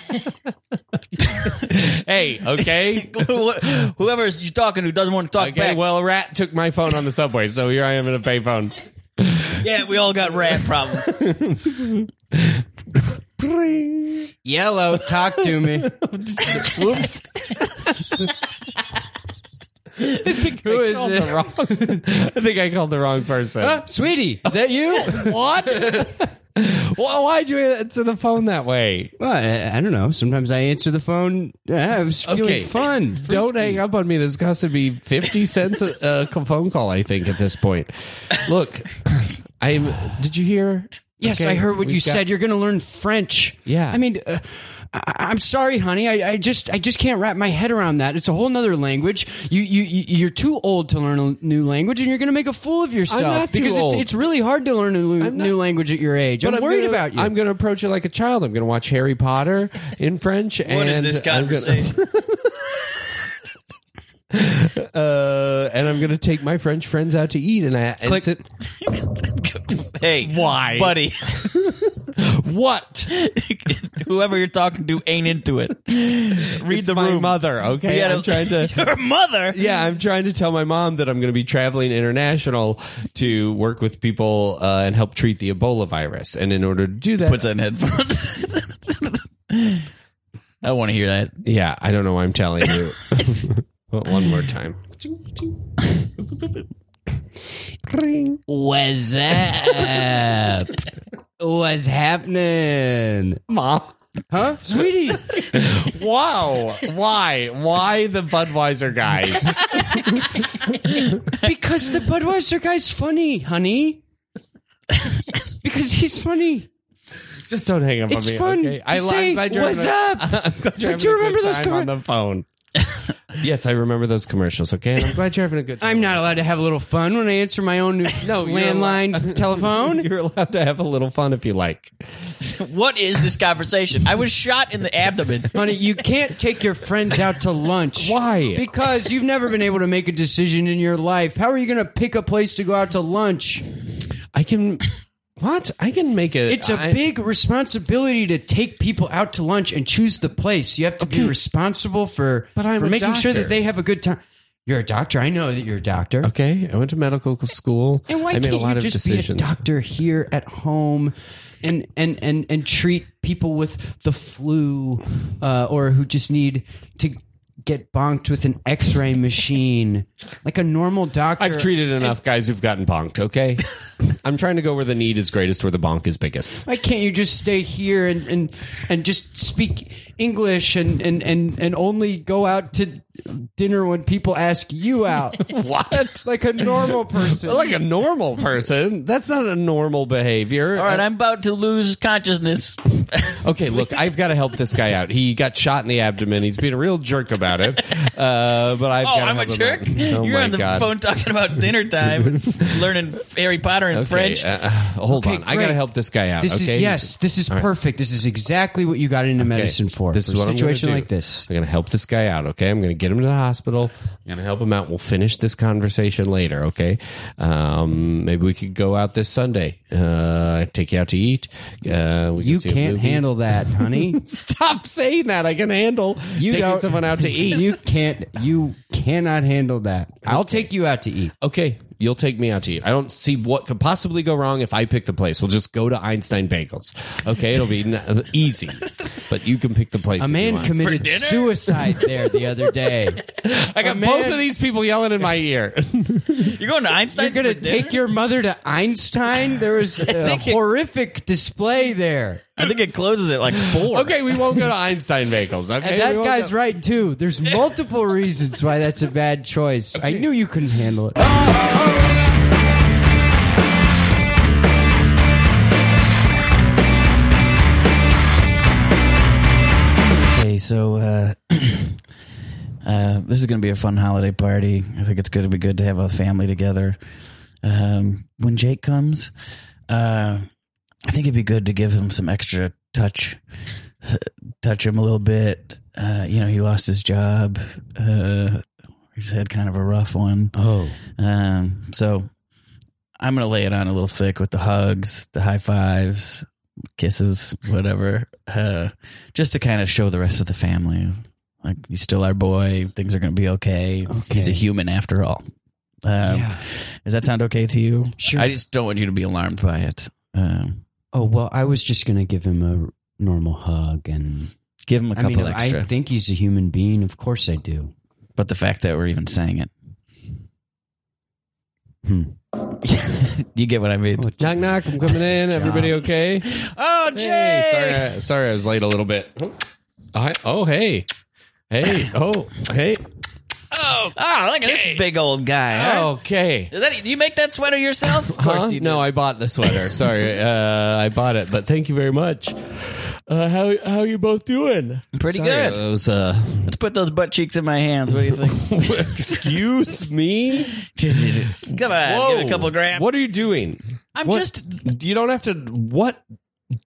Speaker 4: hey, okay,
Speaker 3: Whoever you talking who doesn't want to talk
Speaker 4: okay. Well, a rat took my phone on the subway, so here I am in a payphone.
Speaker 3: yeah, we all got rat problems.
Speaker 5: Yellow, talk to me.
Speaker 4: Whoops. Who is it? I think I called the wrong person.
Speaker 5: Sweetie,
Speaker 4: Is that you? what? Why- Why'd you answer the phone that way?
Speaker 5: Well, I, I don't know. Sometimes I answer the phone. Yeah, I was feeling
Speaker 4: Okay.
Speaker 5: fun.
Speaker 4: Don't hang up on me. This costed me 50 cents a, a phone call, I think, at this point. Look, I'm. Did you hear?
Speaker 5: Yes,
Speaker 4: Okay,
Speaker 5: I heard what
Speaker 4: we've
Speaker 5: you
Speaker 4: got-
Speaker 5: said. You're going to learn French.
Speaker 4: Yeah.
Speaker 5: I mean, uh, I, I'm sorry, honey. I, I just, I just can't wrap my head around that. It's a whole nother language. You, you, you- you're too old to learn a new language, and you're going to make a fool of yourself
Speaker 4: not too
Speaker 5: because it's-
Speaker 4: old.
Speaker 5: It's, really hard to learn a new,
Speaker 4: I'm not-
Speaker 5: new language at your age. I'm,
Speaker 4: But
Speaker 5: worried
Speaker 4: gonna-
Speaker 5: about you.
Speaker 4: I'm going to approach it like a child. I'm going to watch Harry Potter in French.
Speaker 2: What
Speaker 4: and
Speaker 2: is this conversation?
Speaker 4: I'm gonna, uh, and I'm going to take my French friends out to eat. And I and
Speaker 3: Click.
Speaker 4: sit-
Speaker 3: Hey,
Speaker 4: Why?
Speaker 3: buddy?
Speaker 4: what?
Speaker 3: Whoever you're talking to ain't into it. Read
Speaker 4: It's
Speaker 3: the
Speaker 4: my
Speaker 3: room.
Speaker 4: mother. Okay,
Speaker 3: You gotta-
Speaker 4: I'm trying to.
Speaker 3: Your mother.
Speaker 4: yeah, I'm trying to tell my mom that I'm going to be traveling international to work with people uh, and help treat the Ebola virus. And in order to do that,
Speaker 3: Puts on headphones. I want to hear that.
Speaker 4: yeah, I don't know why I'm telling you. Well, One more time.
Speaker 5: What's up? What's happening?
Speaker 4: Mom.
Speaker 5: Huh? Sweetie.
Speaker 4: Wow. Why? Why the Budweiser guys?
Speaker 5: because the Budweiser guy's funny, honey. because he's funny.
Speaker 4: Just don't hang up
Speaker 5: It's
Speaker 4: on me.
Speaker 5: fun
Speaker 4: okay?
Speaker 5: to say, "What's
Speaker 4: having- I'm glad you're
Speaker 5: Don't you
Speaker 4: having a
Speaker 5: remember
Speaker 4: good
Speaker 5: those
Speaker 4: time
Speaker 5: commer-
Speaker 4: on the phone? yes, I remember those commercials. Okay, and I'm glad you're having a good. time.
Speaker 5: I'm not allowed to have a little fun when I answer my own no,
Speaker 4: you're
Speaker 5: landline telephone.
Speaker 4: You're allowed to have a little fun if you like.
Speaker 3: What is this conversation? I was shot in the abdomen.
Speaker 5: Honey, you can't take your friends out to lunch.
Speaker 4: Why?
Speaker 5: Because you've never been able to make a decision in your life. How are you going to pick a place to go out to lunch?
Speaker 4: I can. What? I can make a.
Speaker 5: It's a
Speaker 4: I-
Speaker 5: big responsibility to take people out to lunch and choose the place. You have to be responsible for,
Speaker 4: But I'm
Speaker 5: for
Speaker 4: a
Speaker 5: making sure
Speaker 4: doctor.
Speaker 5: that they have a good time. You're a doctor. I know that you're a doctor.
Speaker 4: Okay, I went to medical school.
Speaker 5: And why
Speaker 4: I made
Speaker 5: can't
Speaker 4: a lot
Speaker 5: you
Speaker 4: of
Speaker 5: just
Speaker 4: decisions.
Speaker 5: be a doctor here at home, and and and and treat people with the flu, uh, or who just need to get bonked with an X-ray machine, like a normal doctor?
Speaker 4: I've treated enough guys who've gotten bonked. Okay, I'm trying to go where the need is greatest, where the bonk is biggest.
Speaker 5: Why can't you just stay here and and, and just speak English and, and and and only go out to dinner when people ask you out?
Speaker 4: What?
Speaker 5: Like a normal person.
Speaker 4: Like a normal person. That's not a normal behavior. Uh,
Speaker 3: All right, I'm about to lose consciousness.
Speaker 4: Okay, look, I've got to help this guy out. He got shot in the abdomen. He's being a real jerk about it. Uh, but I've
Speaker 3: Oh,
Speaker 4: got
Speaker 3: I'm
Speaker 4: to
Speaker 3: a
Speaker 4: help him
Speaker 3: jerk.
Speaker 4: out. Oh
Speaker 3: You're
Speaker 4: my
Speaker 3: on the
Speaker 4: God.
Speaker 3: phone talking about dinner time, learning Harry Potter and
Speaker 4: Okay,
Speaker 3: French.
Speaker 4: uh, uh, hold
Speaker 5: Okay,
Speaker 4: on. I got to
Speaker 5: great.
Speaker 4: help this guy out.
Speaker 5: This
Speaker 4: okay,
Speaker 5: is yes. This is perfect. This is exactly what you got into
Speaker 4: Okay.
Speaker 5: medicine for.
Speaker 4: This
Speaker 5: for
Speaker 4: is what
Speaker 5: a
Speaker 4: I'm gonna
Speaker 5: situation
Speaker 4: do.
Speaker 5: like this.
Speaker 4: I'm going to help this guy out. Okay, I'm going to get him to the hospital. I'm going to help him out. We'll finish this conversation later. Okay, um, maybe we could go out this Sunday. Uh, take you out to eat. Uh, we can
Speaker 5: You
Speaker 4: see a
Speaker 5: can't
Speaker 4: movie.
Speaker 5: handle that, honey.
Speaker 4: Stop saying that. I can handle
Speaker 5: You
Speaker 4: taking
Speaker 5: don't-
Speaker 4: someone out to eat.
Speaker 5: you can't. You cannot handle that. I'll take you out to eat.
Speaker 4: okay, you'll take me out to eat. I don't see what could possibly go wrong if I pick the place. We'll just go to Einstein Bagels. Okay, it'll be n- easy, but you can pick the place.
Speaker 5: A
Speaker 4: if you
Speaker 5: man
Speaker 4: want.
Speaker 5: committed suicide there the other day.
Speaker 4: I got
Speaker 5: man-
Speaker 4: both of these people yelling in my ear.
Speaker 3: You're going to Einstein's
Speaker 5: You're gonna
Speaker 3: for dinner?
Speaker 5: take your mother to Einstein. There was a
Speaker 3: think it-
Speaker 5: horrific display there,
Speaker 3: I think it closes at like four.
Speaker 4: okay, we won't go to Einstein Bagels. Okay,
Speaker 5: and
Speaker 4: We
Speaker 5: that
Speaker 4: won't
Speaker 5: guy's
Speaker 4: go-
Speaker 5: right too. There's multiple reasons why that's a bad choice. I knew you couldn't handle it.
Speaker 3: Okay, so uh, uh, this is going to be a fun holiday party. I think it's going to be good to have a family together. Um, when Jake comes, uh, I think it'd be good to give him some extra touch, touch him a little bit. Uh, you know, he lost his job. Uh, he's had kind of a rough one.
Speaker 5: Oh,
Speaker 3: Um, so I'm gonna lay it on a little thick with the hugs, the high fives, kisses, whatever, uh, just to kind of show the rest of the family, like he's still our boy. Things are gonna be okay. He's a human after all. Um,
Speaker 5: Yeah.
Speaker 3: Does that sound okay to you?
Speaker 5: Sure.
Speaker 3: I just don't want you to be alarmed by it. Um,
Speaker 5: oh well. I was just gonna give him a normal hug and
Speaker 3: give him a
Speaker 5: I
Speaker 3: couple
Speaker 5: mean,
Speaker 3: extra.
Speaker 5: I think he's a human being. Of course, I do.
Speaker 3: but the fact that we're even saying it, Hmm. you get what I mean.
Speaker 5: Oh,
Speaker 4: Knock knock, I'm coming in. Everybody okay?
Speaker 3: Oh, Jay!
Speaker 4: Hey, sorry, I- sorry, I was late a little bit. I, oh, hey, hey, oh, hey, Ah,
Speaker 3: Oh, look at this big old guy. Oh.
Speaker 4: okay.
Speaker 3: Is that you make that sweater yourself? Of course
Speaker 4: Huh?
Speaker 3: you do.
Speaker 4: No, I bought the sweater. Sorry, uh, I bought it, but thank you very much. Uh, how how you both doing?
Speaker 3: Pretty
Speaker 4: Sorry,
Speaker 3: good.
Speaker 4: It was, uh,
Speaker 3: Let's put those butt cheeks in my hands. What do you think?
Speaker 4: excuse me.
Speaker 3: Come on, give it a couple grams.
Speaker 4: What are you doing?
Speaker 3: I'm
Speaker 4: What-
Speaker 3: just.
Speaker 4: You don't have to. What?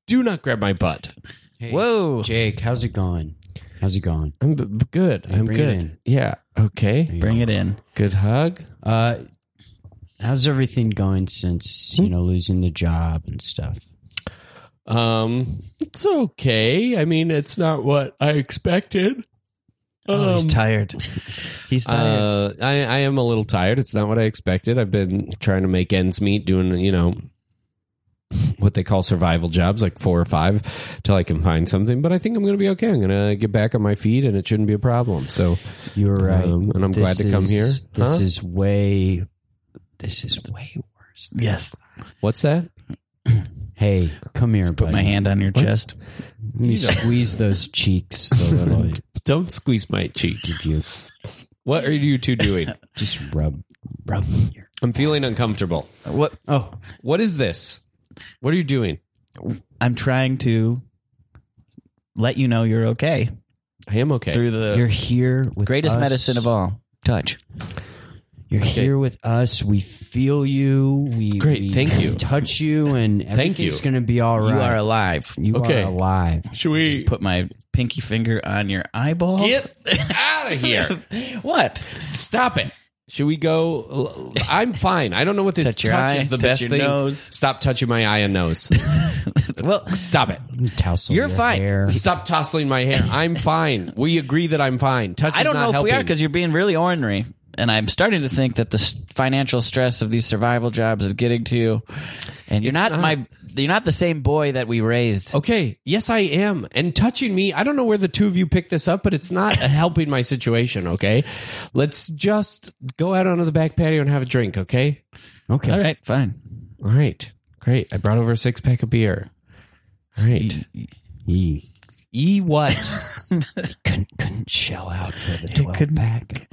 Speaker 4: Do not grab my butt.
Speaker 3: Whoa.
Speaker 5: Jake, how's it going? How's it going?
Speaker 4: I'm b- b- good. I'm
Speaker 5: bring it
Speaker 4: good.
Speaker 5: in.
Speaker 4: Yeah. Okay.
Speaker 3: Bring it in.
Speaker 4: Good hug.
Speaker 5: Uh, how's everything going since you know losing the job and stuff?
Speaker 4: Um, it's okay. I mean, it's not what I expected.
Speaker 3: Oh, he's
Speaker 4: Um,
Speaker 3: tired. He's tired.
Speaker 4: Uh, I, I am a little tired. It's not what I expected. I've been trying to make ends meet, doing you know what they call survival jobs, like four or five, till I can find something. But I think I'm going to be okay. I'm going to get back on my feet, and it shouldn't be a problem. So
Speaker 5: You're right,
Speaker 4: Um, and I'm glad to come
Speaker 5: is-
Speaker 4: here.
Speaker 5: This
Speaker 4: Huh?
Speaker 5: is way, this is way worse.
Speaker 3: yes.
Speaker 4: what's that?
Speaker 5: Hey, come here,
Speaker 3: Put
Speaker 5: buddy.
Speaker 3: my hand on your chest.
Speaker 5: Let me squeeze those cheeks a little.
Speaker 4: Don't squeeze my cheeks.
Speaker 5: Give you
Speaker 4: What are you two doing?
Speaker 5: just rub, rub your.
Speaker 4: I'm feeling uncomfortable.
Speaker 3: What?
Speaker 5: Oh,
Speaker 4: What is this? What are you doing?
Speaker 3: I'm trying to let you know you're okay
Speaker 4: I am okay.
Speaker 3: through the
Speaker 5: you're here with
Speaker 3: greatest
Speaker 5: us.
Speaker 3: medicine of all touch.
Speaker 5: You're here with us. We feel you. We
Speaker 4: Great,
Speaker 5: we
Speaker 4: thank you.
Speaker 5: Touch you, and
Speaker 4: Thank you.
Speaker 5: everything's going to be all right.
Speaker 3: You are alive.
Speaker 5: You
Speaker 4: Okay.
Speaker 5: are alive.
Speaker 4: Should we
Speaker 3: Put my pinky finger on your eyeball.
Speaker 4: get out of here?
Speaker 3: What?
Speaker 4: Stop it. Should we go? I'm fine. I don't know what this
Speaker 3: Touch
Speaker 4: touch,
Speaker 3: your eye,
Speaker 4: is. The
Speaker 3: touch
Speaker 4: best
Speaker 3: your
Speaker 4: thing.
Speaker 3: nose.
Speaker 4: Stop touching my eye and nose.
Speaker 3: Well,
Speaker 4: Stop it.
Speaker 5: Tousle
Speaker 3: You're
Speaker 5: your
Speaker 3: fine.
Speaker 5: hair.
Speaker 4: Stop tousling my hair. I'm fine. We agree that I'm fine. Touch
Speaker 3: I
Speaker 4: is
Speaker 3: don't
Speaker 4: not
Speaker 3: know if
Speaker 4: helping.
Speaker 3: we are because you're being really ornery, and I'm starting to think that the s- financial stress of these survival jobs is getting to you, and you're
Speaker 4: It's
Speaker 3: not,
Speaker 4: not.
Speaker 3: my, you're not the same boy that we raised.
Speaker 4: Okay. Yes, I am. And touching me, I don't know where the two of you picked this up, but it's not helping my situation. Okay. Let's just go out onto the back patio and have a drink. Okay.
Speaker 5: Okay.
Speaker 3: All right, fine.
Speaker 4: All right. Great. I brought over a six pack of beer. All right.
Speaker 5: He
Speaker 4: E what?
Speaker 5: couldn't, couldn't shell out for the twelve pack.